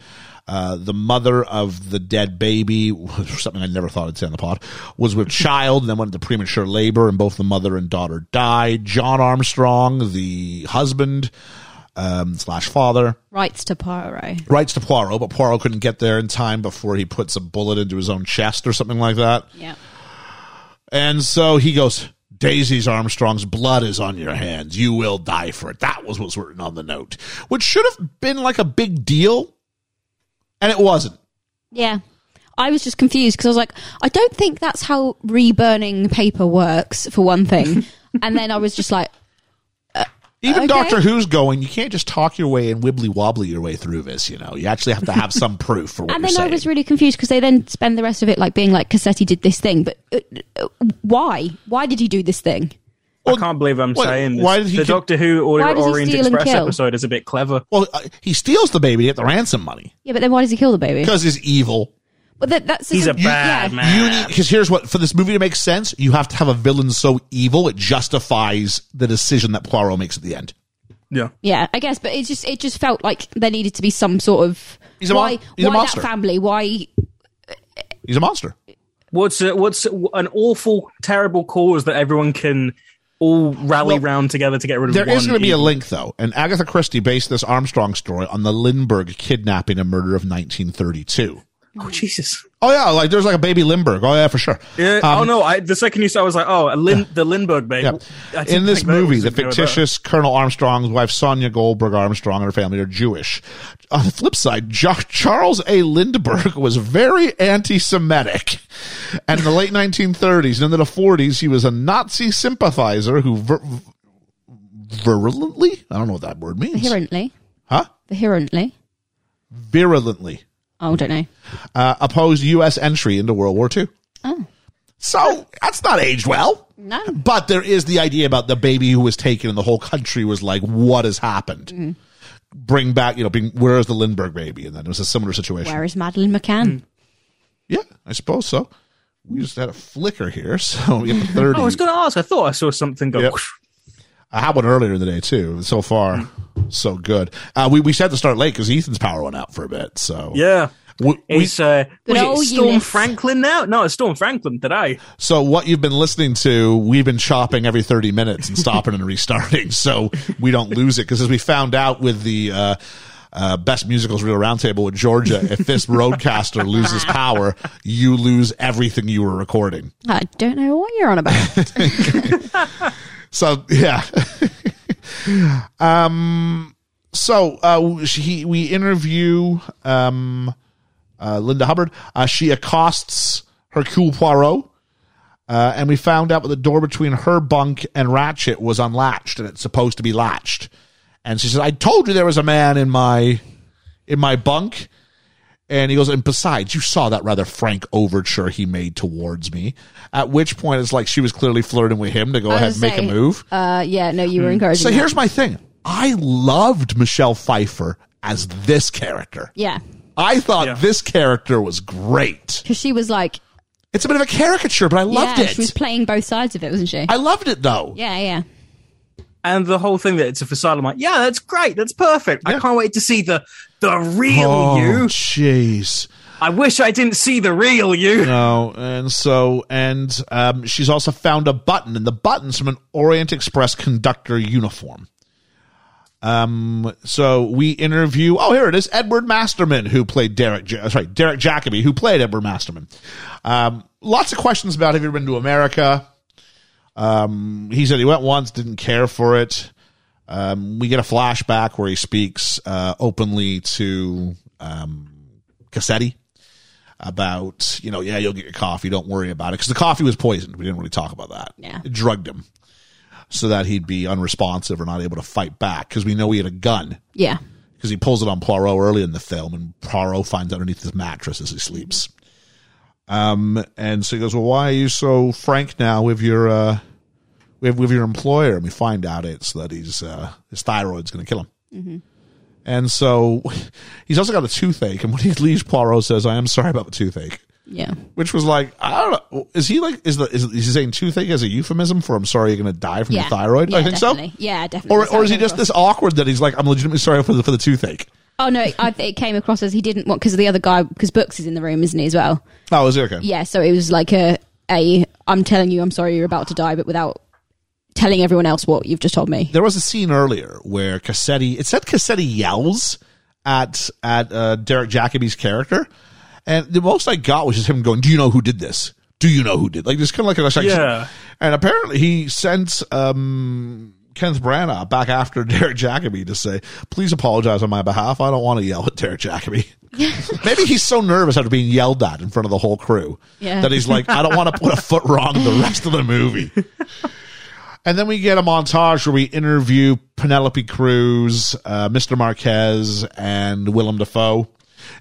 Speaker 1: Uh, the mother of the dead baby, <laughs> something I never thought I'd say on the pod, was with child and then went into premature labor, and both the mother and daughter died. John Armstrong, the husband um, slash father,
Speaker 6: Rights to Poirot.
Speaker 1: writes to Poirot, but Poirot couldn't get there in time before he puts a bullet into his own chest or something like that.
Speaker 6: Yeah.
Speaker 1: And so he goes, Daisy's Armstrong's blood is on your hands. You will die for it. That was what's written on the note, which should have been like a big deal. And it wasn't.
Speaker 6: Yeah. I was just confused because I was like, I don't think that's how reburning paper works, for
Speaker 1: <laughs>
Speaker 6: one thing. and then I was just like,
Speaker 1: Even
Speaker 6: Okay.
Speaker 1: Doctor Who's going, you can't just talk your way and wibbly wobbly your way through this, you know. You actually have to have
Speaker 6: <laughs>
Speaker 1: some proof for what
Speaker 6: and
Speaker 1: you're
Speaker 6: then
Speaker 1: saying.
Speaker 6: I was really confused because they then spend the rest of it like being like, Cassetti did this thing, but uh, uh, why? Why did he do this thing?
Speaker 8: I can't believe I'm
Speaker 1: Wait,
Speaker 8: saying this.
Speaker 1: why did he
Speaker 8: the
Speaker 1: keep-
Speaker 8: Doctor Who
Speaker 6: Why
Speaker 8: Orient
Speaker 6: does he
Speaker 8: Orient
Speaker 6: steal and
Speaker 8: Express
Speaker 6: kill?
Speaker 8: episode is a bit clever.
Speaker 1: well, uh, he steals the baby to get the ransom money
Speaker 6: Yeah, but then why does he kill the baby?
Speaker 1: because he's evil.
Speaker 6: But that, that's
Speaker 8: He's a
Speaker 6: yeah.
Speaker 8: bad man.
Speaker 1: You need because here's what for this movie to make sense, you have to have a villain so evil it justifies the decision that Poirot makes at the end.
Speaker 8: Yeah.
Speaker 6: Yeah, I guess, but it just it just felt like there needed to be some sort of
Speaker 1: He's a mon-
Speaker 6: why
Speaker 1: he's a
Speaker 6: why
Speaker 1: monster.
Speaker 6: that family why
Speaker 1: He's a monster.
Speaker 8: What's a, what's a- an awful, terrible cause that everyone can all rally
Speaker 1: Well,
Speaker 8: round together to get rid of?
Speaker 1: There
Speaker 8: one
Speaker 1: is going to be a
Speaker 8: evil-
Speaker 1: link though, and Agatha Christie based this Armstrong story on the Lindbergh kidnapping and murder of 1932.
Speaker 8: Oh Jesus!
Speaker 1: Oh yeah, like there's like a baby Lindbergh. Oh yeah, for sure.
Speaker 8: Yeah,
Speaker 1: Um,
Speaker 8: oh no! I, the second you said, I was like, oh, a Lin, the Lindbergh babe.
Speaker 1: Yeah.
Speaker 8: I didn't
Speaker 1: In this
Speaker 8: think that
Speaker 1: movie,
Speaker 8: was
Speaker 1: the
Speaker 8: gonna go
Speaker 1: fictitious Colonel Armstrong's wife, Sonia Goldberg Armstrong, and her family are Jewish. On the flip side, jo- Charles A. Lindbergh was very anti Semitic. And in the late 1930s and into the 40s, he was a Nazi sympathizer who vir- virulently, I don't know what that word means,
Speaker 6: Veherently.
Speaker 1: Huh?
Speaker 6: Veherently.
Speaker 1: virulently
Speaker 6: Oh, don't know.
Speaker 1: uh, opposed U.S. entry into World War II.
Speaker 6: Oh,
Speaker 1: So that's not aged well.
Speaker 6: No.
Speaker 1: But there is the idea about the baby who was taken and the whole country was like, what has happened?
Speaker 6: Mm-hmm.
Speaker 1: Bring back, you know, bring, where is the Lindbergh baby? And then it was a similar situation.
Speaker 6: Where is Madeline McCann?
Speaker 1: Yeah, I suppose so. We just had a flicker here. <laughs> So we have a 30.
Speaker 8: Oh, I was going to ask. I thought I saw something go.
Speaker 1: Yep. I had one earlier in the day too. So far,
Speaker 6: Mm.
Speaker 1: so good. Uh, we, we said to start late because Ethan's power went out for a bit. So
Speaker 8: Yeah.
Speaker 1: We- we-
Speaker 8: It's uh, was it
Speaker 6: old
Speaker 8: Storm
Speaker 6: oh, Eunice.
Speaker 8: Franklin now? No, it's Storm Franklin today.
Speaker 1: So what you've been listening to, we've been chopping every 30 minutes and stopping and restarting <laughs> so we don't lose it. Because as we found out with the uh, uh, Best Musicals Real Roundtable with Georgia, if this roadcaster loses power, you lose everything you were recording.
Speaker 6: I don't know what you're on about.
Speaker 1: So yeah. um. So uh, she, we interview um, uh, Linda Hubbard. Uh, she accosts Hercule Poirot, uh, and we found out that the door between her bunk and Ratchet was unlatched, and it's supposed to be latched. And she says, "I told you there was a man in my in my bunk." And he goes, and besides, you saw that rather frank overture he made towards me. At which point, it's like she was clearly flirting with him to go
Speaker 6: I
Speaker 1: ahead
Speaker 6: was
Speaker 1: and make a
Speaker 6: saying,
Speaker 1: move.
Speaker 6: Uh, yeah, no, you were encouraging.
Speaker 1: Hmm. So
Speaker 6: that.
Speaker 1: here's my thing. I loved Michelle Pfeiffer as this character.
Speaker 6: yeah,
Speaker 1: I thought
Speaker 8: Yeah.
Speaker 1: this character was great.
Speaker 6: because she was like,
Speaker 1: It's a bit of a caricature, but I loved
Speaker 6: yeah,
Speaker 1: it.
Speaker 6: she was playing both sides of it, wasn't she?
Speaker 1: I loved it though.
Speaker 6: yeah, yeah.
Speaker 8: And the whole thing that it's a facade. I'm like, yeah, that's great. That's perfect. I can't wait to see the the real
Speaker 1: Oh,
Speaker 8: you.
Speaker 1: jeez.
Speaker 8: I wish I didn't see the real
Speaker 1: <laughs>
Speaker 8: you.
Speaker 1: No, and so and um, she's also found a button, and the button's from an Orient Express conductor uniform. Um, so we interview. Oh, here it is, Edward Masterman, who played Derek. Ja- uh, sorry, Derek Jacobi, who played Edward Masterman. Um, lots of questions about have you ever been to America? Um, he said he went once, didn't care for it. Um, we get a flashback where he speaks uh, openly to um, Cassetti about you know yeah you'll get your coffee don't worry about it because the coffee was poisoned we didn't really talk about that
Speaker 6: Yeah.
Speaker 1: it drugged him so that he'd be unresponsive or not able to fight back because we know he had a gun
Speaker 6: Yeah.
Speaker 1: because he pulls it on Poirot early in the film, and Poirot finds underneath his mattress as he sleeps. Um, and so he goes, "Well, why are you so frank now with your uh, with, with your employer?" And we find out it's that he's uh, his thyroid's going to kill him.
Speaker 6: Mm-hmm.
Speaker 1: And so <laughs> he's also got a toothache, and when he leaves, Poirot says, "I am sorry about the toothache,"
Speaker 6: Yeah.
Speaker 1: which was like, I don't know, is he like is the is, is he saying toothache as a euphemism for "I'm sorry you're going to die from
Speaker 6: Yeah.
Speaker 1: your thyroid"?
Speaker 6: Yeah,
Speaker 1: I think
Speaker 6: definitely.
Speaker 1: so.
Speaker 6: Yeah, definitely.
Speaker 1: Or
Speaker 6: That's how
Speaker 1: or is
Speaker 6: it
Speaker 1: he
Speaker 6: came
Speaker 1: just
Speaker 6: across.
Speaker 1: this awkward that he's like, "I'm legitimately sorry for the for the toothache"?
Speaker 6: Oh no, it, I, it came across as he didn't want because the other guy because Brooks is in the room, isn't he as well?
Speaker 1: Oh, is it okay?
Speaker 6: Yeah, so it was like a a I'm telling you I'm sorry you're about to die, but without telling everyone else what you've just told me.
Speaker 1: There was a scene earlier where Cassetti, it said Cassetti yells at at uh, Derek Jacobi's character, and the most I got was just him going, "Do you know who did this?" do you know who did? Like, just kind of like a section.
Speaker 8: Yeah.
Speaker 1: And apparently he sent um, Kenneth Branagh back after <laughs> Derek Jacobi to say, please apologize on my behalf. I don't want to yell at Derek Jacobi. Maybe he's so nervous after being yelled at in front of the whole crew
Speaker 6: Yeah.
Speaker 1: that he's like, I don't want to put a foot wrong the rest of the movie. And then we get a montage where we interview Penelope Cruz, uh, Mr. Marquez, and Willem Dafoe.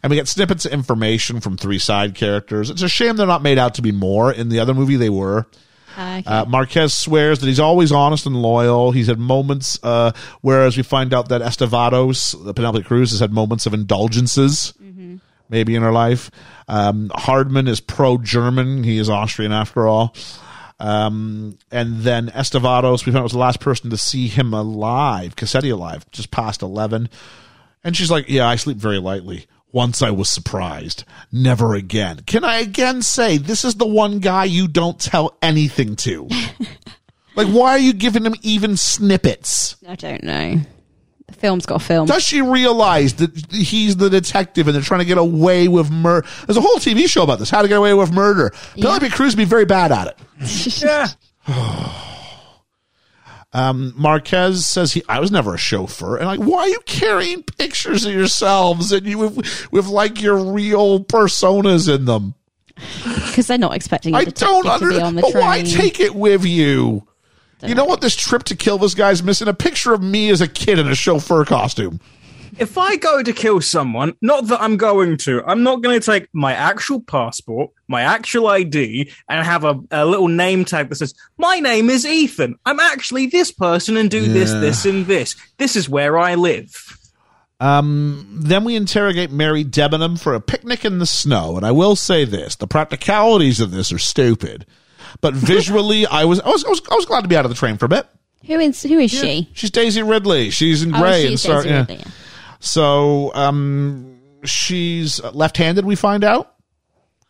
Speaker 1: And we get snippets of information from three side characters. It's a shame they're not made out to be more. In the other movie, they were. Uh, Marquez swears that he's always honest and loyal. He's had moments, uh, whereas we find out that Estevados, the Penelope Cruz, has had moments of indulgences, maybe in her life. Um, Hardman is pro German. He is Austrian after all. Um, and then Estevados, we found out was the last person to see him alive, Cassetti alive, just past 11. And she's like, Yeah, I sleep very lightly. Once I was surprised. Never again. Can I again say this is the one guy you don't tell anything to? like, why are you giving him even snippets?
Speaker 6: I don't know. The film's got a film.
Speaker 1: Does she realize that he's the detective and they're trying to get away with murder? There's a whole TV show about this how to get away with murder. Penelope Cruz would be very bad at it.
Speaker 8: <laughs>
Speaker 6: <laughs>
Speaker 8: Yeah.
Speaker 1: Marquez says he I was never a chauffeur and like why are you carrying pictures of yourselves and you with, with like your real personas in them
Speaker 6: Because they're not expecting a
Speaker 1: I
Speaker 6: detective
Speaker 1: don't
Speaker 6: to be on
Speaker 1: understand
Speaker 6: the
Speaker 1: but
Speaker 6: train.
Speaker 1: why take it with you you know what this trip to kill this guy's missing a picture of me as a kid in a chauffeur costume
Speaker 8: If I go to kill someone, not that I'm going to, I'm not going to take my actual passport, my actual ID, and have a, a little name tag that says, My name is Ethan. I'm actually this person and do this, this, and this. This is where I live.
Speaker 1: then we interrogate Mary Debenham for a picnic in the snow. And I will say this: the practicalities of this are stupid,
Speaker 6: <laughs>
Speaker 1: but visually, I was I was I was, I was glad to be out of the train for a bit.
Speaker 6: Who is who is she?
Speaker 1: She's Daisy Ridley. She's in
Speaker 6: Oh,
Speaker 1: Grey
Speaker 6: she's
Speaker 1: and Star.
Speaker 6: Daisy
Speaker 1: yeah.
Speaker 6: Ridley, yeah.
Speaker 1: So um, she's left-handed. We find out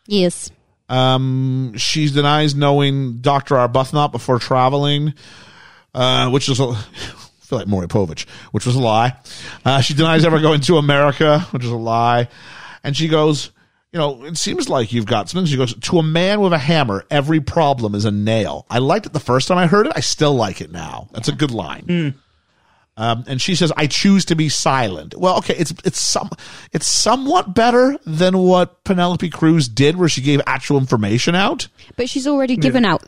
Speaker 6: Yes.
Speaker 1: um, she denies knowing Doctor Arbuthnot before traveling, uh, which is a, <laughs> I feel like Maury Povich, which was a lie. Uh, she denies ever going to America, which is a lie, and she goes. You know, it seems like you've got something. She goes, to a man with a hammer, every problem is a nail. I liked it the first time I heard it. I still like it now. That's a good line. Um, and she says, "I choose to be silent." Well, okay, it's it's some it's somewhat better than what Penelope Cruz did, where she gave actual information out.
Speaker 6: But she's already given out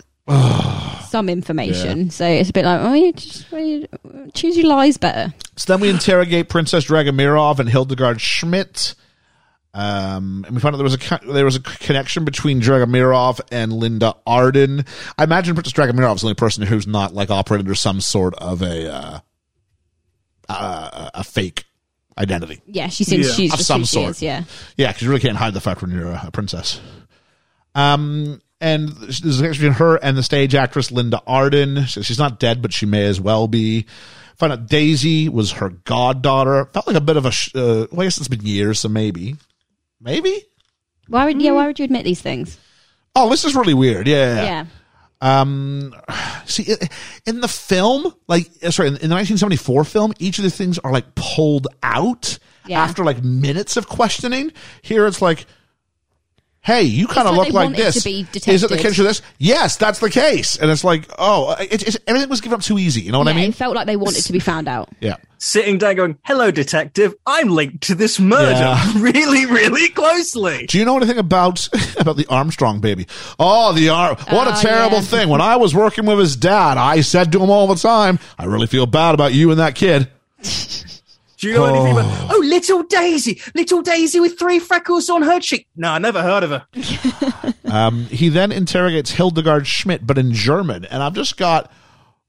Speaker 6: some information. So it's a bit like, oh, you just well, you- choose your lies better.
Speaker 1: So then we interrogate Princess Dragomirov and Hildegard Schmidt, um, and we found out there was a co- there was a c- connection between Dragomirov and Linda Arden. I imagine Princess Dragomirov is the only person who's not like operated under some sort of a uh, uh, a fake identity.
Speaker 6: Yeah, she seems
Speaker 8: Yeah.
Speaker 6: she's
Speaker 1: Of
Speaker 6: just
Speaker 1: some
Speaker 6: who
Speaker 1: sort.
Speaker 6: She is, yeah.
Speaker 1: Yeah, because you really can't hide the fact when you're a, a princess. Um, and there's a connection between her and the stage actress Linda Arden. So she's not dead, but she may as well be. Found out Daisy was her goddaughter. Felt like a bit of a. Sh- uh, well, I guess it's been years, so maybe, maybe.
Speaker 6: Why would yeah? Why would you admit these things?
Speaker 1: Oh, this is really weird. Yeah, yeah,
Speaker 6: Yeah.
Speaker 1: yeah. See, i- in the film, like uh, sorry, in in the 1974 film, each of the things are like pulled out
Speaker 6: Yeah.
Speaker 1: after like minutes of questioning. Here, it's like, hey, you kind of
Speaker 6: like
Speaker 1: look
Speaker 6: they
Speaker 1: like
Speaker 6: want it
Speaker 1: this.
Speaker 6: to be
Speaker 1: Is it the
Speaker 6: detected.
Speaker 1: case of this? Yes, that's the case. And it's like, oh, it, it's everything was given up too easy. You know what I
Speaker 6: Yeah,
Speaker 1: mean?
Speaker 6: it felt like they wanted to be found out.
Speaker 1: Yeah.
Speaker 8: Sitting down going, Hello, detective. I'm linked to this murder
Speaker 1: Yeah.
Speaker 8: <laughs> really, really closely.
Speaker 1: Do you know anything about <laughs> about the Armstrong baby? Oh, the arm! What
Speaker 6: Oh,
Speaker 1: a terrible
Speaker 6: yeah.
Speaker 1: thing! When I was working with his dad, I said to him all the time, "I really feel bad about you and that kid."
Speaker 8: Do you know anything about? Oh, little Daisy, little Daisy with three freckles on her cheek. No, I never heard of her.
Speaker 1: he then interrogates Hildegard Schmidt, but in German. And I've just got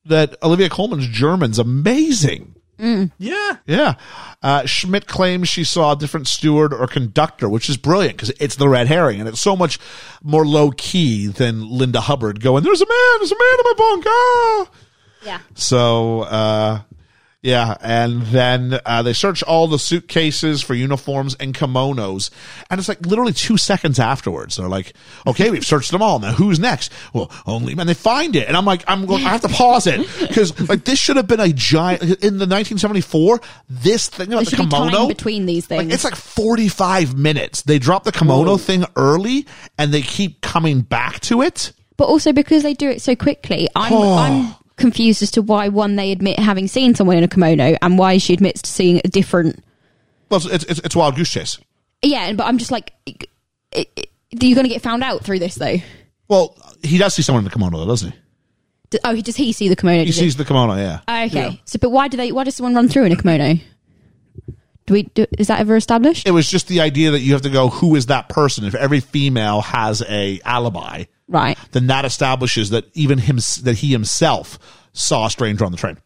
Speaker 1: that Olivia Coleman's German's amazing.
Speaker 8: Yeah,
Speaker 1: Yeah. Uh, Schmidt claims she saw a different steward or conductor, which is brilliant because it's the red herring and it's so much more low key than Linda Hubbard going, There's a man, there's a man in my bunk. Ah!
Speaker 6: Yeah.
Speaker 1: So, uh, Yeah, and then uh, they search all the suitcases for uniforms and kimonos, and it's like literally two seconds afterwards. They're like, "Okay,
Speaker 6: <laughs>
Speaker 1: we've searched them all. Now who's next?" Well, only and they find it, and I'm like, "I'm going. I have to pause it because like this should have been a giant in the 1974. This thing about
Speaker 6: There
Speaker 1: the
Speaker 6: should be time
Speaker 1: kimono
Speaker 6: between these
Speaker 1: like,
Speaker 6: things.
Speaker 1: it's like 45 minutes. They drop the kimono thing early, and they keep coming back to it.
Speaker 6: but also because they do it so quickly, I'm, I'm confused as to why one they admit having seen someone in a kimono and why she admits to seeing a different.
Speaker 1: Well, it's it's, it's Wild Goose Chase.
Speaker 6: Yeah, but I'm just like, it, it, you're going to get found out through this though.
Speaker 1: Well, he does see someone in the kimono, though, doesn't he?
Speaker 6: D- Oh, does he see the kimono?
Speaker 1: He
Speaker 6: does
Speaker 1: sees the kimono. Yeah.
Speaker 6: Oh, Okay. So, but why do they? Why does someone run through in a kimono? Do we? Do, is that ever established?
Speaker 1: it was just the idea that you have to go who is that person if every female has a alibi
Speaker 6: right.
Speaker 1: then that establishes that even him that he himself saw a stranger on the train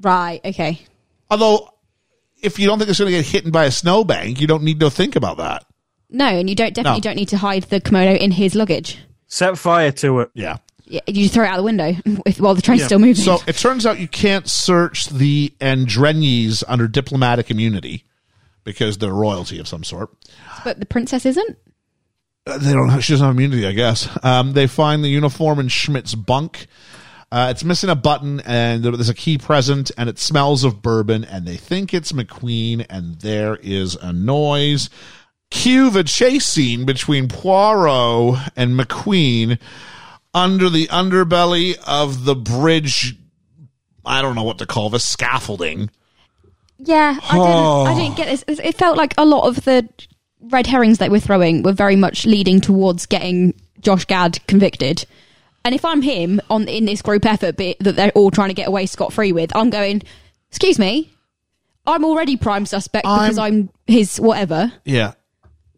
Speaker 6: Right. Okay.
Speaker 1: although if you don't think it's going to get hit by a snowbank you don't need to think about that
Speaker 6: No, and you don't definitely
Speaker 1: No.
Speaker 6: don't need to hide the kimono in his luggage.
Speaker 8: Set fire to it.
Speaker 1: yeah
Speaker 6: Y- You just throw it out the window <laughs> if, while the train's still moving.
Speaker 1: so it turns out you can't search the andrenyes under diplomatic immunity because they're royalty of some sort
Speaker 6: but the princess isn't.
Speaker 1: Uh, they don't have, she doesn't have immunity, I guess. Um, they find the uniform in Schmidt's bunk. Uh, it's missing a button and there's a key present and it smells of bourbon and they think it's McQueen and there is a noise. Cue the chase scene between Poirot and McQueen under the underbelly of the bridge. I don't know what to call this scaffolding.
Speaker 6: Yeah, I didn't. I didn't get this. It felt like a lot of the red herrings that we're throwing were very much leading towards getting Josh Gad convicted. And if I'm him on in this group effort bit that they're all trying to get away scot free with, I'm going. Excuse me, I'm already prime suspect because I'm his whatever.
Speaker 1: Yeah.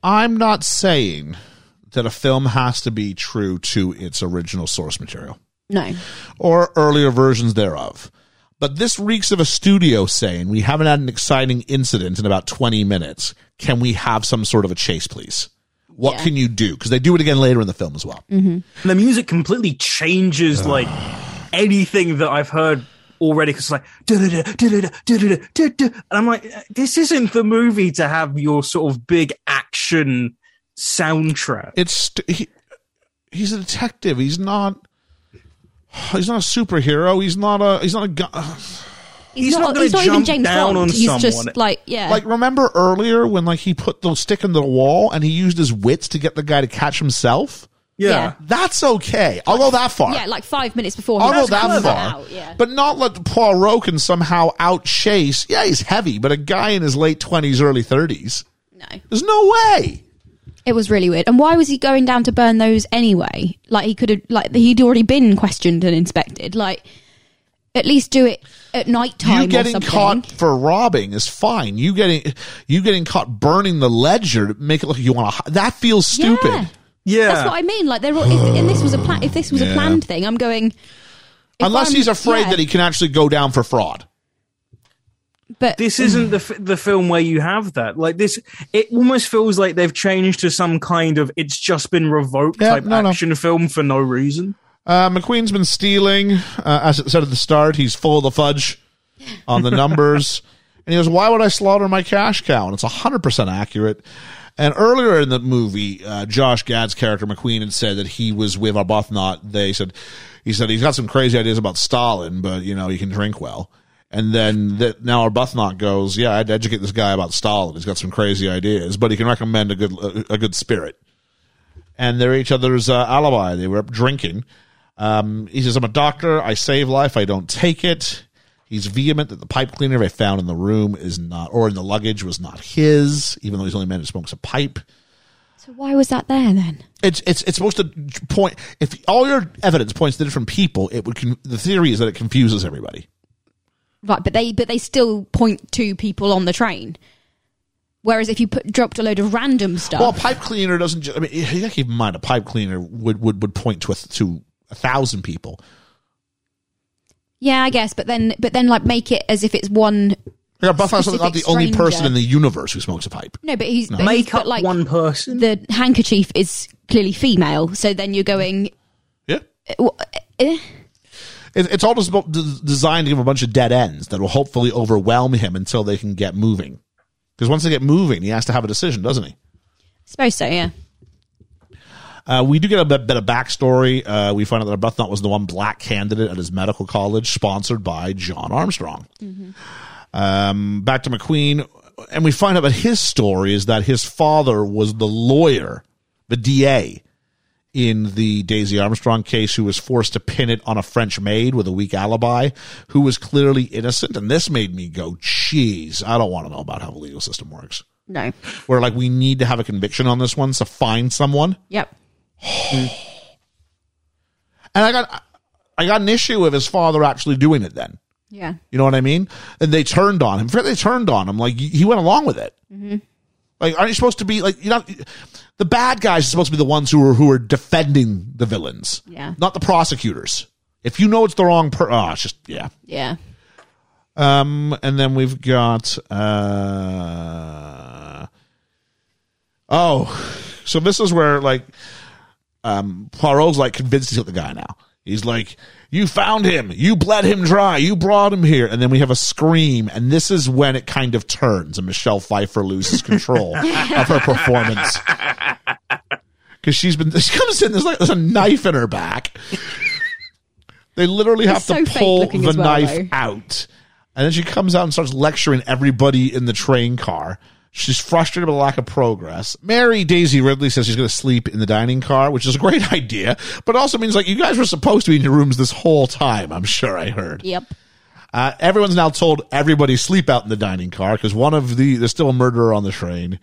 Speaker 1: I'm not saying that a film has to be true to its original source material.
Speaker 6: No,
Speaker 1: or earlier versions thereof. But this reeks of a studio saying, We haven't had an exciting incident in about 20 minutes. Can we have some sort of a chase, please? What
Speaker 6: Yeah.
Speaker 1: can you do? Because they do it again later in the film as well.
Speaker 8: And the music completely changes like anything that I've heard already because it's like "Du-du-du, du-du-du, du-du-du, du-du." and I'm like this isn't the movie to have your sort of big action soundtrack.
Speaker 1: It's st- he, he's a detective. He's not. He's not a superhero. He's not a. He's not a. gu-
Speaker 6: he's,
Speaker 8: not gonna jump down on
Speaker 6: he's
Speaker 8: someone.
Speaker 6: just like yeah,
Speaker 1: Like remember earlier when like he put the stick in the wall and he used his wits to get the guy to catch himself.
Speaker 6: yeah.
Speaker 1: That's okay. I'll go that far.
Speaker 6: yeah, like five minutes before. he
Speaker 1: I'll go
Speaker 6: was
Speaker 1: that
Speaker 6: called
Speaker 1: far,
Speaker 6: out, yeah.
Speaker 1: but not let Poirot can somehow out chase. Yeah, he's heavy, but a guy in his late twenties, early thirties.
Speaker 6: no,
Speaker 1: There's no way.
Speaker 6: It was really weird. And why was he going down to burn those anyway? Like he could have, like he'd already been questioned and inspected. Like at least do it at night
Speaker 1: you
Speaker 6: time or
Speaker 1: getting
Speaker 6: something.
Speaker 1: caught for robbing is fine. You getting you getting caught burning the ledger to make it look like you want to. That feels
Speaker 6: Yeah.
Speaker 1: stupid.
Speaker 8: Yeah,
Speaker 6: That's what I mean. Like they're all, if, and this was a plan. If this was
Speaker 1: Yeah.
Speaker 6: a planned thing, I'm going. if
Speaker 1: Unless
Speaker 6: I'm-
Speaker 1: he's afraid
Speaker 6: yeah,
Speaker 1: that he can actually go down for fraud.
Speaker 6: But
Speaker 8: this
Speaker 1: Hmm.
Speaker 8: isn't the f- the film where you have that. Like this, it almost feels like they've changed to some kind of it's just been revoked
Speaker 1: Yeah,
Speaker 8: type
Speaker 1: no, no.
Speaker 8: action film for no reason.
Speaker 1: Uh, McQueen's been stealing. Uh, as it said at the start, he's full of the fudge on the numbers. and he goes, Why would I slaughter my cash cow? And it's 100% accurate. And earlier in the movie, uh, Josh Gad's character, McQueen, had said that he was with Arbuthnot. They said, He said he's got some crazy ideas about Stalin, but, you know, he can drink well. And then that now Arbuthnot goes, Yeah, I'd educate this guy about Stalin. He's got some crazy ideas, but he can recommend a good, a, a good spirit. And they're each other's uh, alibi. They were up drinking. Um, he says, I'm a doctor. I save life. I don't take it. He's vehement that the pipe cleaner they found in the room is not, or in the luggage was not his, even though he's the only man who smokes a pipe.
Speaker 6: so why was that there then?
Speaker 1: It's, it's, it's supposed to point, if all your evidence points to different people, it would, con- the theory is that it confuses everybody.
Speaker 6: Right, but they but they still point to people on the train. Whereas if you put dropped a load of random stuff,
Speaker 1: Well, a pipe cleaner doesn't, ju- I mean, you gotta keep in mind a pipe cleaner would, would, would point to a, to a thousand people.
Speaker 6: yeah, I guess. But then but then like make it as if it's one.
Speaker 1: Yeah, Buffalo's not the
Speaker 6: Specific
Speaker 1: only person
Speaker 6: stranger.
Speaker 1: in the universe who smokes a pipe.
Speaker 6: No, but he's but he's-
Speaker 8: Make
Speaker 6: but,
Speaker 8: up one person.
Speaker 6: the handkerchief is clearly female. So then you're going,
Speaker 1: Yeah.
Speaker 6: uh, eh, wha- eh?
Speaker 1: it, it's all just about d- designed to give a bunch of dead ends that will hopefully overwhelm him until they can get moving. Because once they get moving, he has to have a decision, doesn't he?
Speaker 6: Suppose so, yeah.
Speaker 1: Uh, we do get a bit, bit of backstory. Uh, we find out that Arbuthnot was the one black candidate at his medical college, sponsored by John Armstrong. Mm-hmm. Um, back to McQueen, and we find out that his story is that his father was the lawyer, the DA in the Daisy Armstrong case, who was forced to pin it on a French maid with a weak alibi, who was clearly innocent. And this made me go, "Jeez, I don't want to know about how the legal system works."
Speaker 6: No.
Speaker 1: Where like we need to have a conviction on this one to find someone.
Speaker 6: Yep.
Speaker 1: and I got I got an issue with his father actually doing it then.
Speaker 6: Yeah.
Speaker 1: You know what I mean? And they turned on him. Forget they turned on him. Like he went along with it. Like aren't you supposed to be like you know the bad guys are supposed to be the ones who are who are defending the villains.
Speaker 6: Yeah.
Speaker 1: Not the prosecutors. If you know it's the wrong per oh, it's just yeah.
Speaker 6: Yeah.
Speaker 1: Um, and then we've got uh oh, so this is where like um Poirot's like convinced he's got the guy now. He's like, "You found him. You bled him dry. You brought him here." And then we have a scream, and this is when it kind of turns, and Michelle Pfeiffer loses
Speaker 6: <laughs>
Speaker 1: control of her performance because she's been. She comes in. There's like there's a knife in her back. They literally have
Speaker 6: It's
Speaker 1: to
Speaker 6: so fake
Speaker 1: pull
Speaker 6: looking
Speaker 1: the
Speaker 6: as well,
Speaker 1: knife
Speaker 6: though.
Speaker 1: out. And then she comes out and starts lecturing everybody in the train car. She's frustrated by the lack of progress. Mary Daisy Ridley says she's going to sleep in the dining car, which is a great <laughs> idea, but also means like you guys were supposed to be in your rooms this whole time. I'm sure I heard.
Speaker 6: Yep.
Speaker 1: Uh, everyone's now told everybody sleep out in the dining car because one of the there's still a murderer on the train.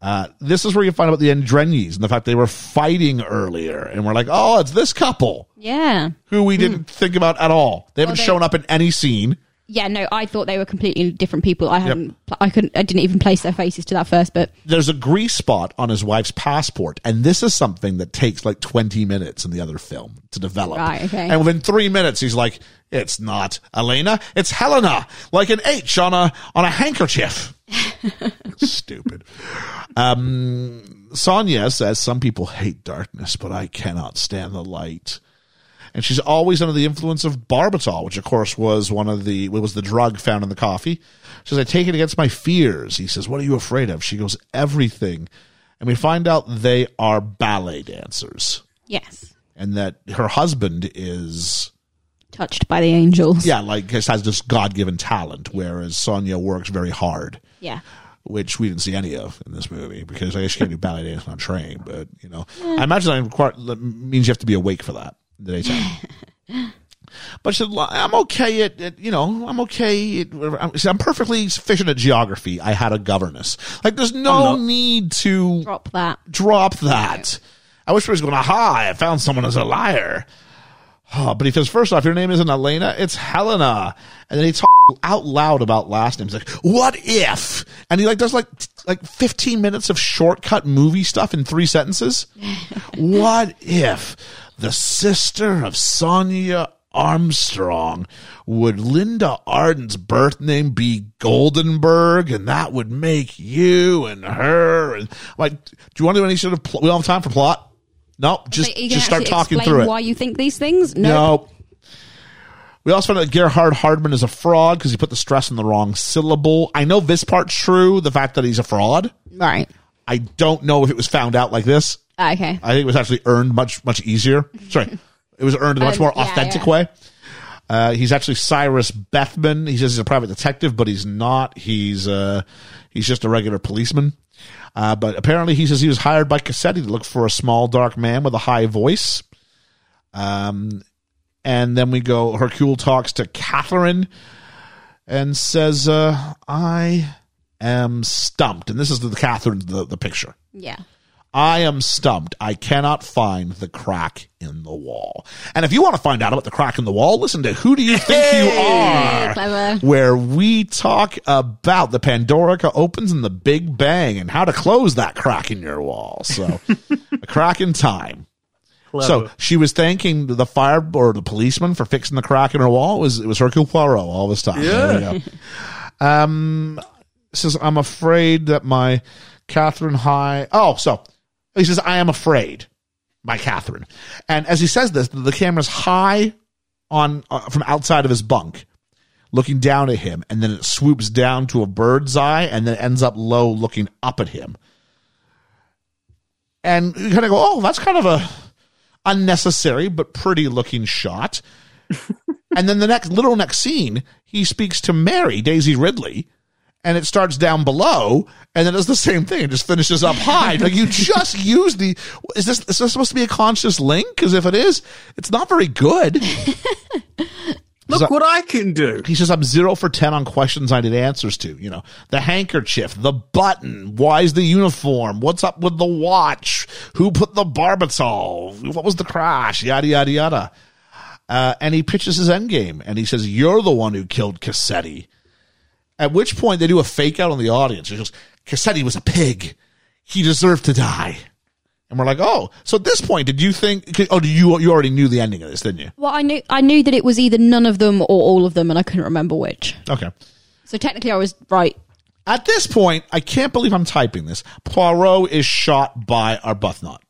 Speaker 1: Uh, this is where you find out about the Andrenyes and the fact they were fighting earlier, and we're like, oh, it's this couple
Speaker 6: Yeah.
Speaker 1: who we didn't think about at all. They haven't
Speaker 6: they-
Speaker 1: shown up in any scene.
Speaker 6: Yeah, no, I thought they were completely different people. I hadn't, I couldn't, I didn't even place their faces to that first, but
Speaker 1: There's a grease spot on his wife's passport, and this is something that takes like 20 minutes in the other film to develop.
Speaker 6: Right, okay.
Speaker 1: And within three minutes, he's like, "It's not Elena, it's Helena, like an H on a on a
Speaker 6: <laughs>
Speaker 1: handkerchief." Stupid. Um, Sonia says some people hate darkness, but I cannot stand the light. and she's always under the influence of barbitol, which of course was one of the what was the drug found in the coffee. She says, "I take it against my fears." He says, "What are you afraid of?" She goes, "Everything," and we find out they are ballet dancers,
Speaker 6: yes,
Speaker 1: and that her husband is
Speaker 6: touched by the angels.
Speaker 1: yeah, like has has this god given talent, whereas Sonia works very hard
Speaker 6: Yeah.
Speaker 1: which we didn't see any of in this movie because I guess you can't do ballet dance on a train. But you know, I imagine that require- that means you have to be awake for that in the daytime. but she said, "Well, I'm okay at, at you know I'm okay. At, I'm, see, I'm perfectly sufficient at geography. I had a governess. Like there's no need to drop,
Speaker 6: Drop that.
Speaker 1: that. I wish we was going. Aha! I found someone as a liar. Oh, but he says, first off, your name isn't Elena, it's Helena. And then he talks out loud about last names, like, what if? And he like does like t- like 15 minutes of shortcut movie stuff in three
Speaker 6: <laughs>
Speaker 1: sentences. what if the sister of Sonia Armstrong would Linda Arden's birth name be Goldenberg, and that would make you and her and like, do you want to do any sort of? Pl- we don't have time for plot. No, just
Speaker 6: But you can
Speaker 1: just start
Speaker 6: actually
Speaker 1: talking
Speaker 6: explain
Speaker 1: through it.
Speaker 6: Why you think these things? No.
Speaker 1: No. We also found out that Gerhard Hardman is a fraud because he put the stress on the wrong syllable. I know this part's true, the fact that he's a fraud.
Speaker 6: Right.
Speaker 1: I don't know if it was found out like this.
Speaker 6: Ah, Okay.
Speaker 1: I think it was actually earned much, much easier. Sorry. It was earned in a much
Speaker 6: Um,
Speaker 1: more
Speaker 6: yeah,
Speaker 1: authentic
Speaker 6: yeah.
Speaker 1: way. Uh, he's actually Cyrus Bethman. He says he's a private detective, but he's not. He's uh, he's just a regular policeman. Uh, but apparently, he says he was hired by Cassetti to look for a small, dark man with a high voice. Um, and then we go. Hercule talks to Catherine and says, uh, "I am stumped." And this is the Catherine, the, the picture.
Speaker 6: Yeah.
Speaker 1: I am stumped. I cannot find the crack in the wall. And if you want to find out about the crack in the wall, listen to Who Do You Think You Are?
Speaker 6: Clever.
Speaker 1: Where we talk about the Pandorica opens and the Big Bang and how to close that crack in your wall. So, <laughs> a crack in time. So she was thanking the fire or the policeman for fixing the crack in her wall. It was it was Hercule Poirot all this time? There we go. um, says I'm afraid that my Catherine High. Oh, so he says I am afraid, my Catherine. And as he says this, the camera's high on uh, from outside of his bunk, looking down at him, and then it swoops down to a bird's eye, and then ends up low, looking up at him. And you kind of go, oh, that's kind of a unnecessary but pretty looking shot. and then the next little next scene, he speaks to Mary Daisy Ridley, and it starts down below, and then does the same thing. It just finishes up high. like you just use the. Is this is this supposed to be a conscious link? Because if it is, it's not very good.
Speaker 8: Look what I can do.
Speaker 1: He says I'm zero for ten on questions I need answers to. You know, the handkerchief, the button, why's the uniform? What's up with the watch? Who put the barbitol? What was the crash? Yada yada yada. Uh, and he pitches his end game, and he says, "You're the one who killed Cassetti." At which point they do a fake out on the audience. It goes, Cassetti was a pig. He deserved to die. And we're like, oh, so at this point, did you think? Oh, you you already knew the ending of this, didn't you?
Speaker 9: Well, I knew I knew that it was either none of them or all of them, and I couldn't remember which.
Speaker 1: Okay.
Speaker 9: So technically, I was right.
Speaker 1: At this point, I can't believe I'm typing this. Poirot is shot by Arbuthnot.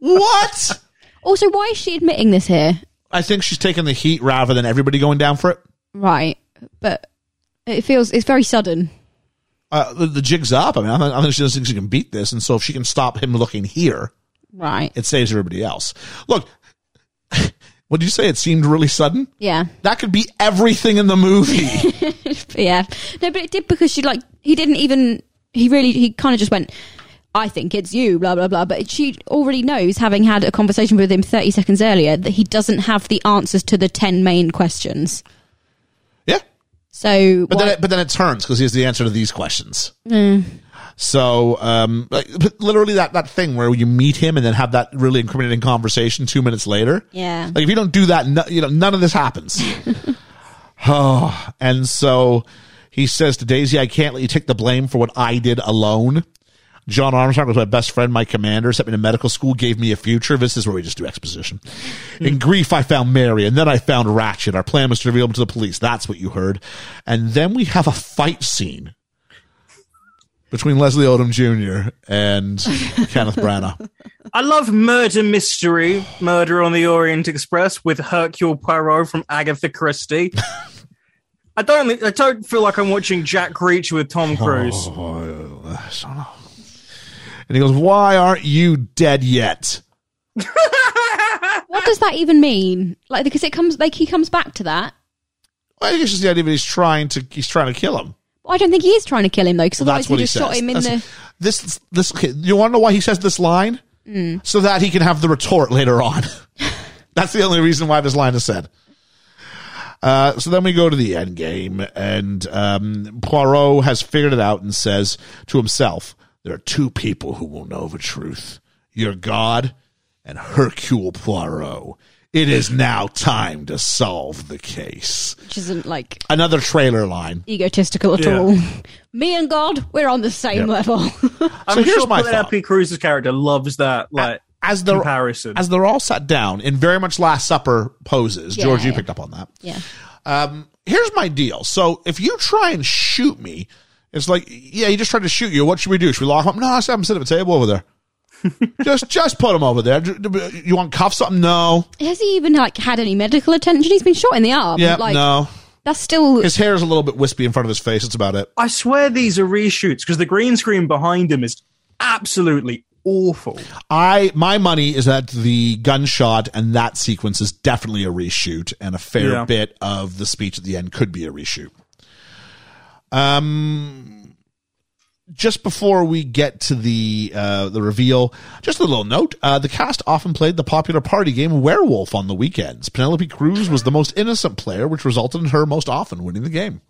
Speaker 1: what?
Speaker 6: Also, why is she admitting this here?
Speaker 1: I think she's taking the heat rather than everybody going down for it.
Speaker 9: Right, but it feels it's very sudden.
Speaker 1: Uh, the, the jig's up. I mean, I, think- I think she doesn't think she can beat this, and so if she can stop him looking here,
Speaker 9: Right.
Speaker 1: it saves everybody else. Look, <laughs> what did you say? It seemed really sudden.
Speaker 9: Yeah.
Speaker 1: That could be everything in the movie.
Speaker 6: Yeah.
Speaker 9: No, but it did because she like he didn't even he really he kind of just went. I think it's you, blah blah blah. But she already knows, having had a conversation with him thirty seconds earlier, that he doesn't have the answers to the ten main questions.
Speaker 1: yeah,
Speaker 9: So,
Speaker 1: but
Speaker 9: why-
Speaker 1: then it, but then it turns because he has the answer to these questions. So, um, like, but literally that that thing where you meet him and then have that really incriminating conversation two minutes later.
Speaker 9: yeah,
Speaker 1: Like if you don't do that, no, you know none of this happens. oh, and so he says to Daisy, "I can't let you take the blame for what I did alone." John Armstrong was my best friend, my commander, sent me to medical school, gave me a future. This is where we just do exposition. In grief, I found Mary, and then I found Ratchet. Our plan was to reveal him to the police. That's what you heard. And then we have a fight scene between Leslie Odom Jr. and Kenneth Branagh.
Speaker 8: I love murder mystery, Murder on the Orient Express with Hercule Poirot from
Speaker 1: <laughs>
Speaker 8: Agatha Christie. I don't. I don't feel like I'm watching Jack Reacher with Tom Cruise.
Speaker 1: Oh. And he goes, Why aren't you dead yet?
Speaker 6: What does that even mean? Like, because it comes, like, he comes back to that.
Speaker 1: Well, I think it's just the idea that he's trying to he's trying to kill him.
Speaker 6: Well, I don't think he is trying to kill him, though, because
Speaker 1: So
Speaker 6: otherwise
Speaker 1: that's
Speaker 6: he
Speaker 1: what he
Speaker 6: just
Speaker 1: says.
Speaker 6: shot him in
Speaker 1: That's-
Speaker 6: the.
Speaker 1: this this okay, you want to know why he says this line?
Speaker 6: Hmm.
Speaker 1: So that he can have the retort later on. <laughs> that's the only reason why this line is said. Uh, so then we go to the end game, and um, Poirot has figured it out and says to himself, "There are two people who will know the truth: your God and Hercule Poirot." It is now time to solve the case.
Speaker 9: which isn't like
Speaker 1: Another trailer line.
Speaker 9: egotistical at
Speaker 8: Yeah.
Speaker 9: all. <laughs> Me and God, we're on the same level. <laughs>
Speaker 8: I'm
Speaker 1: So here's
Speaker 8: sure
Speaker 1: my
Speaker 8: Penelope Cruz's character loves that. Like
Speaker 1: as they're
Speaker 8: comparison.
Speaker 1: as they're all sat down in very much Last Supper poses.
Speaker 9: Yeah,
Speaker 1: George, you
Speaker 9: yeah.
Speaker 1: picked up on that.
Speaker 9: yeah,
Speaker 1: Um, here's my deal. So if you try and shoot me, it's like, yeah, he just tried to shoot you. What should we do? Should we lock him up? No, I said I'm sitting at a table over there. just just put him over there. You want cuffs? Something? No.
Speaker 9: has he even like had any medical attention? He's been shot in the arm.
Speaker 1: Yeah,
Speaker 9: like
Speaker 1: no.
Speaker 9: that's still
Speaker 1: His hair is a little bit wispy in front of his face. That's about it.
Speaker 8: I swear these are reshoots because the green screen behind him is absolutely awful.
Speaker 1: I my money is that the gunshot and that sequence is definitely a reshoot, and a fair
Speaker 8: Yeah.
Speaker 1: bit of the speech at the end could be a reshoot. Um, just before we get to the uh, the reveal, just a little note: uh, the cast often played the popular party game Werewolf on the weekends. Penelope Cruz was the most innocent player, which resulted in her most often winning the game.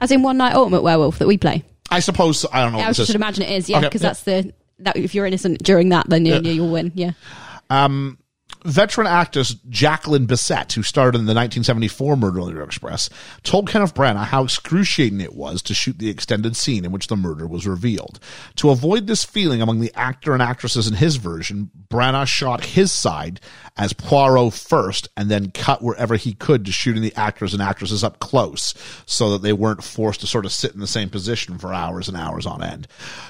Speaker 9: as in one night ultimate werewolf that we play.
Speaker 1: I suppose I don't know.
Speaker 9: I
Speaker 1: what Oh, this
Speaker 9: should
Speaker 1: is.
Speaker 9: imagine it is, yeah,
Speaker 1: Okay,
Speaker 9: because
Speaker 1: yeah.
Speaker 9: that's the that if you're innocent during that, then you,
Speaker 1: Yeah.
Speaker 9: you'll win. Yeah,
Speaker 1: Veteran actress Jacqueline Bisset, who starred in the 1974 Murder on the Orient Express, told Kenneth Branagh how excruciating it was to shoot the extended scene in which the murder was revealed. To avoid this feeling among the actor and actresses in his version, Branagh shot his side as Poirot first and then cut wherever he could to shooting the actors and actresses up close so that they weren't forced to sort of sit in the same position for hours and hours on end.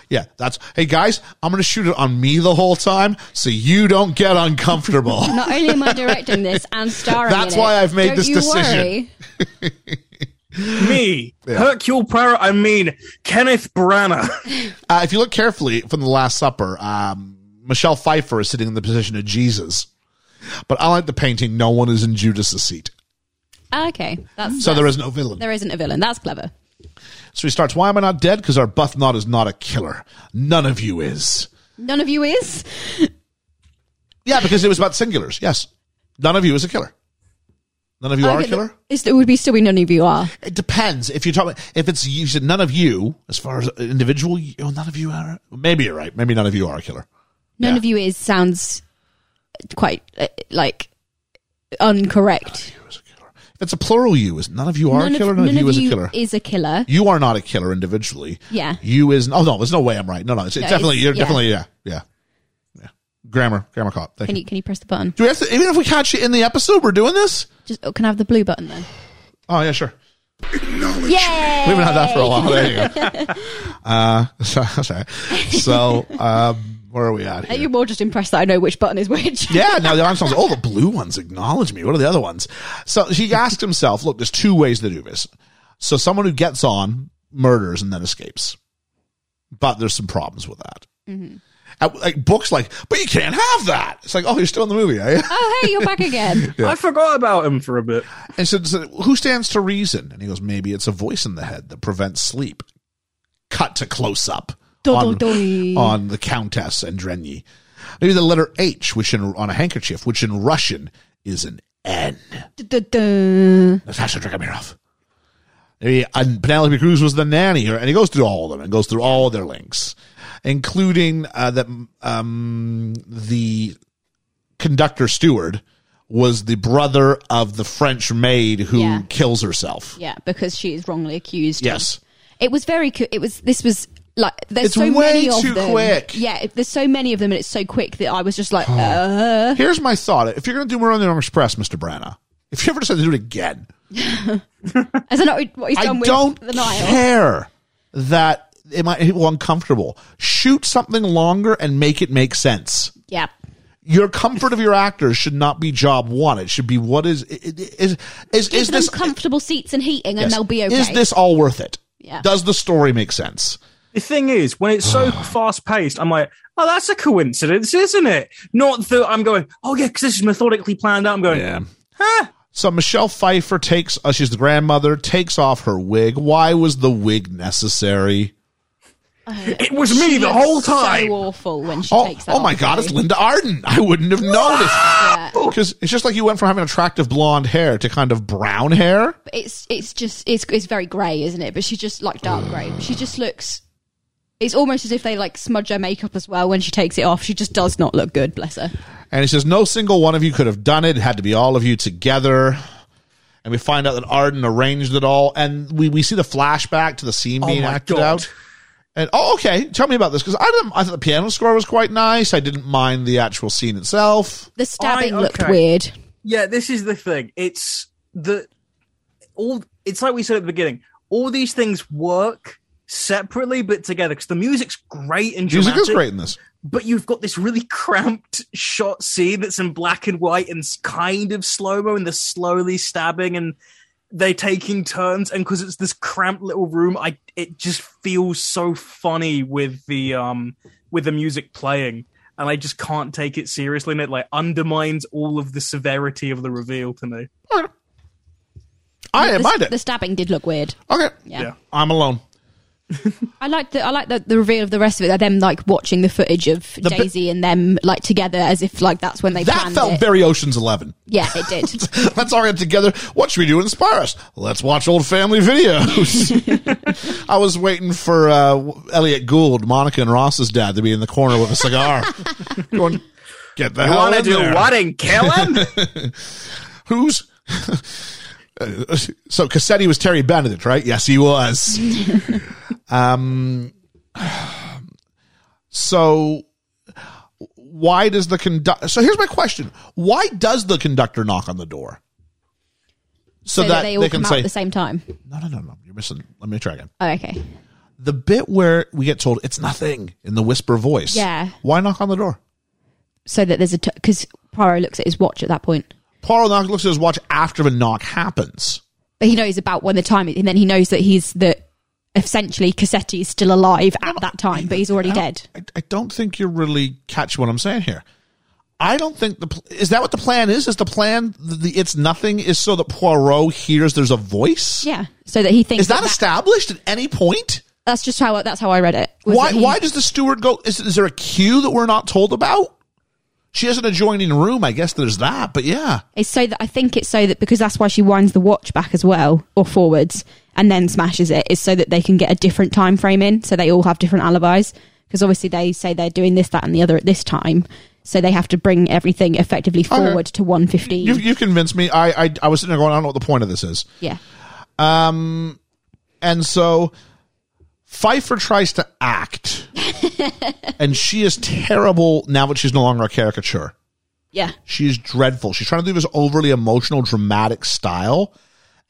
Speaker 1: Yeah, that's, hey guys, I'm going to shoot it on me the whole time so you don't get uncomfortable. all.
Speaker 6: Not only am I directing this
Speaker 1: <laughs>
Speaker 6: and starring.
Speaker 1: That's
Speaker 6: in it,
Speaker 1: why I've made
Speaker 6: don't
Speaker 1: this
Speaker 6: you
Speaker 1: decision.
Speaker 6: Worry.
Speaker 8: Me, Hercule Poirot. I mean, Kenneth Branagh.
Speaker 1: Uh, if you look carefully from the Last Supper, um, Michelle Pfeiffer is sitting in the position of Jesus. But I like the painting. No one is in Judas's seat,
Speaker 9: Ah,
Speaker 6: Okay, that's
Speaker 1: so there is no villain.
Speaker 6: there isn't a villain. That's clever.
Speaker 1: So he starts. Why am I not dead? Because our Buthnot is not a killer. None of you is.
Speaker 6: None of you is.
Speaker 1: Yeah, because it was about singulars. Yes, none of you is a killer. None of you are a
Speaker 6: Okay,
Speaker 1: killer.
Speaker 6: It's, it would be still be none of you are.
Speaker 1: It depends. If you talk, if it's you said none of you, as far as individual, you, oh, none of you are. Maybe you're right. Maybe none of you are a killer.
Speaker 6: None
Speaker 1: Yeah.
Speaker 6: of you is sounds quite uh, like uncorrect.
Speaker 1: Who is a killer? If it's a plural you, is none of you are
Speaker 6: none
Speaker 1: a killer.
Speaker 6: of,
Speaker 1: none, of you is a
Speaker 6: you
Speaker 1: killer.
Speaker 6: is a killer.
Speaker 1: you are not a killer individually.
Speaker 6: Yeah.
Speaker 1: You is. Oh no, there's no way I'm right. No, no, it's, it's
Speaker 6: No,
Speaker 1: definitely
Speaker 6: it's-
Speaker 1: you're
Speaker 6: yeah.
Speaker 1: definitely yeah, yeah, yeah. Grammar, grammar cop. Thank
Speaker 6: Can
Speaker 1: you.
Speaker 6: you can you press the button?
Speaker 1: Do we have to? Even if we catch it in the episode, we're doing this.
Speaker 6: Just oh, can I have the blue button then?
Speaker 1: Oh yeah, sure.
Speaker 6: Yay!
Speaker 1: We haven't had that for a while. There you go. <laughs> uh, so, sorry. So, um, where are we at here?
Speaker 6: You're more just impressed that I know which button is which.
Speaker 1: Yeah, now the Armstrongs, all the blue ones acknowledge me. What are the other ones? So he asked himself, look, there's two ways to do this. So someone who gets on, murders, and then escapes. But there's some problems with that. Uh, Like books, like, but you can't have that. It's like, oh, you're still in the movie, are you?
Speaker 6: <laughs> Oh hey, you're
Speaker 1: <laughs>
Speaker 6: back again.
Speaker 8: <laughs> I forgot about him for a bit.
Speaker 1: And so, so who stands to reason? And he goes, maybe it's a voice in the head that prevents sleep. Cut to close up
Speaker 6: Dun,
Speaker 1: on,
Speaker 6: dun, dun.
Speaker 1: on the Countess and Drenyi. Maybe the letter H, which in, on a handkerchief, which in Russian is an N.
Speaker 6: Du-du-du.
Speaker 1: Natasha Dragomirov. Maybe, And Penelope Cruz was the nanny, or- and he goes through all of them and goes through all their links, including uh, that um, the conductor steward was the brother of the French maid who
Speaker 6: Yeah.
Speaker 1: kills herself.
Speaker 6: Yeah, because she is wrongly accused.
Speaker 1: Yes.
Speaker 6: It was very. co- It was. This was like. There's
Speaker 1: It's
Speaker 6: so
Speaker 1: way
Speaker 6: many of
Speaker 1: too
Speaker 6: them.
Speaker 1: quick. Oh.
Speaker 6: Yeah, it- there's so many of them, and it's so quick that I was just like, uh,
Speaker 1: Here's my thought: If you're going to do more on the Orient Express, Mister Branagh, if you ever decide to do it again,
Speaker 6: is that not what he's
Speaker 1: I
Speaker 6: done with
Speaker 1: don't
Speaker 6: the Nile?
Speaker 1: care that it might people uncomfortable. Shoot something longer and make it make sense.
Speaker 6: Yeah,
Speaker 1: your comfort of your actors should not be job one. It should be what is is is is,
Speaker 6: give
Speaker 1: is
Speaker 6: them
Speaker 1: this
Speaker 6: comfortable seats and heating, and
Speaker 1: yes.
Speaker 6: they'll be okay.
Speaker 1: Is this all worth it?
Speaker 6: Yeah.
Speaker 1: Does the story make sense?
Speaker 8: The thing is, when it's
Speaker 1: <sighs>
Speaker 8: so fast paced, I'm like, oh, that's a coincidence, isn't it? Not that I'm going, oh, yeah, because this is methodically planned out. I'm going,
Speaker 1: So Michelle Pfeiffer takes uh, she's the grandmother takes off her wig. Why was the wig necessary?
Speaker 8: it was me the
Speaker 6: Looks
Speaker 8: whole time.
Speaker 6: So awful when she
Speaker 1: Oh,
Speaker 6: takes that.
Speaker 1: oh my
Speaker 6: off,
Speaker 1: god,
Speaker 6: really.
Speaker 1: it's Linda Arden. I wouldn't
Speaker 6: <laughs>
Speaker 1: have
Speaker 6: Yeah.
Speaker 1: noticed. Because it's just like you went from having attractive blonde hair to kind of brown hair.
Speaker 6: It's it's just it's it's very grey, isn't it? But she just like dark
Speaker 1: <sighs>
Speaker 6: grey. She just looks. It's almost as if they like smudge her makeup as well when she takes it off. She just does not look good. Bless her.
Speaker 1: And he says, No single one of you could have done it. It had to be all of you together. And we find out that Arden arranged it all. And we, we see the flashback to the
Speaker 6: Oh
Speaker 1: scene being
Speaker 8: Oh my
Speaker 1: acted
Speaker 8: God.
Speaker 1: out. And oh, okay. Tell me about this because I didn't. I thought the piano score was quite nice. I didn't mind the actual scene itself.
Speaker 6: The stabbing looked
Speaker 8: okay.
Speaker 6: weird.
Speaker 8: Yeah, this is the thing. It's the all. It's like we said at the beginning. All these things work separately, but together because the music's great and
Speaker 1: Music is
Speaker 8: dramatic,
Speaker 1: great in this.
Speaker 8: But you've got this really cramped shot scene that's in black and white and s- kind of slow mo, and they're slowly stabbing and they're taking turns. And because it's this cramped little room, I it just feels so funny with the um with the music playing. And I just can't take it seriously, and it like undermines all of the severity of the reveal to me.
Speaker 1: I didn't
Speaker 6: the,
Speaker 1: mind it.
Speaker 6: the stabbing did look weird.
Speaker 1: okay.
Speaker 6: Yeah.
Speaker 8: Yeah.
Speaker 1: I'm alone.
Speaker 6: I like the I like the, the reveal of the rest of it. Them like watching the footage of
Speaker 1: The bit-
Speaker 6: Daisy and them like together as if like that's when they
Speaker 1: That
Speaker 6: planned
Speaker 1: felt
Speaker 6: it.
Speaker 1: very Ocean's Eleven.
Speaker 6: yeah, it
Speaker 1: <laughs>
Speaker 6: did.
Speaker 1: Let's all get together. What should we do to inspire us? Let's watch old family videos. <laughs> I was waiting for uh, Elliot Gould, Monica and Ross's dad, to be in the corner with a
Speaker 8: <laughs>
Speaker 1: cigar, going, "Get the
Speaker 8: You
Speaker 1: hell
Speaker 8: want to
Speaker 1: in
Speaker 8: do
Speaker 1: there."
Speaker 8: what and kill him?
Speaker 1: <laughs> Who's? <laughs> Uh, so Cassetti was Terry Benedict, right? Yes, he
Speaker 6: <laughs>
Speaker 1: was. um, so why does the conductor? So here's my question: Why does the conductor knock on the door? So, that, they,
Speaker 6: all
Speaker 1: can
Speaker 6: come out
Speaker 1: say,
Speaker 6: at the same time.
Speaker 1: no, no, no, no. You're missing. Let me try again.
Speaker 6: Oh, okay.
Speaker 1: The bit where we get told it's nothing in the whisper voice.
Speaker 6: Yeah.
Speaker 1: Why knock on the door?
Speaker 6: so that there's a because Poirot looks at his watch at that point,
Speaker 1: Poirot knock- looks at his watch after the knock happens.
Speaker 6: but he knows about when the time, and then he knows that he's that essentially Cassetti is still alive at that time, but he's already
Speaker 1: I
Speaker 6: dead.
Speaker 1: don't- I, I don't think you really catch what I'm saying here. I don't think the pl- is that what the plan is. Is the plan the, the it's nothing is so that Poirot hears there's a voice.
Speaker 6: Yeah, so that he thinks
Speaker 1: Is that established at any point?
Speaker 6: that's just how that's how I read it. was
Speaker 1: Why
Speaker 6: that he-
Speaker 1: why does the steward go? Is, is there a cue that we're not told about? She has an adjoining room. I guess there's that, but yeah,
Speaker 6: It's so that I think it's so that because that's why she winds the watch back as well or forwards and then smashes it is so that they can get a different time frame in so they all have different alibis because obviously they say they're doing this that and the other at this time so they have to bring everything effectively forward to 115
Speaker 1: you've, you've convinced me. I, I I was sitting there going, I don't know what the point of this is.
Speaker 6: yeah
Speaker 1: Um, And so Pfeiffer tries to act, and she is terrible now that she's no longer a caricature.
Speaker 6: yeah
Speaker 1: She's dreadful. She's trying to do this overly emotional, dramatic style,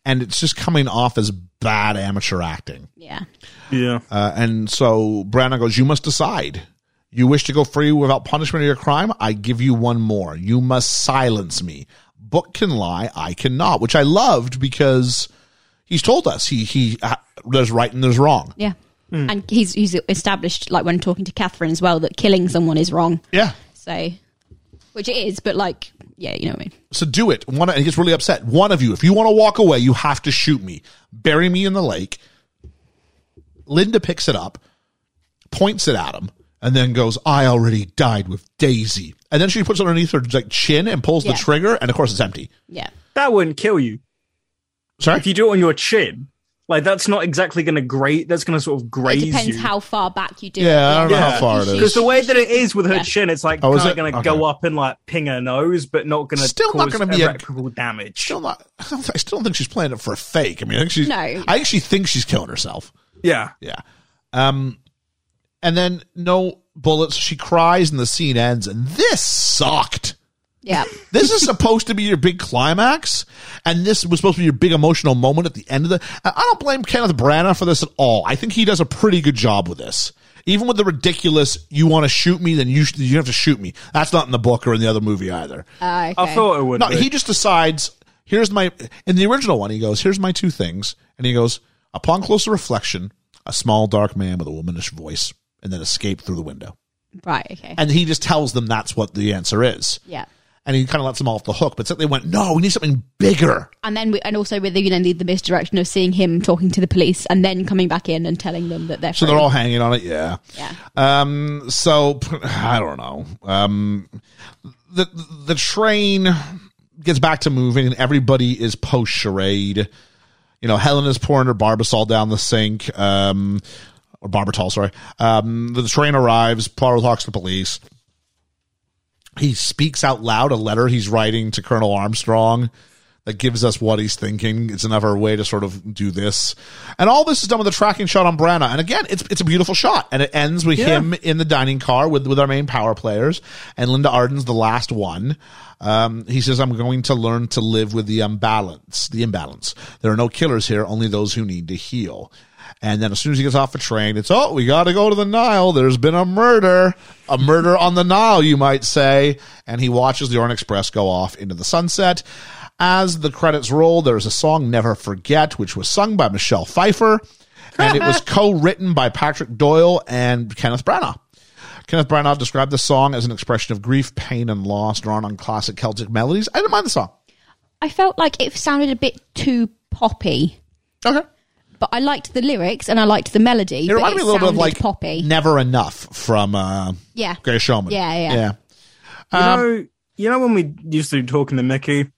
Speaker 1: and it's just coming off as bad amateur acting.
Speaker 6: yeah
Speaker 8: Yeah.
Speaker 1: Uh, and so Branagh goes, You must decide. You wish to go free without punishment of your crime? I give you one more. You must silence me. Book can lie, I cannot, which I loved because he's told us he he uh, there's right and there's wrong.
Speaker 6: yeah
Speaker 1: Hmm.
Speaker 6: and he's he's established like when talking to Catherine as well that killing someone is wrong
Speaker 1: Yeah.
Speaker 6: so which it is but like yeah you know what I mean
Speaker 1: So do it. One, and he gets really upset. One of you, if you want to walk away, you have to shoot me. Bury me in the lake. Linda picks it up, points it at him, and then goes, I already died with Daisy. And then she puts it underneath her like chin and pulls
Speaker 6: Yeah.
Speaker 1: the trigger, and of course it's empty.
Speaker 6: yeah
Speaker 8: That wouldn't kill you.
Speaker 1: Sorry?
Speaker 8: If you do it on your chin, like that's not exactly going to grate. That's going to sort of
Speaker 6: it
Speaker 8: graze
Speaker 6: depends
Speaker 8: you.
Speaker 6: how far back you do it
Speaker 1: yeah, I don't know
Speaker 8: Yeah.
Speaker 1: how far it
Speaker 8: because
Speaker 1: is.
Speaker 8: the way that it is with her
Speaker 6: Yeah.
Speaker 8: chin, it's like
Speaker 1: Oh, is
Speaker 8: kind of
Speaker 1: it?
Speaker 8: going to
Speaker 1: Okay.
Speaker 8: go up and like ping her nose, but not going to
Speaker 1: Still not
Speaker 8: cause
Speaker 1: gonna be a-
Speaker 8: irreparable damage.
Speaker 1: Still not, <laughs> I, don't, think- I still don't think she's playing it for a fake. I mean, I think she's,
Speaker 6: No.
Speaker 1: I think she thinks she's killing herself.
Speaker 8: yeah,
Speaker 1: Yeah. Um, and then no bullets. She cries, and the scene ends. And this sucked.
Speaker 8: <laughs>
Speaker 6: yeah
Speaker 1: this is supposed to be your big climax, and this was supposed to be your big emotional moment at the end of the. I I don't blame Kenneth Branagh for this at all. I think he does a pretty good job with this. Even with the ridiculous, you want to shoot me, then you sh- you have to shoot me. That's not in the book or in the other movie either.
Speaker 6: Ah,
Speaker 8: I
Speaker 6: okay.
Speaker 8: thought it would.
Speaker 1: No,
Speaker 8: be.
Speaker 1: he just decides. Here's my in the original one. He goes, "Here's my two things," and he goes, "Upon closer reflection, a small dark man with a womanish voice, and then escaped through the window."
Speaker 6: right okay
Speaker 1: And he just tells them that's what the answer is
Speaker 6: yeah
Speaker 1: and he kind of lets them off the hook. But they went, no, we need something bigger.
Speaker 6: and then we, and also with the, you know the, the misdirection of seeing him talking to the police and then coming back in and telling them that they're
Speaker 1: So
Speaker 6: free.
Speaker 1: they're all hanging on it. Yeah.
Speaker 6: yeah
Speaker 1: Um. So <sighs> I don't know. Um. The the train gets back to moving, and everybody is post charade. You know, Helen is pouring her barbasol down the sink. Um. Or barbitol, sorry. Um, the train arrives. Poirot talks to the police. He speaks out loud a letter he's writing to Colonel Armstrong that gives us what he's thinking. It's another way to sort of do this. And all this is done with a tracking shot on Branagh. And again, it's it's a beautiful shot. And it ends with him in the dining car with, with our main power players. And Linda Arden's the last one. Um, he says, I'm going to learn to live with the imbalance, the imbalance. There are no killers here, only those who need to heal. And then as soon as he gets off the train, it's, oh, we got to go to the Nile. There's been a murder. A murder on the Nile, you might say. And he watches the Orient Express go off into the sunset. As the credits roll, there's a song, Never Forget, which was sung by Michelle Pfeiffer. And it
Speaker 6: <laughs>
Speaker 1: was co written by Patrick Doyle and Kenneth Branagh. Kenneth Branagh described the song as an expression of grief, pain, and loss, drawn on classic Celtic melodies. I didn't mind the song.
Speaker 6: i felt like it sounded a bit too poppy
Speaker 1: Okay.
Speaker 6: but i liked the lyrics and i liked the melody
Speaker 1: It
Speaker 6: but
Speaker 1: reminded me a little bit of
Speaker 6: sounded
Speaker 1: like
Speaker 6: poppy
Speaker 1: Never Enough from uh,
Speaker 6: yeah
Speaker 1: Gary Showman.
Speaker 6: Yeah, yeah.
Speaker 1: Yeah.
Speaker 8: you know,
Speaker 1: Um,
Speaker 8: you know when we used to talking to Mickey.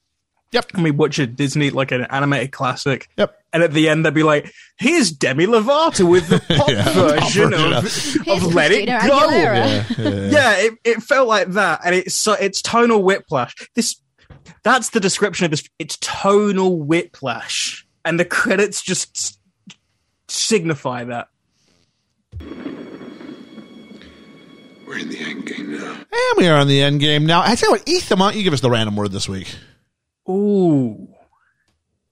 Speaker 1: Yep.
Speaker 8: And we watch a Disney like an animated classic.
Speaker 1: Yep.
Speaker 8: And at the end, they'd be like, "Here's Demi Lovato with
Speaker 1: <laughs>
Speaker 8: the pop version
Speaker 1: version
Speaker 8: of, of Let It Go."
Speaker 6: Christina Aguilera.
Speaker 8: yeah, it, it felt like that, and it's so it's tonal whiplash. This that's the description of this. It's tonal whiplash, and the credits just s- signify that.
Speaker 3: We're in the end game now.
Speaker 1: And we are on the end game now. I tell you what, Ethan, why don't you give us the random word this week?
Speaker 8: Ooh,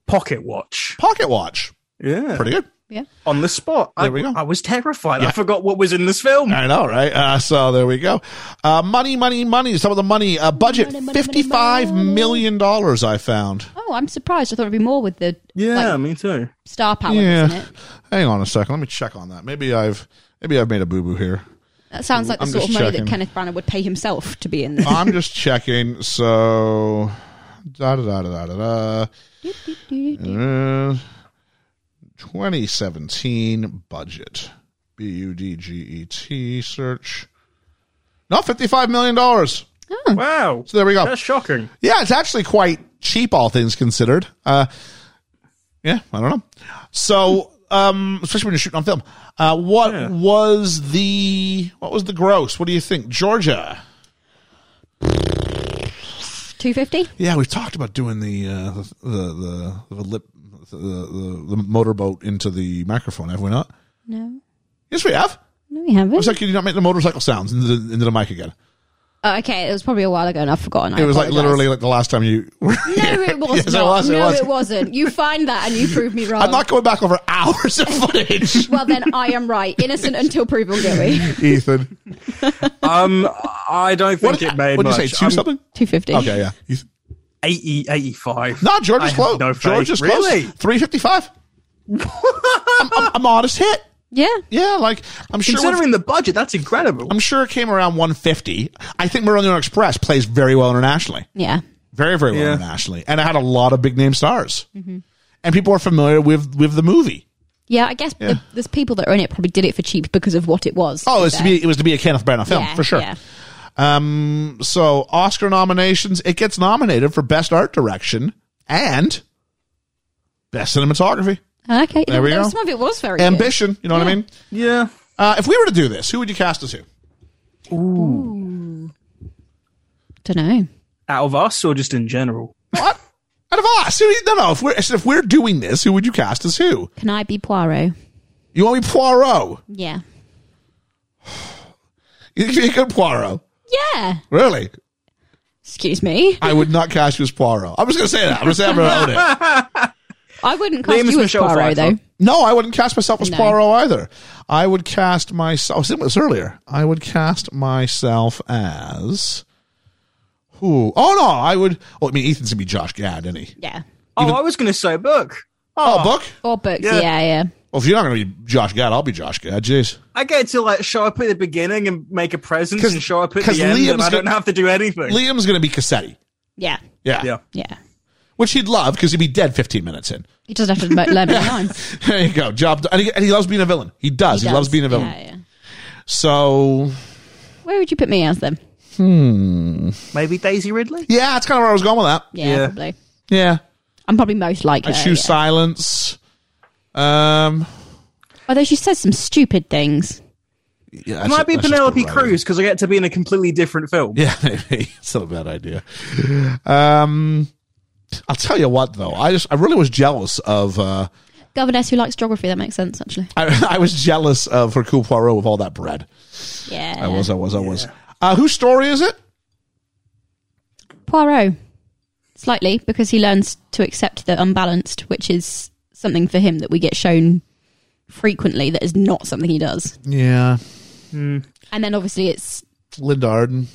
Speaker 8: pocket watch.
Speaker 1: Pocket watch.
Speaker 8: Yeah,
Speaker 1: Pretty good.
Speaker 6: Yeah.
Speaker 8: on the spot. I,
Speaker 1: There we go.
Speaker 8: I was terrified. I forgot what was in this film.
Speaker 1: I know, right? Uh, so there we go. Uh, money, money, money. Some of the money. Uh, budget
Speaker 6: Money, money, money,
Speaker 1: fifty-five
Speaker 6: money.
Speaker 1: million dollars. I found.
Speaker 6: Oh, I'm surprised. I thought it'd be more with the
Speaker 8: Yeah,
Speaker 6: like,
Speaker 8: me too.
Speaker 6: star power, isn't
Speaker 1: yeah.
Speaker 6: it?
Speaker 1: Hang on a second. Let me check on that. Maybe I've maybe I've made a boo boo here.
Speaker 6: That sounds like the
Speaker 1: I'm
Speaker 6: sort of
Speaker 1: just
Speaker 6: money
Speaker 1: checking.
Speaker 6: that Kenneth Branagh would pay himself to be in
Speaker 1: <laughs>
Speaker 6: this.
Speaker 1: I'm just checking. So da da da da da da. da. Uh, 2017 budget. B U D G E T search. No, $55 million. So
Speaker 8: hmm. Wow.
Speaker 1: there we go.
Speaker 8: That's shocking.
Speaker 1: Yeah, it's actually quite cheap, all things considered. Uh, yeah, I don't know. So, um, especially when you're shooting on film, uh, what
Speaker 8: Yeah.
Speaker 1: was the what was the gross? What do you think, Georgia?
Speaker 6: 250?
Speaker 1: Yeah, we've talked about doing the uh, the, the the lip the, the the motorboat into the microphone, have we not?
Speaker 6: No.
Speaker 1: Yes, we have.
Speaker 6: No, we
Speaker 1: I
Speaker 6: haven't.
Speaker 1: was like, can you not make the motorcycle sounds into the, into the mic again?
Speaker 6: oh, okay, it was probably a while ago and I've forgotten. I
Speaker 1: It was like
Speaker 6: apologise.
Speaker 1: literally like the last time you. Were
Speaker 6: No, it
Speaker 1: <laughs>
Speaker 6: was
Speaker 1: Yes,
Speaker 6: not.
Speaker 1: was, it
Speaker 6: no,
Speaker 1: was.
Speaker 6: it wasn't. You find that and you prove me wrong.
Speaker 1: I'm not going back over hours of
Speaker 8: <laughs>
Speaker 1: footage.
Speaker 6: <laughs> well, then I am right. Innocent until proven
Speaker 1: <laughs>
Speaker 6: guilty.
Speaker 1: Ethan,
Speaker 8: Um, I don't think it made
Speaker 1: what
Speaker 8: much.
Speaker 1: did you say? 2
Speaker 8: I'm
Speaker 1: something?
Speaker 6: 250.
Speaker 1: Okay, yeah. You-
Speaker 8: 80, 85.
Speaker 1: No, George
Speaker 8: I
Speaker 1: is
Speaker 8: have
Speaker 1: close.
Speaker 8: no
Speaker 1: George
Speaker 8: faith.
Speaker 1: is close.
Speaker 8: Really?
Speaker 1: Three fifty
Speaker 8: <laughs>
Speaker 1: five. A modest hit.
Speaker 6: Yeah.
Speaker 1: Yeah, like I'm sure. when-
Speaker 8: Considering the budget, that's incredible.
Speaker 1: I'm sure it came around 150. I think Meridian Express plays very well internationally,
Speaker 6: Yeah.
Speaker 1: very very well
Speaker 8: Yeah. Mm-hmm.
Speaker 1: internationally, and it had a lot of big name stars, and people are familiar with with the movie.
Speaker 6: Yeah, I guess
Speaker 1: Yeah.
Speaker 6: The, there's people that are in it probably did it for cheap because of what it was.
Speaker 1: Oh, it was
Speaker 6: it's
Speaker 1: to be it was to be a Kenneth Branagh film for sure.
Speaker 6: Yeah.
Speaker 1: Um, so Oscar nominations, it gets nominated for Best Art Direction and Best Cinematography.
Speaker 6: Okay.
Speaker 1: There we
Speaker 6: Well,
Speaker 1: go.
Speaker 6: Some of it was very good.
Speaker 1: Ambition, you know what I
Speaker 6: Yeah.
Speaker 1: mean?
Speaker 8: Yeah.
Speaker 1: Uh, if we were to do this, who would you cast as who?
Speaker 6: Don't know.
Speaker 8: Out of us or just in general?
Speaker 1: What? Out of us? Who- No, no. If we're I said if we're doing this, who would you cast as who?
Speaker 6: Can I be Poirot?
Speaker 1: You want me Poirot?
Speaker 6: Yeah.
Speaker 1: You think you're good Poirot?
Speaker 6: Yeah.
Speaker 1: Really?
Speaker 6: Excuse me.
Speaker 1: I would not cast you as Poirot. I was going to say that. I'm going to say I'm going to own it.
Speaker 6: I wouldn't cast
Speaker 8: Name is
Speaker 6: you as
Speaker 8: Michelle
Speaker 6: Poirot
Speaker 8: Pfeiffer.
Speaker 6: though.
Speaker 1: No, I wouldn't cast myself as
Speaker 6: No.
Speaker 1: Poirot either. I would cast myself. I was thinking this earlier. I would cast myself as who? Oh no, I would. Well, I mean, Ethan's gonna be Josh Gad, isn't he?
Speaker 6: Yeah.
Speaker 8: Oh, I was going to say book.
Speaker 1: Oh, book.
Speaker 6: Or books.
Speaker 8: Yeah.
Speaker 6: Yeah. Yeah.
Speaker 1: Well, if you're not gonna be Josh Gad, I'll be Josh Gad. Jeez.
Speaker 8: I get to like show up at the beginning and make a presence
Speaker 1: 'Cause-
Speaker 8: and show up at
Speaker 1: 'cause
Speaker 8: the end,
Speaker 1: Liam's
Speaker 8: and I don't
Speaker 1: gonna-
Speaker 8: have to do anything.
Speaker 1: Liam's gonna be Cassetti.
Speaker 6: Yeah.
Speaker 1: Yeah.
Speaker 8: yeah.
Speaker 6: Yeah.
Speaker 1: Which he'd love because he'd be dead 15 minutes in. <laughs>
Speaker 6: He doesn't have to mo- learn many lines.
Speaker 1: There you go. Job done. And he, and he loves being a villain. He does. He,
Speaker 6: does.
Speaker 1: loves being a villain.
Speaker 6: Yeah, yeah.
Speaker 1: So,
Speaker 6: Where would you put me as then?
Speaker 8: Maybe Daisy Ridley.
Speaker 1: yeah, that's kind of where I was going with that.
Speaker 6: Yeah,
Speaker 8: Yeah.
Speaker 6: probably.
Speaker 1: Yeah.
Speaker 6: I'm probably most like
Speaker 1: I
Speaker 6: her.
Speaker 1: choose
Speaker 6: yeah.
Speaker 1: silence. Um,
Speaker 6: Although she says some stupid things.
Speaker 1: yeah,
Speaker 8: It
Speaker 1: that's-
Speaker 8: might be
Speaker 1: that's just
Speaker 8: Penelope
Speaker 1: good writing.
Speaker 8: Cruz because I get to be in a completely different film.
Speaker 1: Yeah, <laughs> maybe. It's not a bad idea. Um, I'll tell you what, though. I just, I really was jealous of, uh,
Speaker 6: Governess who likes geography. That makes sense actually.
Speaker 1: I, <laughs> I was jealous of her cool Poirot with all that bread.
Speaker 6: Yeah.
Speaker 1: I was, I was, I was. Uh, whose story is it?
Speaker 6: Poirot. Slightly, because he learns to accept the unbalanced, which is something for him that we get shown frequently that is not something he does.
Speaker 1: Yeah.
Speaker 6: And then obviously it's
Speaker 1: Linda Arden.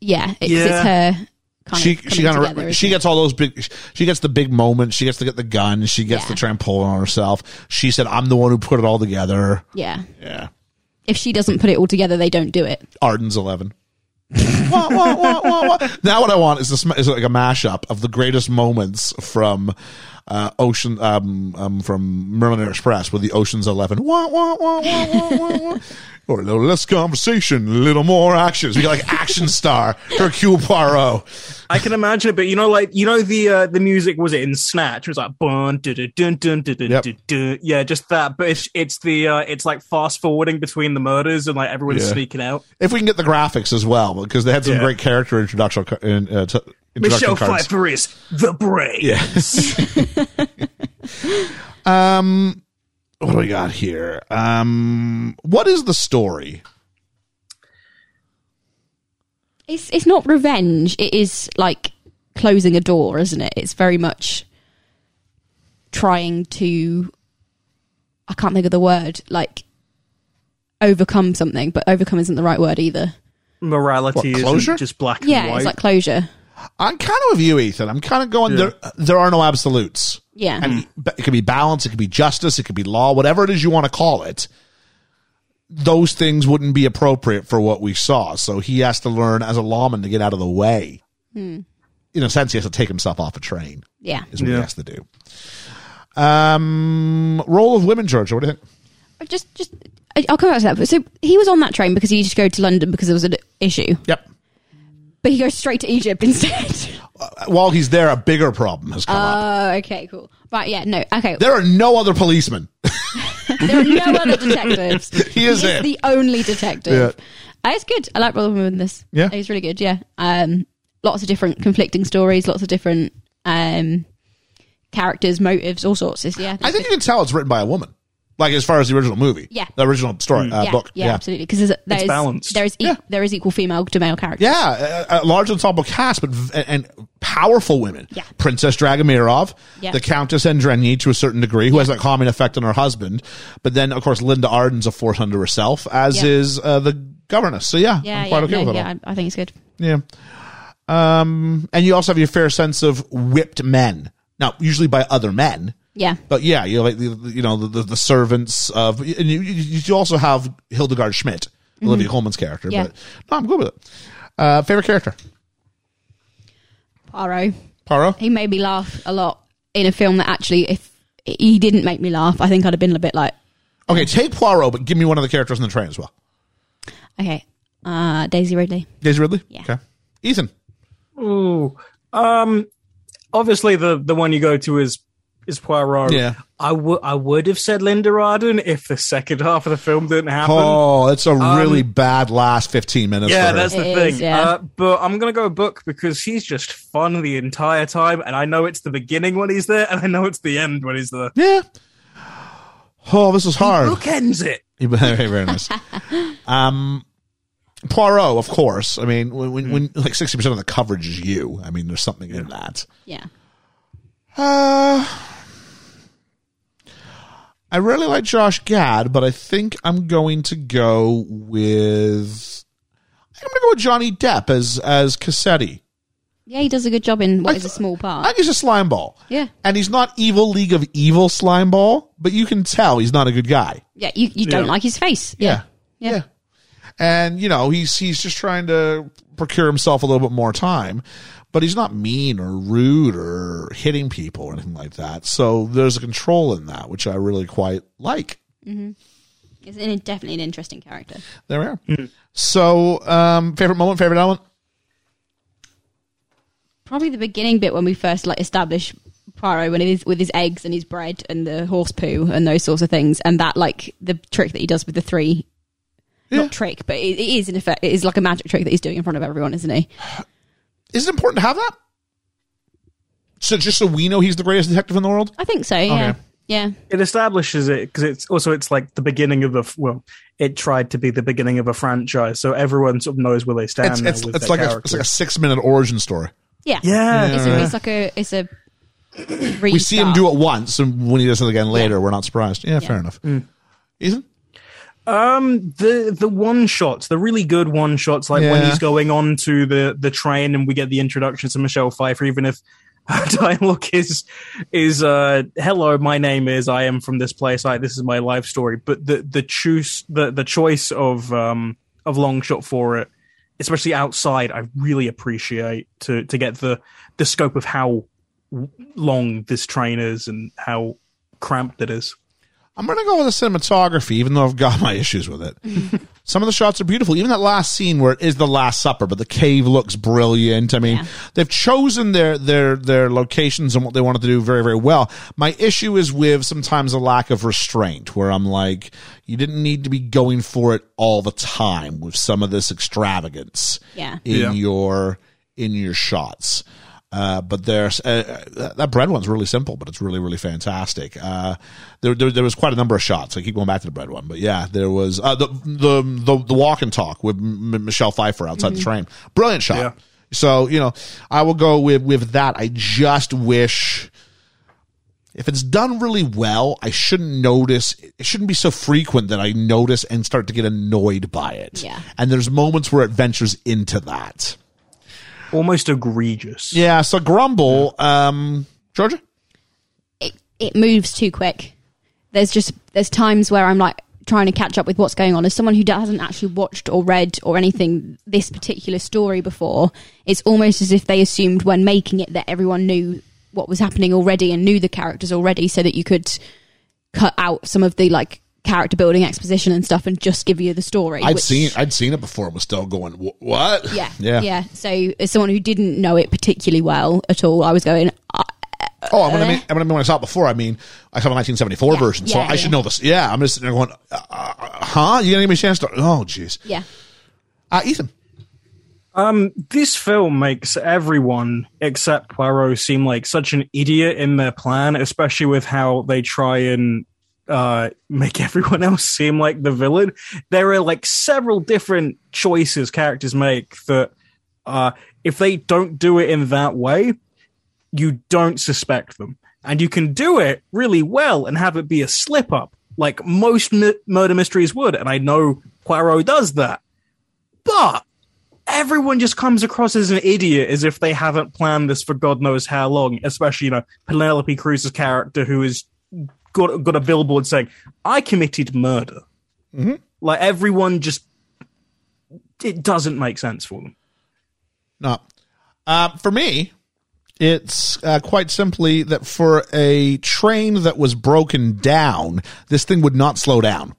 Speaker 6: yeah, it's,
Speaker 8: Yeah.
Speaker 6: it's her kind
Speaker 1: she
Speaker 6: of
Speaker 1: she
Speaker 6: coming
Speaker 1: kind
Speaker 6: together,
Speaker 1: of
Speaker 6: isn't
Speaker 1: she
Speaker 6: it?
Speaker 1: gets all those big she gets the big moments she gets to get the gun she gets
Speaker 6: Yeah.
Speaker 1: the trampoline on herself she said i'm the one who put it all together
Speaker 6: Yeah.
Speaker 1: yeah
Speaker 6: If she doesn't put it all together, they don't do it.
Speaker 1: arden's 11 <laughs> Wah, wah, wah, wah, wah. now what i want is this is like a mashup of the greatest moments from uh ocean um, um from merlin express with the ocean's 11 wah, wah, wah, wah, wah, wah, wah. or a little less conversation a little more actions we got like action star hercule poirot
Speaker 8: I can imagine it, but you know, like you know, the uh, the music was it in Snatch? It was like bun, dun, dun, dun, dun, dun, dun,
Speaker 1: Yep.
Speaker 8: dun, dun. yeah, just that. But it's it's the uh, it's like fast forwarding between the murders and like everyone's
Speaker 1: Yeah.
Speaker 8: sneaking out.
Speaker 1: if we can get the graphics as well, because they had some
Speaker 8: Yeah.
Speaker 1: great character introduction ca- in, uh, t- introduction
Speaker 8: Michelle
Speaker 1: cards.
Speaker 8: Pfeiffer is the brain.
Speaker 1: Yes. um, what do we got here? Um, what is the story?
Speaker 6: It's it's not revenge. It is like closing a door, isn't it? It's very much trying to I can't think of the word like overcome something, but overcome isn't the right word either.
Speaker 8: Morality
Speaker 1: What,
Speaker 8: is
Speaker 1: closure?
Speaker 8: just black and
Speaker 6: Yeah,
Speaker 8: white.
Speaker 6: it's like closure.
Speaker 1: I'm kind of with you, Ethan. I'm kind of going
Speaker 8: Yeah.
Speaker 1: there. There are no absolutes.
Speaker 6: Yeah.
Speaker 1: and but it could be balance, it could be justice, it could be law, whatever it is you want to call it. Those things wouldn't be appropriate for what we saw. So he has to learn as a lawman to get out of the way. In a sense, he has to take himself off a train.
Speaker 6: Yeah.
Speaker 1: is what he
Speaker 8: Yeah.
Speaker 1: has to do. Um, role of women, Georgia. What do you think?
Speaker 6: Just, just I- I'll come back to that. But so he was on that train because he used to go to London because there was an issue,
Speaker 1: Yep.
Speaker 6: but he goes straight to Egypt instead. <laughs>
Speaker 1: Uh, While he's there, a bigger problem has come up.
Speaker 6: oh, okay, cool. Right, yeah, no, okay.
Speaker 1: There are no other
Speaker 6: <laughs>
Speaker 1: policemen.
Speaker 6: There
Speaker 1: <laughs>
Speaker 6: are no other detectives.
Speaker 1: He is it.
Speaker 6: the only detective. Uh, it's good. I like Roland Woman in this.
Speaker 1: Yeah.
Speaker 6: He's really good, yeah. Um, lots of different conflicting stories, lots of different um, characters, motives, all sorts. It's- yeah.
Speaker 1: I think you can tell it's written by a woman. Like as far as the original movie,
Speaker 6: Yeah.
Speaker 1: the original story uh,
Speaker 6: yeah,
Speaker 1: book,
Speaker 6: yeah, absolutely. Because there's,
Speaker 8: balanced.
Speaker 6: there is e-
Speaker 1: Yeah.
Speaker 6: there is equal female to male characters.
Speaker 1: Yeah, a, a large ensemble cast, but v- and powerful women.
Speaker 6: Yeah.
Speaker 1: Princess Dragomirov,
Speaker 6: Yeah.
Speaker 1: the Countess Andrenyi to a certain degree, who has that calming effect on her husband. But then, of course, Linda Arden's a force unto herself, as
Speaker 6: Yeah.
Speaker 1: is uh, the governess. So yeah,
Speaker 6: yeah,
Speaker 1: I'm quite
Speaker 6: yeah,
Speaker 1: okay
Speaker 6: no,
Speaker 1: with it.
Speaker 6: yeah. I, I think it's good.
Speaker 1: all. Yeah. Um, and you also have your fair sense of whipped men. Now, usually by other men.
Speaker 6: Yeah,
Speaker 1: But yeah, you know, like the, the- you know the, the, the servants of, and you, you you also have Hildegard Schmidt, Olivia Coleman's character.
Speaker 6: Yeah.
Speaker 1: But no, I'm good with it. Uh, favorite character,
Speaker 6: Poirot.
Speaker 1: Paro.
Speaker 6: He made me laugh a lot in a film that actually, if he didn't make me laugh, I think I'd have been a bit like,
Speaker 1: Okay, take Poirot, but give me one of the characters in the train as well.
Speaker 6: okay, uh, Daisy Ridley.
Speaker 1: Daisy Ridley.
Speaker 6: Yeah.
Speaker 1: Okay. Ethan.
Speaker 8: Ooh. Um obviously the the one you go to is is Poirot.
Speaker 1: Yeah.
Speaker 8: I would I would have said Linda Arden if the second <laughs> half of the film didn't happen.
Speaker 1: Oh, it's a really bad last fifteen minutes.
Speaker 8: yeah,
Speaker 1: for her.
Speaker 8: that's the
Speaker 6: It
Speaker 8: thing.
Speaker 6: is, yeah.
Speaker 8: uh, but I'm gonna go book because he's just fun the entire time, and I know it's the beginning when he's there, <laughs> and I know it's the end when he's there.
Speaker 1: yeah. Oh, this is hard.
Speaker 8: Bookends it.
Speaker 1: <laughs> very, very
Speaker 6: <laughs>
Speaker 1: nice. Um, Poirot, of course. I mean, when, when, when like sixty percent of the coverage is you. I mean, there's something in that.
Speaker 6: Yeah.
Speaker 1: Uh, I really like Josh Gad, but I think I'm going to go with. I think I'm going to go with Johnny Depp as as Cassetti.
Speaker 6: Yeah, he does a good job in what
Speaker 1: I
Speaker 6: is
Speaker 1: th-
Speaker 6: a small
Speaker 1: I
Speaker 6: part.
Speaker 1: think he's a slime ball.
Speaker 6: Yeah.
Speaker 1: And he's not evil League of Evil slime ball, but you can tell he's not a good guy.
Speaker 6: Yeah, you, you don't
Speaker 8: Yeah.
Speaker 6: like his face.
Speaker 1: Yeah.
Speaker 6: Yeah.
Speaker 1: Yeah. And, you know, he's he's just trying to procure himself a little bit more time, but he's not mean or rude or hitting people or anything like that. So there's a control in that, which I really quite like.
Speaker 6: He's an, definitely an interesting character.
Speaker 1: There we are. So, um, favorite moment, favorite element?
Speaker 6: Probably the beginning bit when we first like establish Poirot when it is with his eggs and his bread and the horse poo and those sorts of things, and that like the trick that he does with the three.
Speaker 1: Yeah.
Speaker 6: Not trick, but it, it is in effect. It is like a magic trick that he's doing in front of everyone, isn't he?
Speaker 1: Is it important to have that? So just so we know he's the greatest detective in the world?
Speaker 6: I think so. Yeah,
Speaker 1: Okay.
Speaker 6: yeah,
Speaker 8: it establishes it because it's also it's like the beginning of a f- well it tried to be the beginning of a franchise so everyone sort of knows where they stand
Speaker 1: It's,
Speaker 8: now
Speaker 1: it's,
Speaker 8: with
Speaker 1: it's
Speaker 8: their
Speaker 1: like a,
Speaker 8: characters.
Speaker 1: it's like a six minute origin story.
Speaker 6: yeah.
Speaker 8: yeah,
Speaker 6: It's, a, it's like a it's a. <clears throat>
Speaker 1: we see him do it once, and when he does it again later, we're not surprised. Yeah, fair enough. Ethan,
Speaker 8: um the the one shots the really good one shots like when
Speaker 1: Yeah.
Speaker 8: he's going on to the the train and we get the introduction to michelle pfeiffer even if <laughs> her dialogue is is uh hello my name is i am from this place i this is my life story but the the choose the the choice of um of long shot for it especially outside, I really appreciate to to get the the scope of how w- long this train is and how cramped it is.
Speaker 1: I'm going to go with the cinematography, even though I've got my issues with it. Some of the shots are beautiful. Even that last scene where it is the Last Supper, but the cave looks brilliant. I mean, they've chosen their their their locations and what they wanted to do very very well. My issue is with sometimes a lack of restraint, where I'm like, you didn't need to be going for it all the time with some of this extravagance.
Speaker 6: Yeah.
Speaker 1: in
Speaker 8: Yeah.
Speaker 1: your in your shots. Uh, but there's uh, uh, that bread one's really simple, but it's really really fantastic. Uh, there, there there was quite a number of shots. I keep going back to the bread one, but yeah, there was uh, the, the the the walk and talk with M- M- Michelle Pfeiffer outside the train. Brilliant shot.
Speaker 8: Mm-hmm. Yeah.
Speaker 1: So you know, I will go with with that. I just wish if it's done really well, I shouldn't notice. It shouldn't be so frequent that I notice and start to get annoyed by it.
Speaker 9: Yeah.
Speaker 1: And there's moments where it ventures into that.
Speaker 8: Almost egregious.
Speaker 1: Yeah. So grumble, um, Georgia.
Speaker 9: it, it moves too quick. There's just there's times where I'm like trying to catch up with what's going on. As someone who hasn't actually watched or read or anything this particular story before, it's almost as if they assumed when making it that everyone knew what was happening already and knew the characters already, so that you could cut out some of the like character building exposition and stuff and just give you the story.
Speaker 1: I'd
Speaker 9: which-
Speaker 1: seen I'd seen it before and was still going, "Wh- what?
Speaker 9: yeah,
Speaker 1: <laughs> Yeah.
Speaker 9: yeah. So as someone who didn't know it particularly well at all, I was going, "Ah,
Speaker 1: Oh, I'm gonna mean, I'm gonna mean when I saw it before. I mean, I saw the 1974
Speaker 9: Uh, Yeah,
Speaker 1: version, so
Speaker 9: yeah,
Speaker 1: I should
Speaker 9: yeah.
Speaker 1: know this. Yeah, I'm just sitting there going, uh, uh, huh? You gonna give me a chance to? Oh, jeez.
Speaker 9: yeah,
Speaker 1: Uh, Ethan.
Speaker 8: This film makes everyone except Poirot seem like such an idiot in their plan, especially with how they try and uh, make <laughs> everyone else seem like the villain. There are like several different choices characters make that, uh, if they don't do it in that way, you don't suspect them. And you can do it really well and have it be a slip up, like most mi- murder mysteries would. And I know Poirot does that. But everyone just comes across as an idiot as if they haven't planned this for God knows how long, especially, you know, Penelope Cruz's character who has got, got a billboard saying, I committed murder. Like, everyone just. It doesn't make sense for them.
Speaker 1: No. Uh, for me, it's uh, quite simply that for a train that was broken down, this thing would not slow down,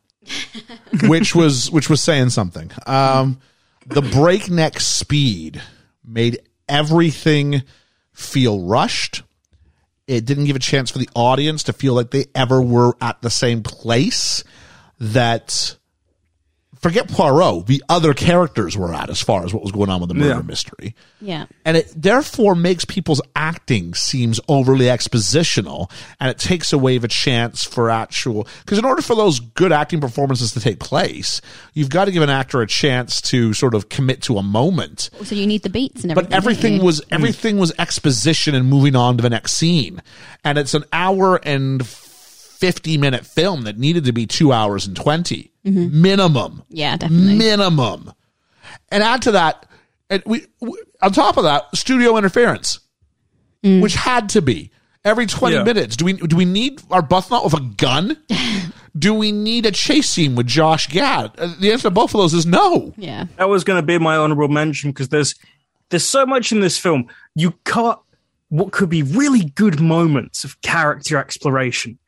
Speaker 1: which was which was saying something. Um, the breakneck speed made everything feel rushed. It didn't give a chance for the audience to feel like they ever were at the same place. That forget Poirot, the other characters were at as far as what was going on with the murder
Speaker 8: Yeah.
Speaker 1: mystery
Speaker 9: yeah."
Speaker 1: and it therefore makes people's acting seems overly expositional and it takes away the chance for actual because in order for those good acting performances to take place you've got to give an actor a chance to sort of commit to a moment
Speaker 9: So you need the beats and everything.
Speaker 1: but everything
Speaker 9: don't you?
Speaker 1: was everything was exposition and moving on to the next scene and it's an hour and 50 minute film that needed to be 2 hours and 20 minimum
Speaker 9: Yeah, definitely.
Speaker 1: minimum and add to that and we, we on top of that studio interference which had to be every 20
Speaker 8: Yeah.
Speaker 1: minutes do we do we need our butthnut with a gun do we need a chase scene with Josh Gad Uh, the answer to both of those is no
Speaker 9: yeah.
Speaker 8: that was going to be my honorable mention because there's there's so much in this film you cut what could be really good moments of character exploration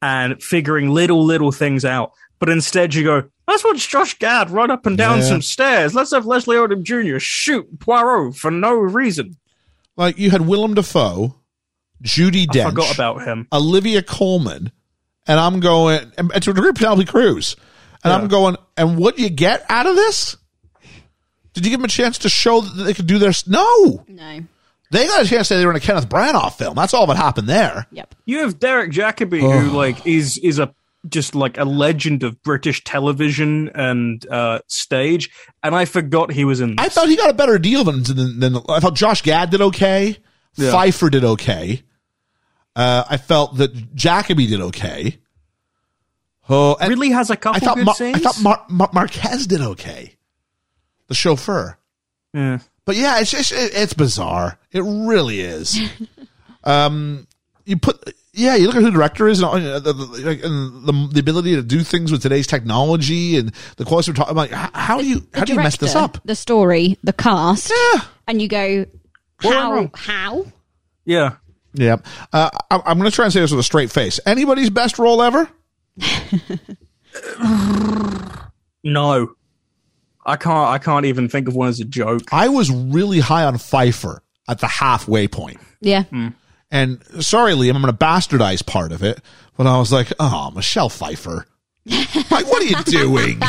Speaker 8: and figuring little little things out but instead you go let's watch josh gad run up and down
Speaker 1: Yeah.
Speaker 8: some stairs let's have leslie odom jr shoot poirot for no reason
Speaker 1: like you had Willem Dafoe Judy Dench
Speaker 8: i forgot about him
Speaker 1: Olivia Coleman, and I'm going, and and to a degree, Penelope Cruz, and I'm going, and what do you get out of this? Did you give them a chance to show that they could do their? s- No,
Speaker 9: No.
Speaker 1: they got a chance to say they were in a Kenneth Branagh film. That's all that happened there.
Speaker 9: Yep.
Speaker 8: You have Derek Jacobi, who like is is a just like a legend of British television and uh, stage, and I forgot he was in.
Speaker 1: I
Speaker 8: this.
Speaker 1: thought he got a better deal than than, than I thought. Josh Gad did okay.
Speaker 8: Yeah.
Speaker 1: Pfeiffer did okay. Uh, I felt that Jacoby did okay. Oh, and
Speaker 8: really has a couple
Speaker 1: I thought
Speaker 8: good
Speaker 1: Mar- I
Speaker 8: scenes.
Speaker 1: thought Mar- Mar- Marquez did okay. The chauffeur.
Speaker 8: yeah.
Speaker 1: But yeah, it's just, it, it's bizarre. It really
Speaker 9: <laughs>
Speaker 1: is. um, you put yeah, you look at who the director is and, all- uh, the, the, like, and the the ability to do things with today's technology and the quality we're talking about. How, how do you how do you mess this
Speaker 9: Director,
Speaker 1: up?
Speaker 9: The story, the cast,
Speaker 1: Yeah.
Speaker 9: and you go,
Speaker 8: Well,
Speaker 9: how?
Speaker 8: I'm-
Speaker 9: How?
Speaker 8: yeah.
Speaker 1: Yeah, uh, I, I'm going to try and say this with a straight face. Anybody's best role ever?
Speaker 8: No, I can't. I can't even think of one as a joke.
Speaker 1: I was really high on Pfeiffer at the halfway point.
Speaker 9: Yeah.
Speaker 1: And sorry, Liam, I'm going to bastardize part of it, but I was like, oh, Michelle Pfeiffer. like, what are you doing?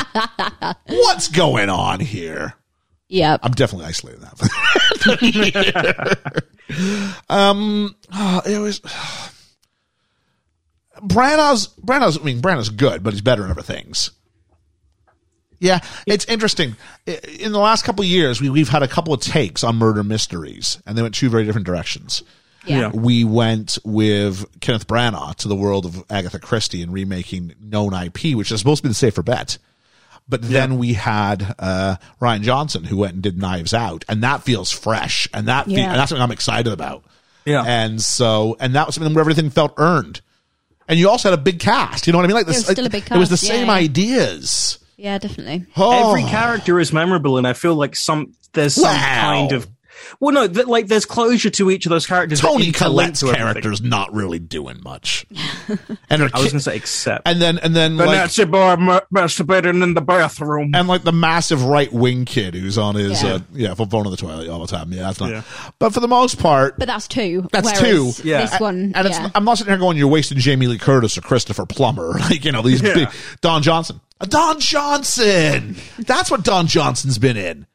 Speaker 1: What's going on here?
Speaker 9: Yeah.
Speaker 1: I'm definitely isolating that. <laughs> um, oh, it was <sighs> Branagh's. Branagh's. I mean, Branagh's good, but he's better in other things. Yeah, it's interesting. I- In the last couple of years, we, we've had a couple of takes on murder mysteries, and they went two very different directions.
Speaker 8: Yeah.
Speaker 1: we went with Kenneth Branagh to the world of Agatha Christie and remaking known IP, which is supposed to be the safer bet. But then we had uh, Ryan Johnson who went and did Knives Out, and that feels fresh, and that fe-
Speaker 6: Yeah.
Speaker 1: and that's something I'm excited about.
Speaker 8: Yeah.
Speaker 1: and so and that was something where everything felt earned, and you also had a big cast. You know what I mean? Like this,
Speaker 6: was still a big
Speaker 1: It was the
Speaker 6: cast, yeah,
Speaker 1: same
Speaker 6: yeah.
Speaker 1: ideas.
Speaker 6: Yeah, definitely.
Speaker 1: Oh,
Speaker 8: Every character is memorable, and I feel like some there's some
Speaker 1: Wow.
Speaker 8: kind of well, no, th- like there's closure to each of those characters. that
Speaker 1: Tony
Speaker 8: interlink
Speaker 1: Collette's
Speaker 8: to everything.
Speaker 1: character's not really doing
Speaker 6: <laughs>
Speaker 1: much, and her
Speaker 8: I was
Speaker 1: ki-
Speaker 8: going to say except.
Speaker 1: and then and then
Speaker 8: the
Speaker 1: like,
Speaker 8: Nazi boy m- masturbating in the bathroom.
Speaker 1: and like the massive right wing kid who's on his
Speaker 6: Yeah.
Speaker 1: uh, yeah phone in the toilet all the time. Yeah, that's not.
Speaker 8: Yeah.
Speaker 1: But for the most part,
Speaker 6: But that's two.
Speaker 1: That's
Speaker 6: whereas
Speaker 1: two.
Speaker 8: Yeah.
Speaker 6: This one.
Speaker 1: and it's,
Speaker 6: yeah.
Speaker 1: I'm not um, sitting here going, "You're wasting Jamie Lee Curtis or Christopher Plummer." <laughs> Like you know these
Speaker 8: Yeah.
Speaker 1: big Don Johnson. Uh, Don Johnson. That's what Don Johnson's been in.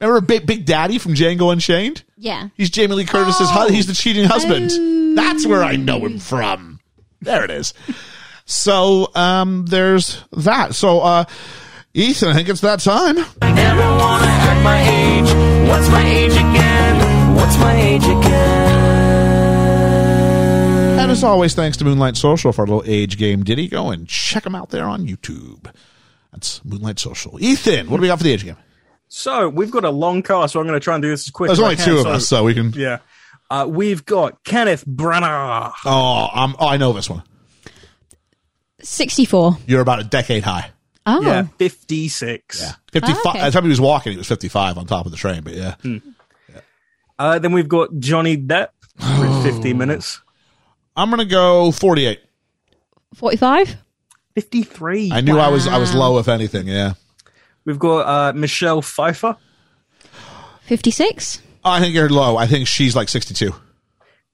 Speaker 1: Remember Big, big Daddy from Django Unchained?
Speaker 6: yeah.
Speaker 1: He's Jamie Lee Curtis's
Speaker 6: Oh.
Speaker 1: hu- he's the cheating husband. That's where I know him from. There it is. So um there's that. So uh Ethan, I think it's that time.
Speaker 7: Never wanna hurt my age. What's my age again? What's my age again?
Speaker 1: And as always, thanks to Moonlight Social for our little age game ditty. Go and check them out there on YouTube. That's Moonlight Social. Ethan, what do we got for the age game?
Speaker 8: So we've got a long cast, so I'm going to try and do this as quick.
Speaker 1: There's
Speaker 8: as I
Speaker 1: only
Speaker 8: can,
Speaker 1: two of
Speaker 8: so-
Speaker 1: us, so we can.
Speaker 8: Yeah, uh, we've got Kenneth Branagh.
Speaker 1: Oh, I'm, oh, I know this one.
Speaker 6: 64.
Speaker 1: You're about a decade high.
Speaker 6: Oh.
Speaker 8: Yeah, 56.
Speaker 1: Yeah, 55.
Speaker 6: Ah, okay.
Speaker 1: By the time he was walking, he was 55 on top of the train. But yeah,
Speaker 8: Hmm. Uh, then we've got Johnny Depp
Speaker 1: <gasps>
Speaker 8: with 50 minutes.
Speaker 1: I'm gonna go 48.
Speaker 6: 45?
Speaker 8: 53.
Speaker 1: I knew I was I was low, if anything. Yeah,
Speaker 8: We've got uh, Michelle Pfeiffer,
Speaker 6: 56?
Speaker 1: I think you're low. I think she's like 62.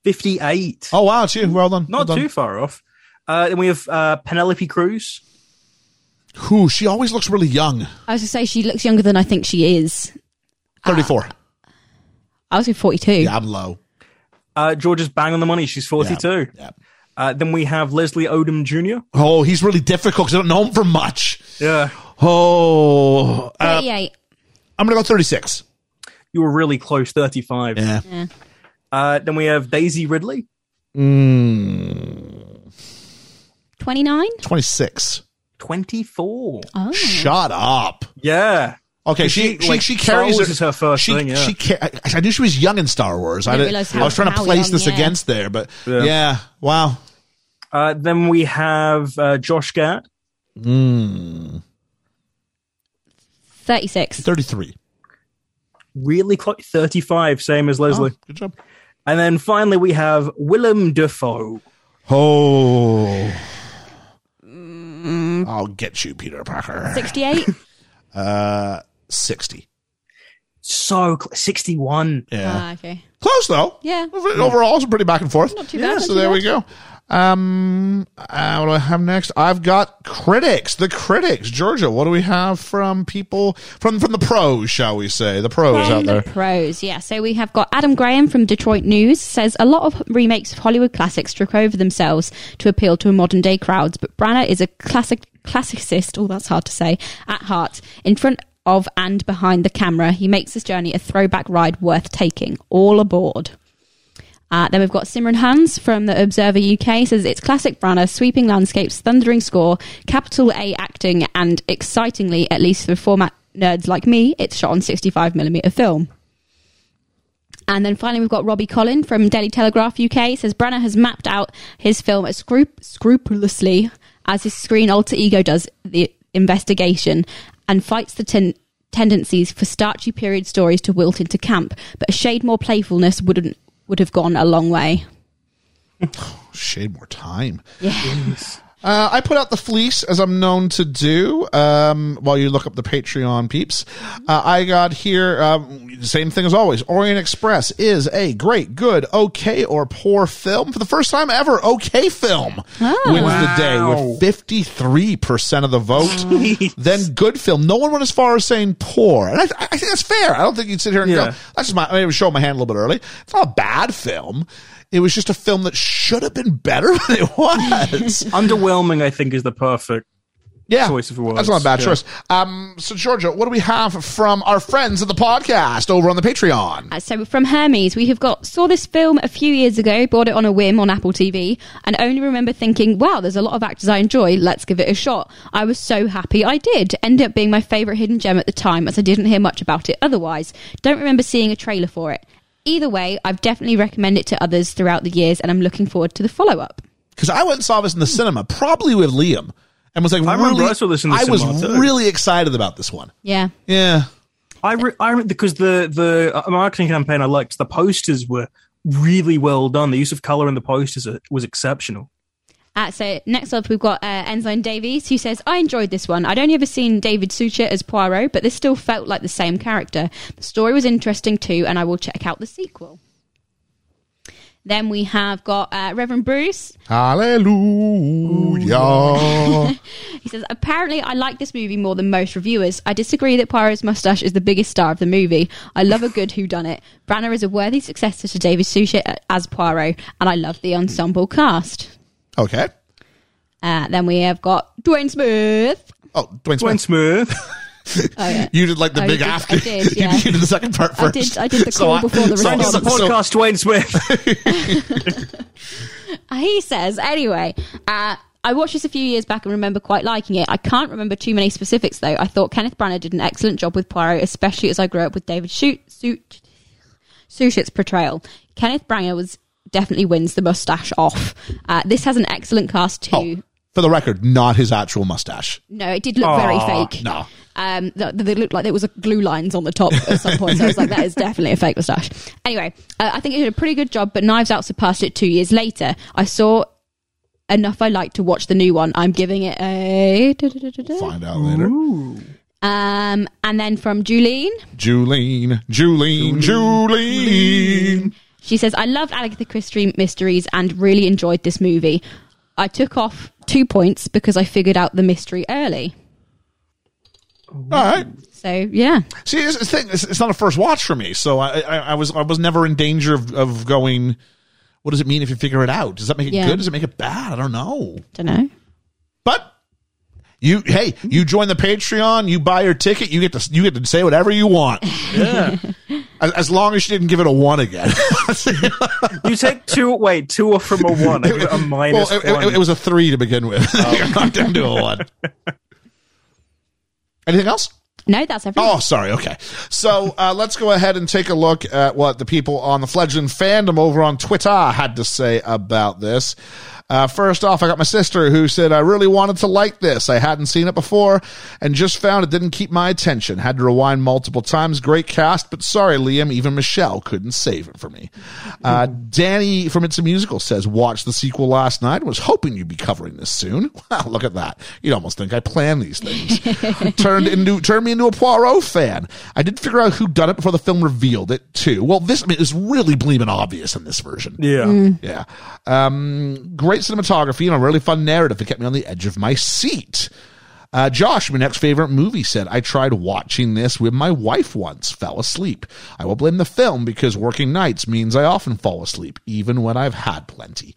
Speaker 8: 58.
Speaker 1: Oh wow, it's you. Well done.
Speaker 8: Not
Speaker 1: well done.
Speaker 8: too far off. Uh, then we have uh, Penelope Cruz.
Speaker 1: Who? She always looks really young.
Speaker 6: I was going to say she looks younger than I think she is.
Speaker 1: 34.
Speaker 6: I was going 42.
Speaker 1: yeah, I'm low.
Speaker 8: Uh, George is bang on the money. She's
Speaker 1: Yeah,
Speaker 8: 42.
Speaker 1: Yeah.
Speaker 8: Uh, then we have Leslie
Speaker 1: <laughs>
Speaker 8: Odom Jr.
Speaker 1: Oh, he's really difficult because I don't know him for much.
Speaker 8: Yeah.
Speaker 1: Oh, uh,
Speaker 6: 38.
Speaker 1: I'm gonna go 36.
Speaker 8: You were really close, 35.
Speaker 1: Yeah.
Speaker 8: Uh, then we have Daisy Ridley.
Speaker 6: 29?
Speaker 1: 26.
Speaker 8: 24.
Speaker 1: Shut up.
Speaker 8: Yeah.
Speaker 1: Okay, she
Speaker 8: She-
Speaker 1: she,
Speaker 8: like,
Speaker 1: she
Speaker 8: Star
Speaker 1: carries
Speaker 8: Wars
Speaker 1: her-
Speaker 8: is her first
Speaker 1: she,
Speaker 8: thing, yeah.
Speaker 1: she ca- I- I knew she was young in Star Wars. I,
Speaker 6: Didn't
Speaker 1: didn't-
Speaker 6: realize
Speaker 1: I was
Speaker 6: how-
Speaker 1: trying to
Speaker 6: how
Speaker 1: place
Speaker 6: young,
Speaker 1: this
Speaker 6: yeah.
Speaker 1: against there, but yeah,
Speaker 8: Yeah.
Speaker 1: wow.
Speaker 8: Uh, then we have uh, Josh Gad.
Speaker 6: 36.
Speaker 1: 33.
Speaker 8: Really close, 35, same as Leslie.
Speaker 1: Oh, good job.
Speaker 8: And then finally, we have Willem Dafoe.
Speaker 1: Oh.
Speaker 6: Mm.
Speaker 1: I'll get you, Peter Parker.
Speaker 6: 68?
Speaker 1: Uh, 60.
Speaker 8: So cl- 61.
Speaker 1: <laughs> Yeah.
Speaker 6: Ah, okay.
Speaker 1: Close, though.
Speaker 6: Yeah.
Speaker 1: Overall, it's pretty back and forth.
Speaker 6: Not too
Speaker 1: Yeah,
Speaker 6: bad. not
Speaker 1: so
Speaker 6: too
Speaker 1: there
Speaker 6: bad.
Speaker 1: we go. Um, uh, what do I have next? I've got critics. The critics, Georgia. What do we have from people from from the pros? Shall we say the pros out
Speaker 6: From the
Speaker 1: there?
Speaker 6: pros, yeah. So we have got Adam Graham from Detroit News says a lot of remakes of Hollywood classics took over themselves to appeal to modern day crowds, but Branagh is a classic classicist. Oh, that's hard to say. At heart, in front of and behind the camera, he makes this journey a throwback ride worth taking. All aboard. Uh, then we've got Simran Hans from the Observer UK says it's classic Branagh, sweeping landscapes, thundering score, capital A acting, and excitingly, at least for format nerds like me, it's shot on 65mm film. And then finally, we've got Robbie Collin from Daily Telegraph UK says Branagh has mapped out his film as scrup- scrupulously as his screen alter ego does the investigation and fights the ten- tendencies for starchy period stories to wilt into camp, but a shade more playfulness wouldn't would have gone a long way.
Speaker 1: Shade more time.
Speaker 6: Yeah.
Speaker 1: Uh, I put out the fleece as I'm known to do. Um, while you look up the Patreon peeps, uh, I got here um, same thing as always. Orient Express is a great, good, okay, or poor film for the first time ever. Okay, film wins the day
Speaker 8: Wow.
Speaker 1: with 53 percent of the vote. then good film. No one went as far as saying poor, and I, I think that's fair. I don't think you'd sit here and
Speaker 8: Yeah.
Speaker 1: go, "That's just my." I mean, I was showing my hand a little bit early. It's not a bad film. It was just a <laughs> film that should have been better than it was.
Speaker 8: <laughs> Underwhelming, I think, is the perfect
Speaker 1: Yeah.
Speaker 8: choice of words.
Speaker 1: That's not a bad
Speaker 8: Yeah.
Speaker 1: choice. Um, so, Georgia, what do we have from our friends of the podcast over on the Patreon?
Speaker 6: Uh, So from Hermes, we have got saw this film a few years ago, bought it on a whim on Apple TV, and only remember thinking, "Wow, there's a lot of actors I enjoy. Let's give it a shot." I was so happy I did. Ended up being my favorite hidden gem at the time, as I didn't hear much about it otherwise. Don't remember seeing a trailer for it. Either way, I've definitely recommended it to others throughout the years, and I'm looking forward to the follow up.
Speaker 1: Because I went and saw this in the cinema, probably with Liam, and was like,
Speaker 8: I remember
Speaker 1: really,
Speaker 8: I saw this in the
Speaker 1: I was
Speaker 8: cinema, too.
Speaker 1: really excited about this one.
Speaker 6: Yeah,
Speaker 1: Yeah.
Speaker 8: I, re- I remember because the the uh, marketing campaign I liked, the posters were really well done. The use of color in the posters uh, was exceptional.
Speaker 6: Uh, so next up, we've got uh, Enzyme Davies, who says, "I enjoyed this one. I'd only ever seen David Suchet as Poirot, but this still felt like the same character. The story was interesting too, and I will check out the sequel." Then we have got uh, Reverend Bruce.
Speaker 1: Hallelujah.
Speaker 6: He says, "Apparently, I like this movie more than most reviewers. I disagree that Poirot's mustache is the biggest star of the movie. I love a good whodunit. Branner is a worthy successor to David Suchet uh, as Poirot, and I love the ensemble cast."
Speaker 1: okay.
Speaker 6: Uh, then we have got Dwayne Smith.
Speaker 1: Oh, Dwayne Smith. <laughs>
Speaker 8: Gwen Smith.
Speaker 1: You did like the
Speaker 6: Oh, I
Speaker 1: big
Speaker 6: did-
Speaker 1: Afghan.
Speaker 6: I did,
Speaker 1: <laughs>
Speaker 6: yeah.
Speaker 1: you did the second part
Speaker 6: I
Speaker 1: first.
Speaker 6: did- I did the call before the
Speaker 1: Oh, so
Speaker 8: Friend of the
Speaker 1: so-
Speaker 8: podcast, Dwayne Smith.
Speaker 6: he says anyway uh, i watched this a few years back and remember quite liking it i can't remember too many specifics though i thought kenneth branagh did an excellent job with poirot especially as i grew up with david Shoot, Suit, Suchet's portrayal kenneth branagh was definitely wins the mustache off uh, this has an excellent cast too
Speaker 1: oh, for the record, not his actual mustache.
Speaker 6: no it did look very
Speaker 8: Aw,
Speaker 6: fake
Speaker 1: No.
Speaker 6: um, th- they looked like there was a glue lines on the top at some point. So I was like, that is definitely a fake moustache. Anyway, uh, I think it did a pretty good job, but Knives Out surpassed it two years later. I saw enough I liked to watch the new one. I'm giving it a.
Speaker 1: Find out later.
Speaker 6: Um, and then from Julene,
Speaker 1: Julene, Julene, Julene.
Speaker 6: she says, I loved Agatha Christie mysteries and really enjoyed this movie. I took off two points because I figured out the mystery early.
Speaker 1: All right.
Speaker 6: So, yeah.
Speaker 1: See, it's, it's, thing, it's, it's not a first watch for me, so I, I, I was I was never in danger of, of going. What does it mean if you figure it out? Does that make it
Speaker 6: Yeah.
Speaker 1: good? Does it make it bad? I don't know.
Speaker 6: Don't know.
Speaker 1: But you, hey, you join the Patreon, you buy your ticket, you get to you get to say whatever you want,
Speaker 8: yeah.
Speaker 1: as, as long as you didn't give it a one again.
Speaker 8: You take two. Wait, two off from a one. I give it a
Speaker 1: <laughs>
Speaker 8: minus
Speaker 1: well, it,
Speaker 8: one.
Speaker 1: it- it was a three to begin with. <laughs> You're knocked down to a
Speaker 8: <laughs>
Speaker 1: one. Anything else?
Speaker 6: No, that's everything.
Speaker 1: Oh, sorry. Okay. So uh, let's go ahead and take a look at what the people on the fledgling fandom over on Twitter had to say about this. Uh, first off, I got my sister who said, I really wanted to like this. I hadn't seen it before and just found it didn't keep my attention. Had to rewind multiple times. Great cast, but sorry, Liam, even Michelle couldn't save it for me. Uh, Danny from It's a Musical says, watched the sequel last night. Was hoping you'd be covering this soon. <laughs> Wow, look at that. You'd almost think I plan these things. turned into turned me into a Poirot fan. I did figure out who done it before the film revealed it too. Well, this I mean, is really bleeming obvious in this version.
Speaker 8: yeah.
Speaker 6: Mm.
Speaker 1: Yeah. Um, great cinematography and a really fun narrative. It kept me on the edge of my seat. Uh, Josh, my next favorite movie, said, I tried watching this with my wife once, fell asleep. I will blame the film because working nights means I often fall asleep, even when I've had plenty.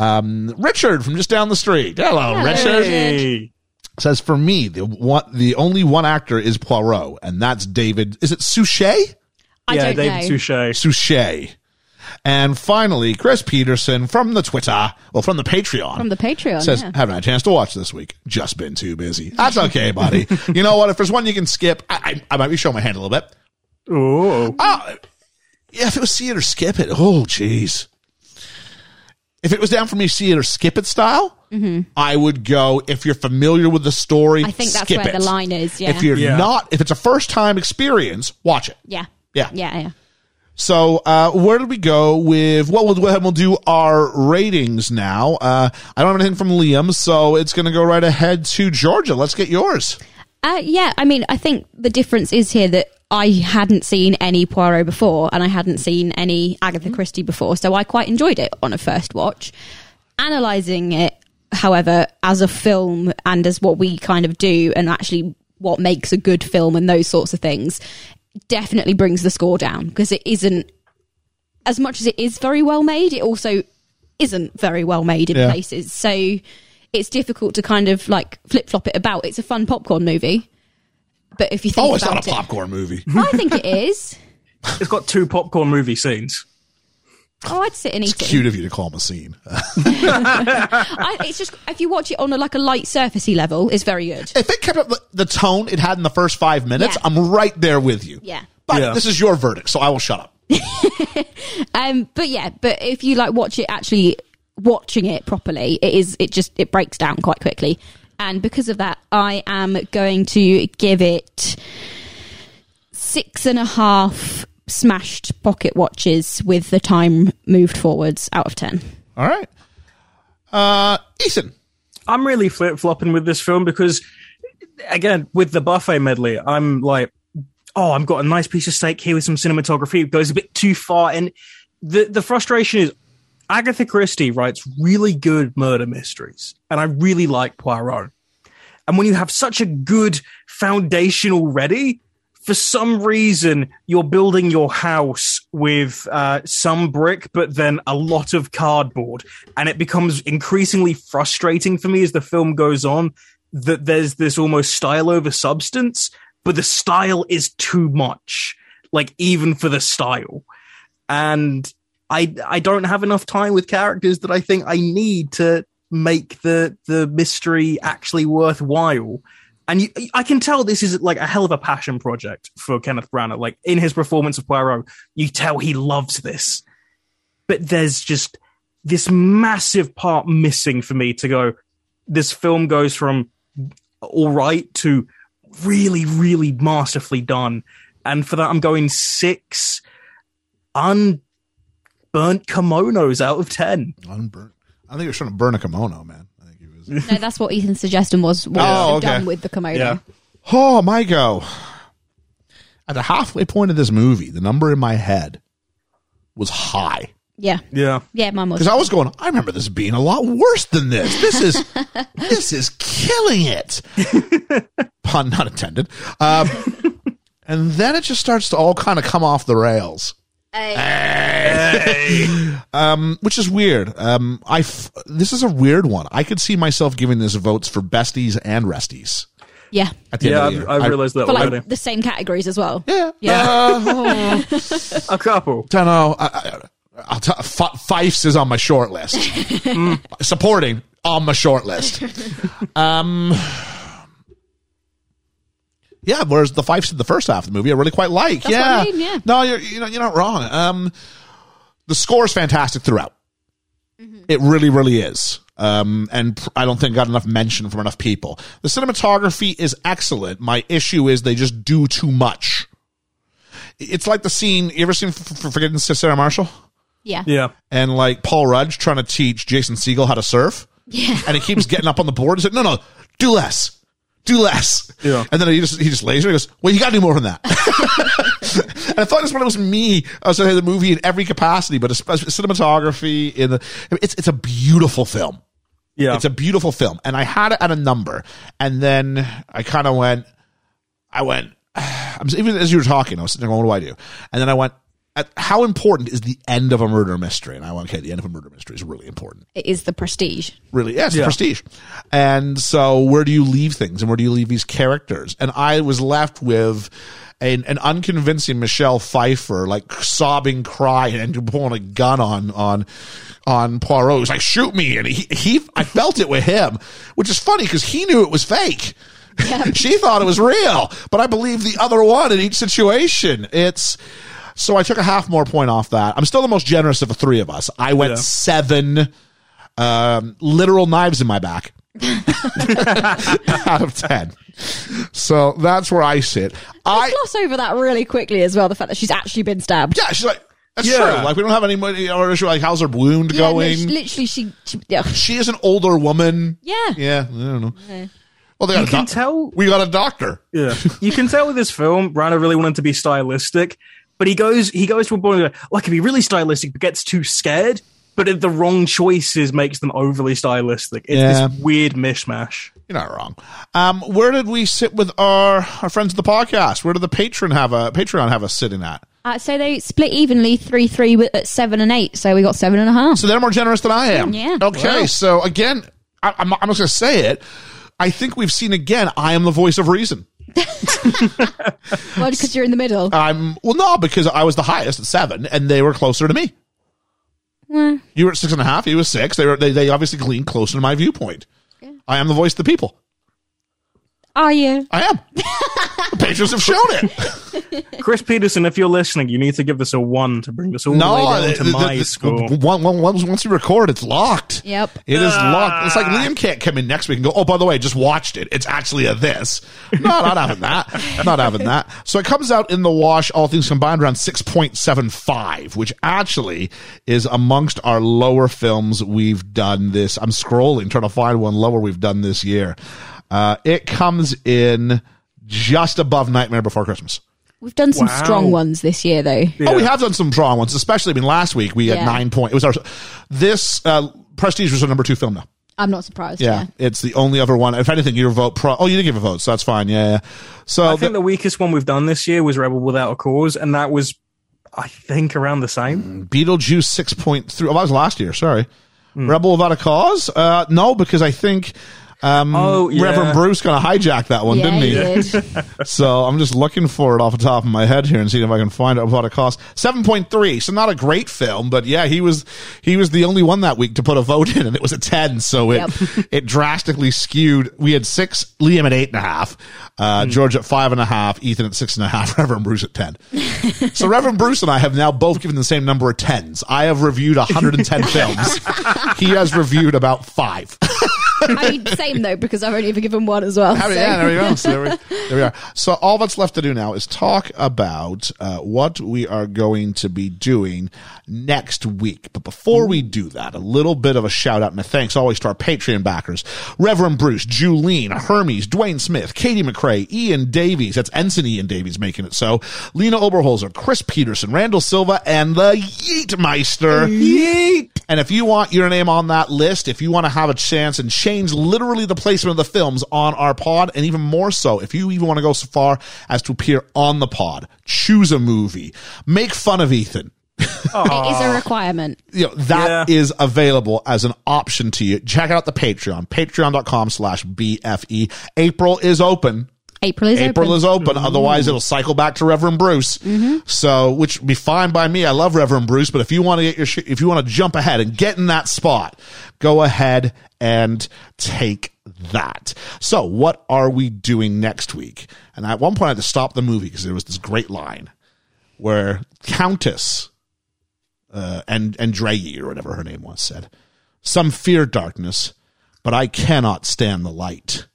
Speaker 1: Um, Richard from just down the street. Hello, Richard
Speaker 8: Hey.
Speaker 1: says for me the one the only one actor is Poirot and that's David is it Suchet
Speaker 6: I
Speaker 8: Yeah,
Speaker 6: don't
Speaker 8: David
Speaker 6: know.
Speaker 8: Suchet.
Speaker 1: Suchet and finally Chris Peterson from the Twitter well from the Patreon
Speaker 6: From the Patreon.
Speaker 1: says
Speaker 6: yeah.
Speaker 1: haven't had a chance to watch this week just been too busy that's okay
Speaker 6: <laughs>
Speaker 1: buddy you know what if there's one you can skip I, I, I might be showing my hand a little bit
Speaker 8: Oh,
Speaker 1: oh yeah if it was see it or skip it oh jeez if it was down for me see it or skip it style I would go if you're familiar with the story
Speaker 6: Mm-hmm. I think that's
Speaker 1: skip
Speaker 6: where
Speaker 1: it.
Speaker 6: the line is. Yeah.
Speaker 1: If you're
Speaker 8: Yeah.
Speaker 1: not, if it's a first time experience, watch it.
Speaker 6: yeah.
Speaker 1: Yeah.
Speaker 6: Yeah. Yeah.
Speaker 1: So, uh, where did we go with what we'll do? We'll do our ratings now. Uh, I don't have anything from Liam, so it's going to go right ahead to Georgia. Let's get yours.
Speaker 6: Uh, yeah, I mean, I think the difference is here that I hadn't seen any Poirot before, and I hadn't seen any Agatha Christie before, so I quite enjoyed it on a first watch. Analyzing it, however, as a film and as what we kind of do, and actually what makes a good film and those sorts of things, definitely brings the score down because it isn't as much as it is very well made. It also isn't very well made in
Speaker 1: Yeah.
Speaker 6: places, so.
Speaker 9: it's difficult to kind of like flip flop it about. It's a fun popcorn movie, but if you think
Speaker 1: Oh, it's
Speaker 9: about
Speaker 1: not a popcorn <laughs> movie.
Speaker 9: it, I think it is.
Speaker 8: It's got two popcorn movie scenes.
Speaker 9: Oh, I'd sit and eat
Speaker 1: It's
Speaker 9: it.
Speaker 1: cute of you to call them a scene.
Speaker 9: I, it's just if you watch it on a, like a light surfacey level, it's very good.
Speaker 1: <laughs> if it kept up the, the tone it had in the first five minutes,
Speaker 9: Yeah.
Speaker 1: I'm right there with you.
Speaker 9: Yeah.
Speaker 1: But
Speaker 8: Yeah.
Speaker 1: this is your verdict, so I will shut up.
Speaker 9: Um, but yeah, but if you like watch it actually watching it properly, it is it just it breaks down quite quickly, and because of that, I am going to give it six and a half smashed pocket watches with the time moved forwards out of
Speaker 1: <laughs>
Speaker 9: ten.
Speaker 1: All right. Uh, Ethan.
Speaker 8: I'm really flip flopping with this film because, again, with the buffet medley, I'm like, oh, I've got a nice piece of steak here with some cinematography. It goes a bit too far, and the the frustration is Agatha Christie writes really good murder mysteries, and I really like Poirot. And when you have such a good foundation already, for some reason you're building your house with uh, some brick, but then a lot of cardboard, and it becomes increasingly frustrating for me as the film goes on. That there's this almost style over substance, but the style is too much, like even for the style. And I I don't have enough time with characters that I think I need to make the the mystery actually worthwhile. And you, I can tell this is like a hell of a passion project for Kenneth Branagh. Like in his performance of Poirot, you tell he loves this. But there's just this massive part missing for me to go. This film goes from all right to really, really masterfully done. And for that, I'm going six unburnt kimonos out of ten.
Speaker 1: Unburnt. I think he was trying to burn a kimono, man. I think he was.
Speaker 9: No, that's what Ethan's suggestion was. What
Speaker 1: Oh,
Speaker 9: oh,
Speaker 1: okay.
Speaker 9: done with the kimono.
Speaker 8: Yeah.
Speaker 1: oh, my go. At the halfway point of this movie, the number in my head was high.
Speaker 9: yeah,
Speaker 8: Yeah.
Speaker 9: yeah. Mum was.
Speaker 1: Because I was going, I remember this being a lot worse than this. This is this is killing it. Pun not intended. Um, and then it just starts to all kind of come off the rails. <laughs> um, which is weird. Um, I f- this is a weird one. I could see myself giving this votes for besties and resties
Speaker 9: yeah,
Speaker 1: at the
Speaker 8: Yeah,
Speaker 1: end of
Speaker 8: I've,
Speaker 1: the year.
Speaker 8: I've realized that
Speaker 9: for
Speaker 8: already.
Speaker 9: like the same categories as well.
Speaker 1: yeah,
Speaker 9: Yeah.
Speaker 1: Uh,
Speaker 8: a couple.
Speaker 1: don't know. oh, I, I, I'll t- F- Fifes is on my short list. Supporting on my short list. Um, yeah. Whereas the Fifes in the first half of the movie, I really quite
Speaker 9: That's
Speaker 1: like.
Speaker 9: what
Speaker 1: yeah.
Speaker 9: I mean, yeah.
Speaker 1: No, you're you know you're not wrong. Um, the score is fantastic throughout.
Speaker 9: Mm-hmm.
Speaker 1: It really, really is. Um, and pr- I don't think got enough mention from enough people. The cinematography is excellent. My issue is they just do too much. It's like the scene. You ever seen F- F- Forgetting Sarah Marshall?
Speaker 9: Yeah,
Speaker 8: Yeah.
Speaker 1: and like Paul Rudd trying to teach Jason Siegel how to surf. Yeah. And he keeps getting up on the board and said, No, no, do less. Do less.
Speaker 8: Yeah.
Speaker 1: And then he just he just lays there and goes, Well, you gotta do more than that. and I thought this one was me I was in the movie in every capacity, but especially cinematography in the it's it's a beautiful film.
Speaker 8: Yeah.
Speaker 1: It's a beautiful film. And I had it at a number. And then I kind of went, I went, <sighs> I'm, even as you were talking, I was sitting there going, what do I do? And then I went, at, how important is the end of a murder mystery? And I went, okay, the end of a murder mystery is really important.
Speaker 9: it is the prestige.
Speaker 1: Really, yeah, it's the
Speaker 8: Yeah.
Speaker 1: prestige. And so where do you leave things and where do you leave these characters? And I was left with an, an unconvincing Michelle Pfeiffer, like sobbing cry and pulling a gun on, on, on Poirot. He's like, shoot me. And he, he, I felt it with him, which is funny because he knew it was fake. <laughs> she thought it was real, but I believe the other one in each situation. It's, so I took a half more point off that. I'm still the most generous of the three of us. I went
Speaker 8: Yeah.
Speaker 1: seven um, literal knives in my back <laughs> out of 10. So that's where I sit. I,
Speaker 9: Gloss over that really quickly as well. The fact that she's actually been stabbed.
Speaker 1: yeah, she's like, that's
Speaker 8: Yeah.
Speaker 1: true. Like, we don't have any money or issue. Like, how's her wound
Speaker 9: Yeah,
Speaker 1: going?
Speaker 9: lit- Literally, she. she yeah.
Speaker 1: she is an older woman.
Speaker 9: Yeah.
Speaker 1: Yeah. I don't know. Well, they got
Speaker 8: You
Speaker 1: a
Speaker 8: can
Speaker 1: doc-
Speaker 8: tell
Speaker 1: We got a doctor.
Speaker 8: Yeah, you can tell with this film, Rana really wanted to be stylistic, but he goes he goes to a point where oh, I can be really stylistic, but gets too scared. But it- the wrong choices makes them overly stylistic. It's
Speaker 1: Yeah.
Speaker 8: this weird mishmash.
Speaker 1: You're not wrong. Um, where did we sit with our, our friends of the podcast? Where did the patron have a Patreon have us sitting at?
Speaker 9: Uh, so they split evenly three three with at seven and eight. So we got seven and a half.
Speaker 1: So they're more generous than I am.
Speaker 9: Yeah.
Speaker 1: Okay. So again, I, I'm, I'm just going to say it. I think we've seen again. I am the voice of reason.
Speaker 9: Well, because you're in the middle.
Speaker 1: I'm well, no, because I was the highest at seven, and they were closer to me. You were at six and a half. He was six. They were they, they obviously lean closer to my viewpoint. I am the voice of the people.
Speaker 9: Are you?
Speaker 1: I am. the patrons have shown it.
Speaker 8: Chris Peterson, if you're listening, you need to give this a one to bring this all the
Speaker 1: No,
Speaker 8: way down
Speaker 1: the-
Speaker 8: to
Speaker 1: the-
Speaker 8: my
Speaker 1: the-
Speaker 8: score.
Speaker 1: one- one- once- once you record, it's locked.
Speaker 9: Yep.
Speaker 1: It is locked. It's like Liam can't come in next week and go, oh, by the way, just watched it. It's actually a this. No, not having that. Not having that. So it comes out in the wash, all things combined, around 6.75, which actually is amongst our lower films we've done this. I'm scrolling, trying to find one lower we've done this year. Uh, it comes in just above Nightmare Before Christmas.
Speaker 9: We've done some
Speaker 8: Wow.
Speaker 9: strong ones this year, though.
Speaker 1: Oh, we have done some strong ones, especially. I mean, last week we had
Speaker 9: Yeah.
Speaker 1: nine point. It was our this uh, Prestige was our number two film now.
Speaker 9: I'm not surprised.
Speaker 1: Yeah,
Speaker 9: Yeah.
Speaker 1: it's the only other one. If anything, your vote. Pro- oh, you didn't give a vote, so that's fine. Yeah, yeah. So
Speaker 8: I think the weakest one we've done this year was Rebel Without a Cause, and that was, I think, around the same.
Speaker 1: the Beetlejuice six point three. Oh, that was last year. Sorry, Rebel Without a Cause. Uh, no, because I think um,
Speaker 8: Oh, yeah.
Speaker 1: Reverend Bruce kind of hijacked that one,
Speaker 9: Yeah,
Speaker 1: didn't he?
Speaker 9: you
Speaker 1: <laughs>
Speaker 9: did.
Speaker 1: So I'm just looking for it off the top of my head here and seeing if I can find out what it costs. Seven point three, so not a great film, but yeah, he was he was the only one that week to put a vote in, and it was a ten, so it it drastically skewed. We had six, Liam at eight and a half, uh, George at five and a half, Ethan at six and a half, <laughs> Reverend Bruce at ten. so Reverend Bruce and I have now both given the same number of tens. I have reviewed 110 films. He has reviewed about five. <laughs>
Speaker 9: I mean, same though, because I've only ever given one as well.
Speaker 1: How-
Speaker 9: so-
Speaker 1: yeah, there we go. So there, we, there we are. So all that's left to do now is talk about uh, what we are going to be doing next week. But before we do that, a little bit of a shout out and a thanks always to our Patreon backers: Reverend Bruce, Julene, Hermes, Dwayne Smith, Katie McRae, Ian Davies. That's Ensign Ian Davies making it so. Lena Oberholzer, Chris Peterson, Randall Silva, and the Yeetmeister. And if you want your name on that list, if you want to have a chance and change literally the placement of the films on our pod, and even more so, if you even want to go so far as to appear on the pod, choose a movie, make fun of Ethan.
Speaker 9: It is a requirement.
Speaker 1: You know, that is
Speaker 8: Yeah.
Speaker 1: available as an option to you. Check out the Patreon, patreon.com slash BFE. April is open.
Speaker 9: April is
Speaker 1: April
Speaker 9: open.
Speaker 1: is open. Otherwise, it'll cycle back to Reverend Bruce. So, which would be fine by me. I love Reverend Bruce, but if you want to get your, sh- if you want to jump ahead and get in that spot, go ahead and take that. So, what are we doing next week? And at one point, I had to stop the movie because there was this great line where Countess uh, and Andrei or whatever her name was said, "Some fear darkness, but I cannot stand the light."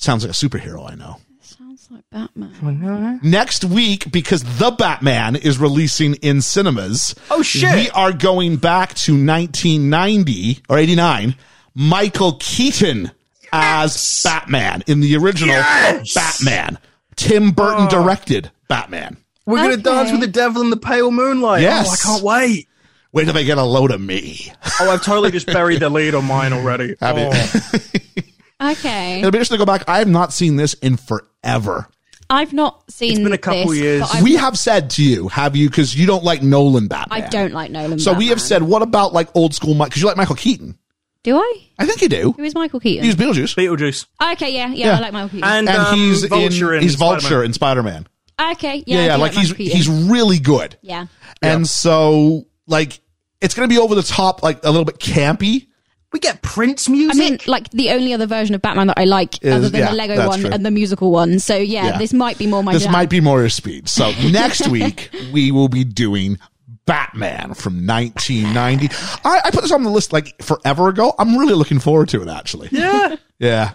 Speaker 1: Sounds like a superhero, I know.
Speaker 9: Sounds like Batman.
Speaker 1: Next week, because The Batman is releasing in cinemas.
Speaker 8: Oh, shit.
Speaker 1: We are going back to 1990 or 89. Michael Keaton as Batman in the original Batman. Tim Burton
Speaker 9: Oh.
Speaker 1: directed Batman.
Speaker 8: We're going
Speaker 9: Okay.
Speaker 8: to dance with the devil in the pale moonlight.
Speaker 1: Yes.
Speaker 8: Oh, I can't wait.
Speaker 1: Where do they get a load of me?
Speaker 8: Oh, I've totally just buried the lead on mine already.
Speaker 1: Have you-
Speaker 8: Oh.
Speaker 9: Okay.
Speaker 1: It'll be interesting to go back. I have not seen this in forever.
Speaker 9: I've not seen
Speaker 8: been a couple
Speaker 9: this,
Speaker 8: years.
Speaker 9: but I've-
Speaker 1: we have said to you, have you? Because you don't like Nolan
Speaker 9: I
Speaker 1: Batman.
Speaker 9: don't like Nolan.
Speaker 1: So we have
Speaker 9: Batman.
Speaker 1: said, what about like old school Mike? Because you like Michael Keaton.
Speaker 9: Do I?
Speaker 1: I think you do.
Speaker 9: Who is Michael Keaton?
Speaker 1: He was Beetlejuice.
Speaker 8: Beetlejuice.
Speaker 9: okay, yeah, yeah,
Speaker 1: Yeah.
Speaker 9: I like Michael Keaton.
Speaker 8: And,
Speaker 1: and
Speaker 8: um,
Speaker 1: he's
Speaker 8: Vulture
Speaker 1: in,
Speaker 8: in
Speaker 1: he's
Speaker 8: Spider-Man.
Speaker 1: Vulture in Spider Man.
Speaker 9: okay, yeah,
Speaker 1: Yeah,
Speaker 9: I
Speaker 1: yeah,
Speaker 9: do
Speaker 1: like he's
Speaker 9: Michael Keaton.
Speaker 1: he's really good.
Speaker 9: yeah.
Speaker 1: And so like it's gonna be over the top, like a little bit campy.
Speaker 8: We get Prince music.
Speaker 9: I mean, like the only other version of Batman that I like,
Speaker 1: Is-
Speaker 9: other than
Speaker 1: yeah,
Speaker 9: the Lego
Speaker 1: that's
Speaker 9: one
Speaker 1: true.
Speaker 9: and the musical one. So yeah,
Speaker 1: Yeah.
Speaker 9: this might be more my.
Speaker 1: This
Speaker 9: jam.
Speaker 1: might be more your speed. So <laughs> next week we will be doing Batman from 1990. I, I put this on the list like forever ago. I'm really looking forward to it actually.
Speaker 8: yeah.
Speaker 1: <laughs> Yeah.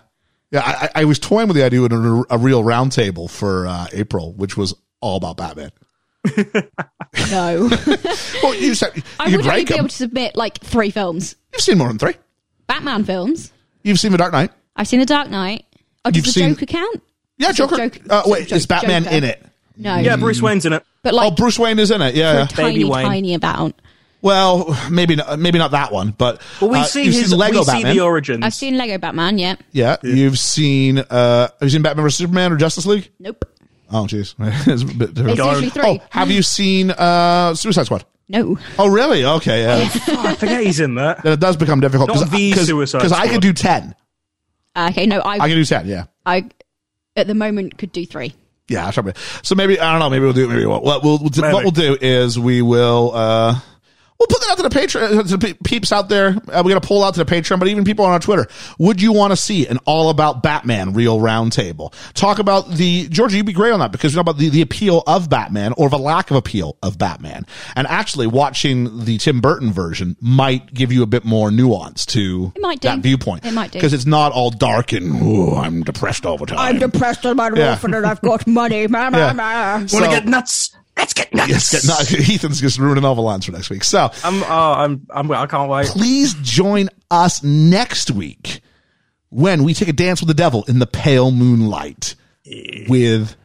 Speaker 1: Yeah. I, I- I was toying with the idea of a, a real roundtable for uh, April, which was all about Batman. <laughs>
Speaker 9: no.
Speaker 1: Well, you said you
Speaker 9: I would only
Speaker 1: rank
Speaker 9: be
Speaker 1: 'em.
Speaker 9: able to submit like three films,
Speaker 1: You've seen more than three.
Speaker 9: Batman films.
Speaker 1: You've seen The Dark Knight.
Speaker 9: I've seen The Dark Knight. Oh,
Speaker 1: You've
Speaker 9: does the
Speaker 1: seen-
Speaker 9: Joker count?
Speaker 1: Yeah,
Speaker 9: Is it
Speaker 1: Joker.
Speaker 9: Joker-
Speaker 1: Uh,
Speaker 9: is it
Speaker 1: wait,
Speaker 9: Jo-
Speaker 1: is Batman
Speaker 9: Joker?
Speaker 1: in it?
Speaker 9: No.
Speaker 8: Yeah, Bruce Wayne's in it.
Speaker 9: But like
Speaker 1: oh, Bruce Wayne is in it. Yeah. yeah.
Speaker 9: a tiny,
Speaker 8: Baby Wayne.
Speaker 9: tiny amount.
Speaker 1: Well, maybe not, maybe not that one, but
Speaker 8: Well, we
Speaker 1: uh,
Speaker 8: see
Speaker 1: you've
Speaker 8: his
Speaker 1: seen Lego
Speaker 8: we
Speaker 1: Batman.
Speaker 8: see the origins.
Speaker 9: I've seen Lego Batman. Yeah.
Speaker 1: yeah, you've seen. Uh, have you seen Batman vs Superman or Justice League?
Speaker 9: Nope.
Speaker 1: Oh, jeez, <laughs> it's a bit
Speaker 9: It's
Speaker 1: different.
Speaker 9: usually three.
Speaker 1: Oh, have you seen uh, Suicide Squad?
Speaker 6: No.
Speaker 1: Oh, really? Okay, yeah.
Speaker 8: I Oh, forget he's in <laughs> that.
Speaker 1: Then it does become difficult
Speaker 8: Not the Suicide
Speaker 1: because I
Speaker 8: Squad.
Speaker 1: could do ten.
Speaker 6: Uh, okay, no, I,
Speaker 1: I
Speaker 6: I,
Speaker 1: can do ten. Yeah.
Speaker 6: at the moment could do three.
Speaker 1: Yeah, I'll try to- so maybe I don't know. Maybe we'll do. Maybe we won't. What we'll, we'll do,
Speaker 8: Maybe.
Speaker 1: what we'll do is we will. uh We'll put that out to the Patreon, uh, to the pe- peeps out there. Uh, we're going to pull out to the Patreon, but even people on our Twitter. Would you want to see an all about Batman real roundtable? Talk about the, Georgia, you'd be great on that because you know about the, the appeal of Batman or the lack of appeal of Batman. And actually watching the Tim Burton version might give you a bit more nuance to
Speaker 6: It might do.
Speaker 1: that viewpoint.
Speaker 6: It might do.
Speaker 1: Because it's not all dark and, ooh, I'm depressed all the time.
Speaker 6: depressed on my
Speaker 1: Yeah. orphan
Speaker 6: and I've got money.
Speaker 1: Yeah. So-
Speaker 8: Wanna get nuts? Let's get nuts.
Speaker 1: Yes, get- no, <laughs> Ethan's just ruining all the lines for next week. So
Speaker 8: I'm, oh, I'm, I'm, I can't wait.
Speaker 1: please join us next week when we take a dance with the devil in the pale moonlight with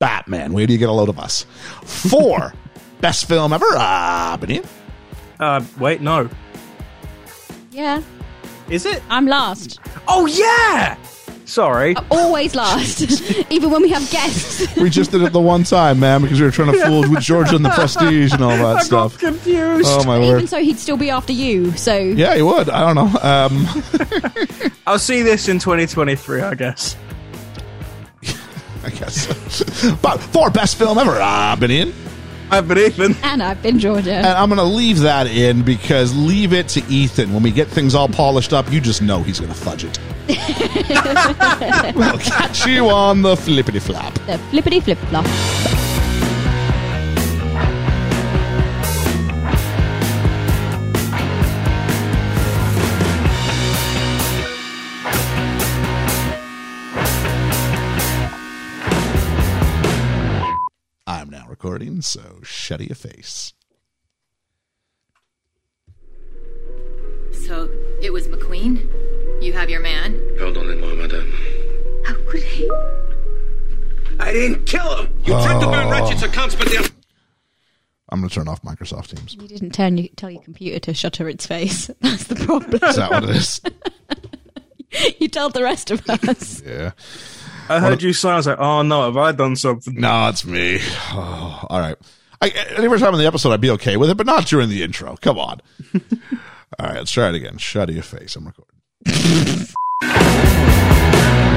Speaker 1: Batman. Where do you get a load of us?
Speaker 8: <laughs>
Speaker 1: For best film ever, uh, Benin.
Speaker 8: Uh, wait, no.
Speaker 6: Yeah,
Speaker 8: Is it?
Speaker 6: I'm last.
Speaker 8: Oh, yeah! Sorry.
Speaker 9: Oh.
Speaker 6: I'm always last, <laughs> even when we have guests.
Speaker 1: We just did it the one time, man, because we were trying to fool with George and the prestige and all that
Speaker 8: <laughs> I got
Speaker 1: stuff.
Speaker 8: confused.
Speaker 1: Oh my
Speaker 6: even
Speaker 1: word!
Speaker 6: so, he'd still be after you. So
Speaker 1: Yeah, you would. I don't know. Um, <laughs>
Speaker 8: I'll see this in 2023, I guess.
Speaker 1: I guess. <laughs> but for best film ever, uh, Benin.
Speaker 8: I've been Ethan.
Speaker 6: and I've been Georgia.
Speaker 1: And I'm going to leave that in because leave it to Ethan. When we get things all polished up, you just know he's going to fudge it. we'll catch you on the flippity flap.
Speaker 6: the flippity flip flop.
Speaker 1: I'm now recording, so shut your face.
Speaker 2: So it was McQueen? You have your man?
Speaker 4: Pardon moi, madame.
Speaker 2: How could he?
Speaker 4: I didn't kill him!
Speaker 3: You tried to burn Ratchet's accounts, but they are
Speaker 1: I'm going to turn off Microsoft Teams.
Speaker 6: You didn't turn your, tell your computer to shutter its face. <laughs> That's the problem. <laughs>
Speaker 1: Is that what it is?
Speaker 6: you told the rest of us.
Speaker 1: Yeah.
Speaker 8: I heard you say, I was like, oh no, have I done something?
Speaker 1: No, it's me. Oh, all right. I, every time in the episode, I'd be okay with it, but not during the intro. Come on. all right, let's try it again. Shut your face. I'm recording.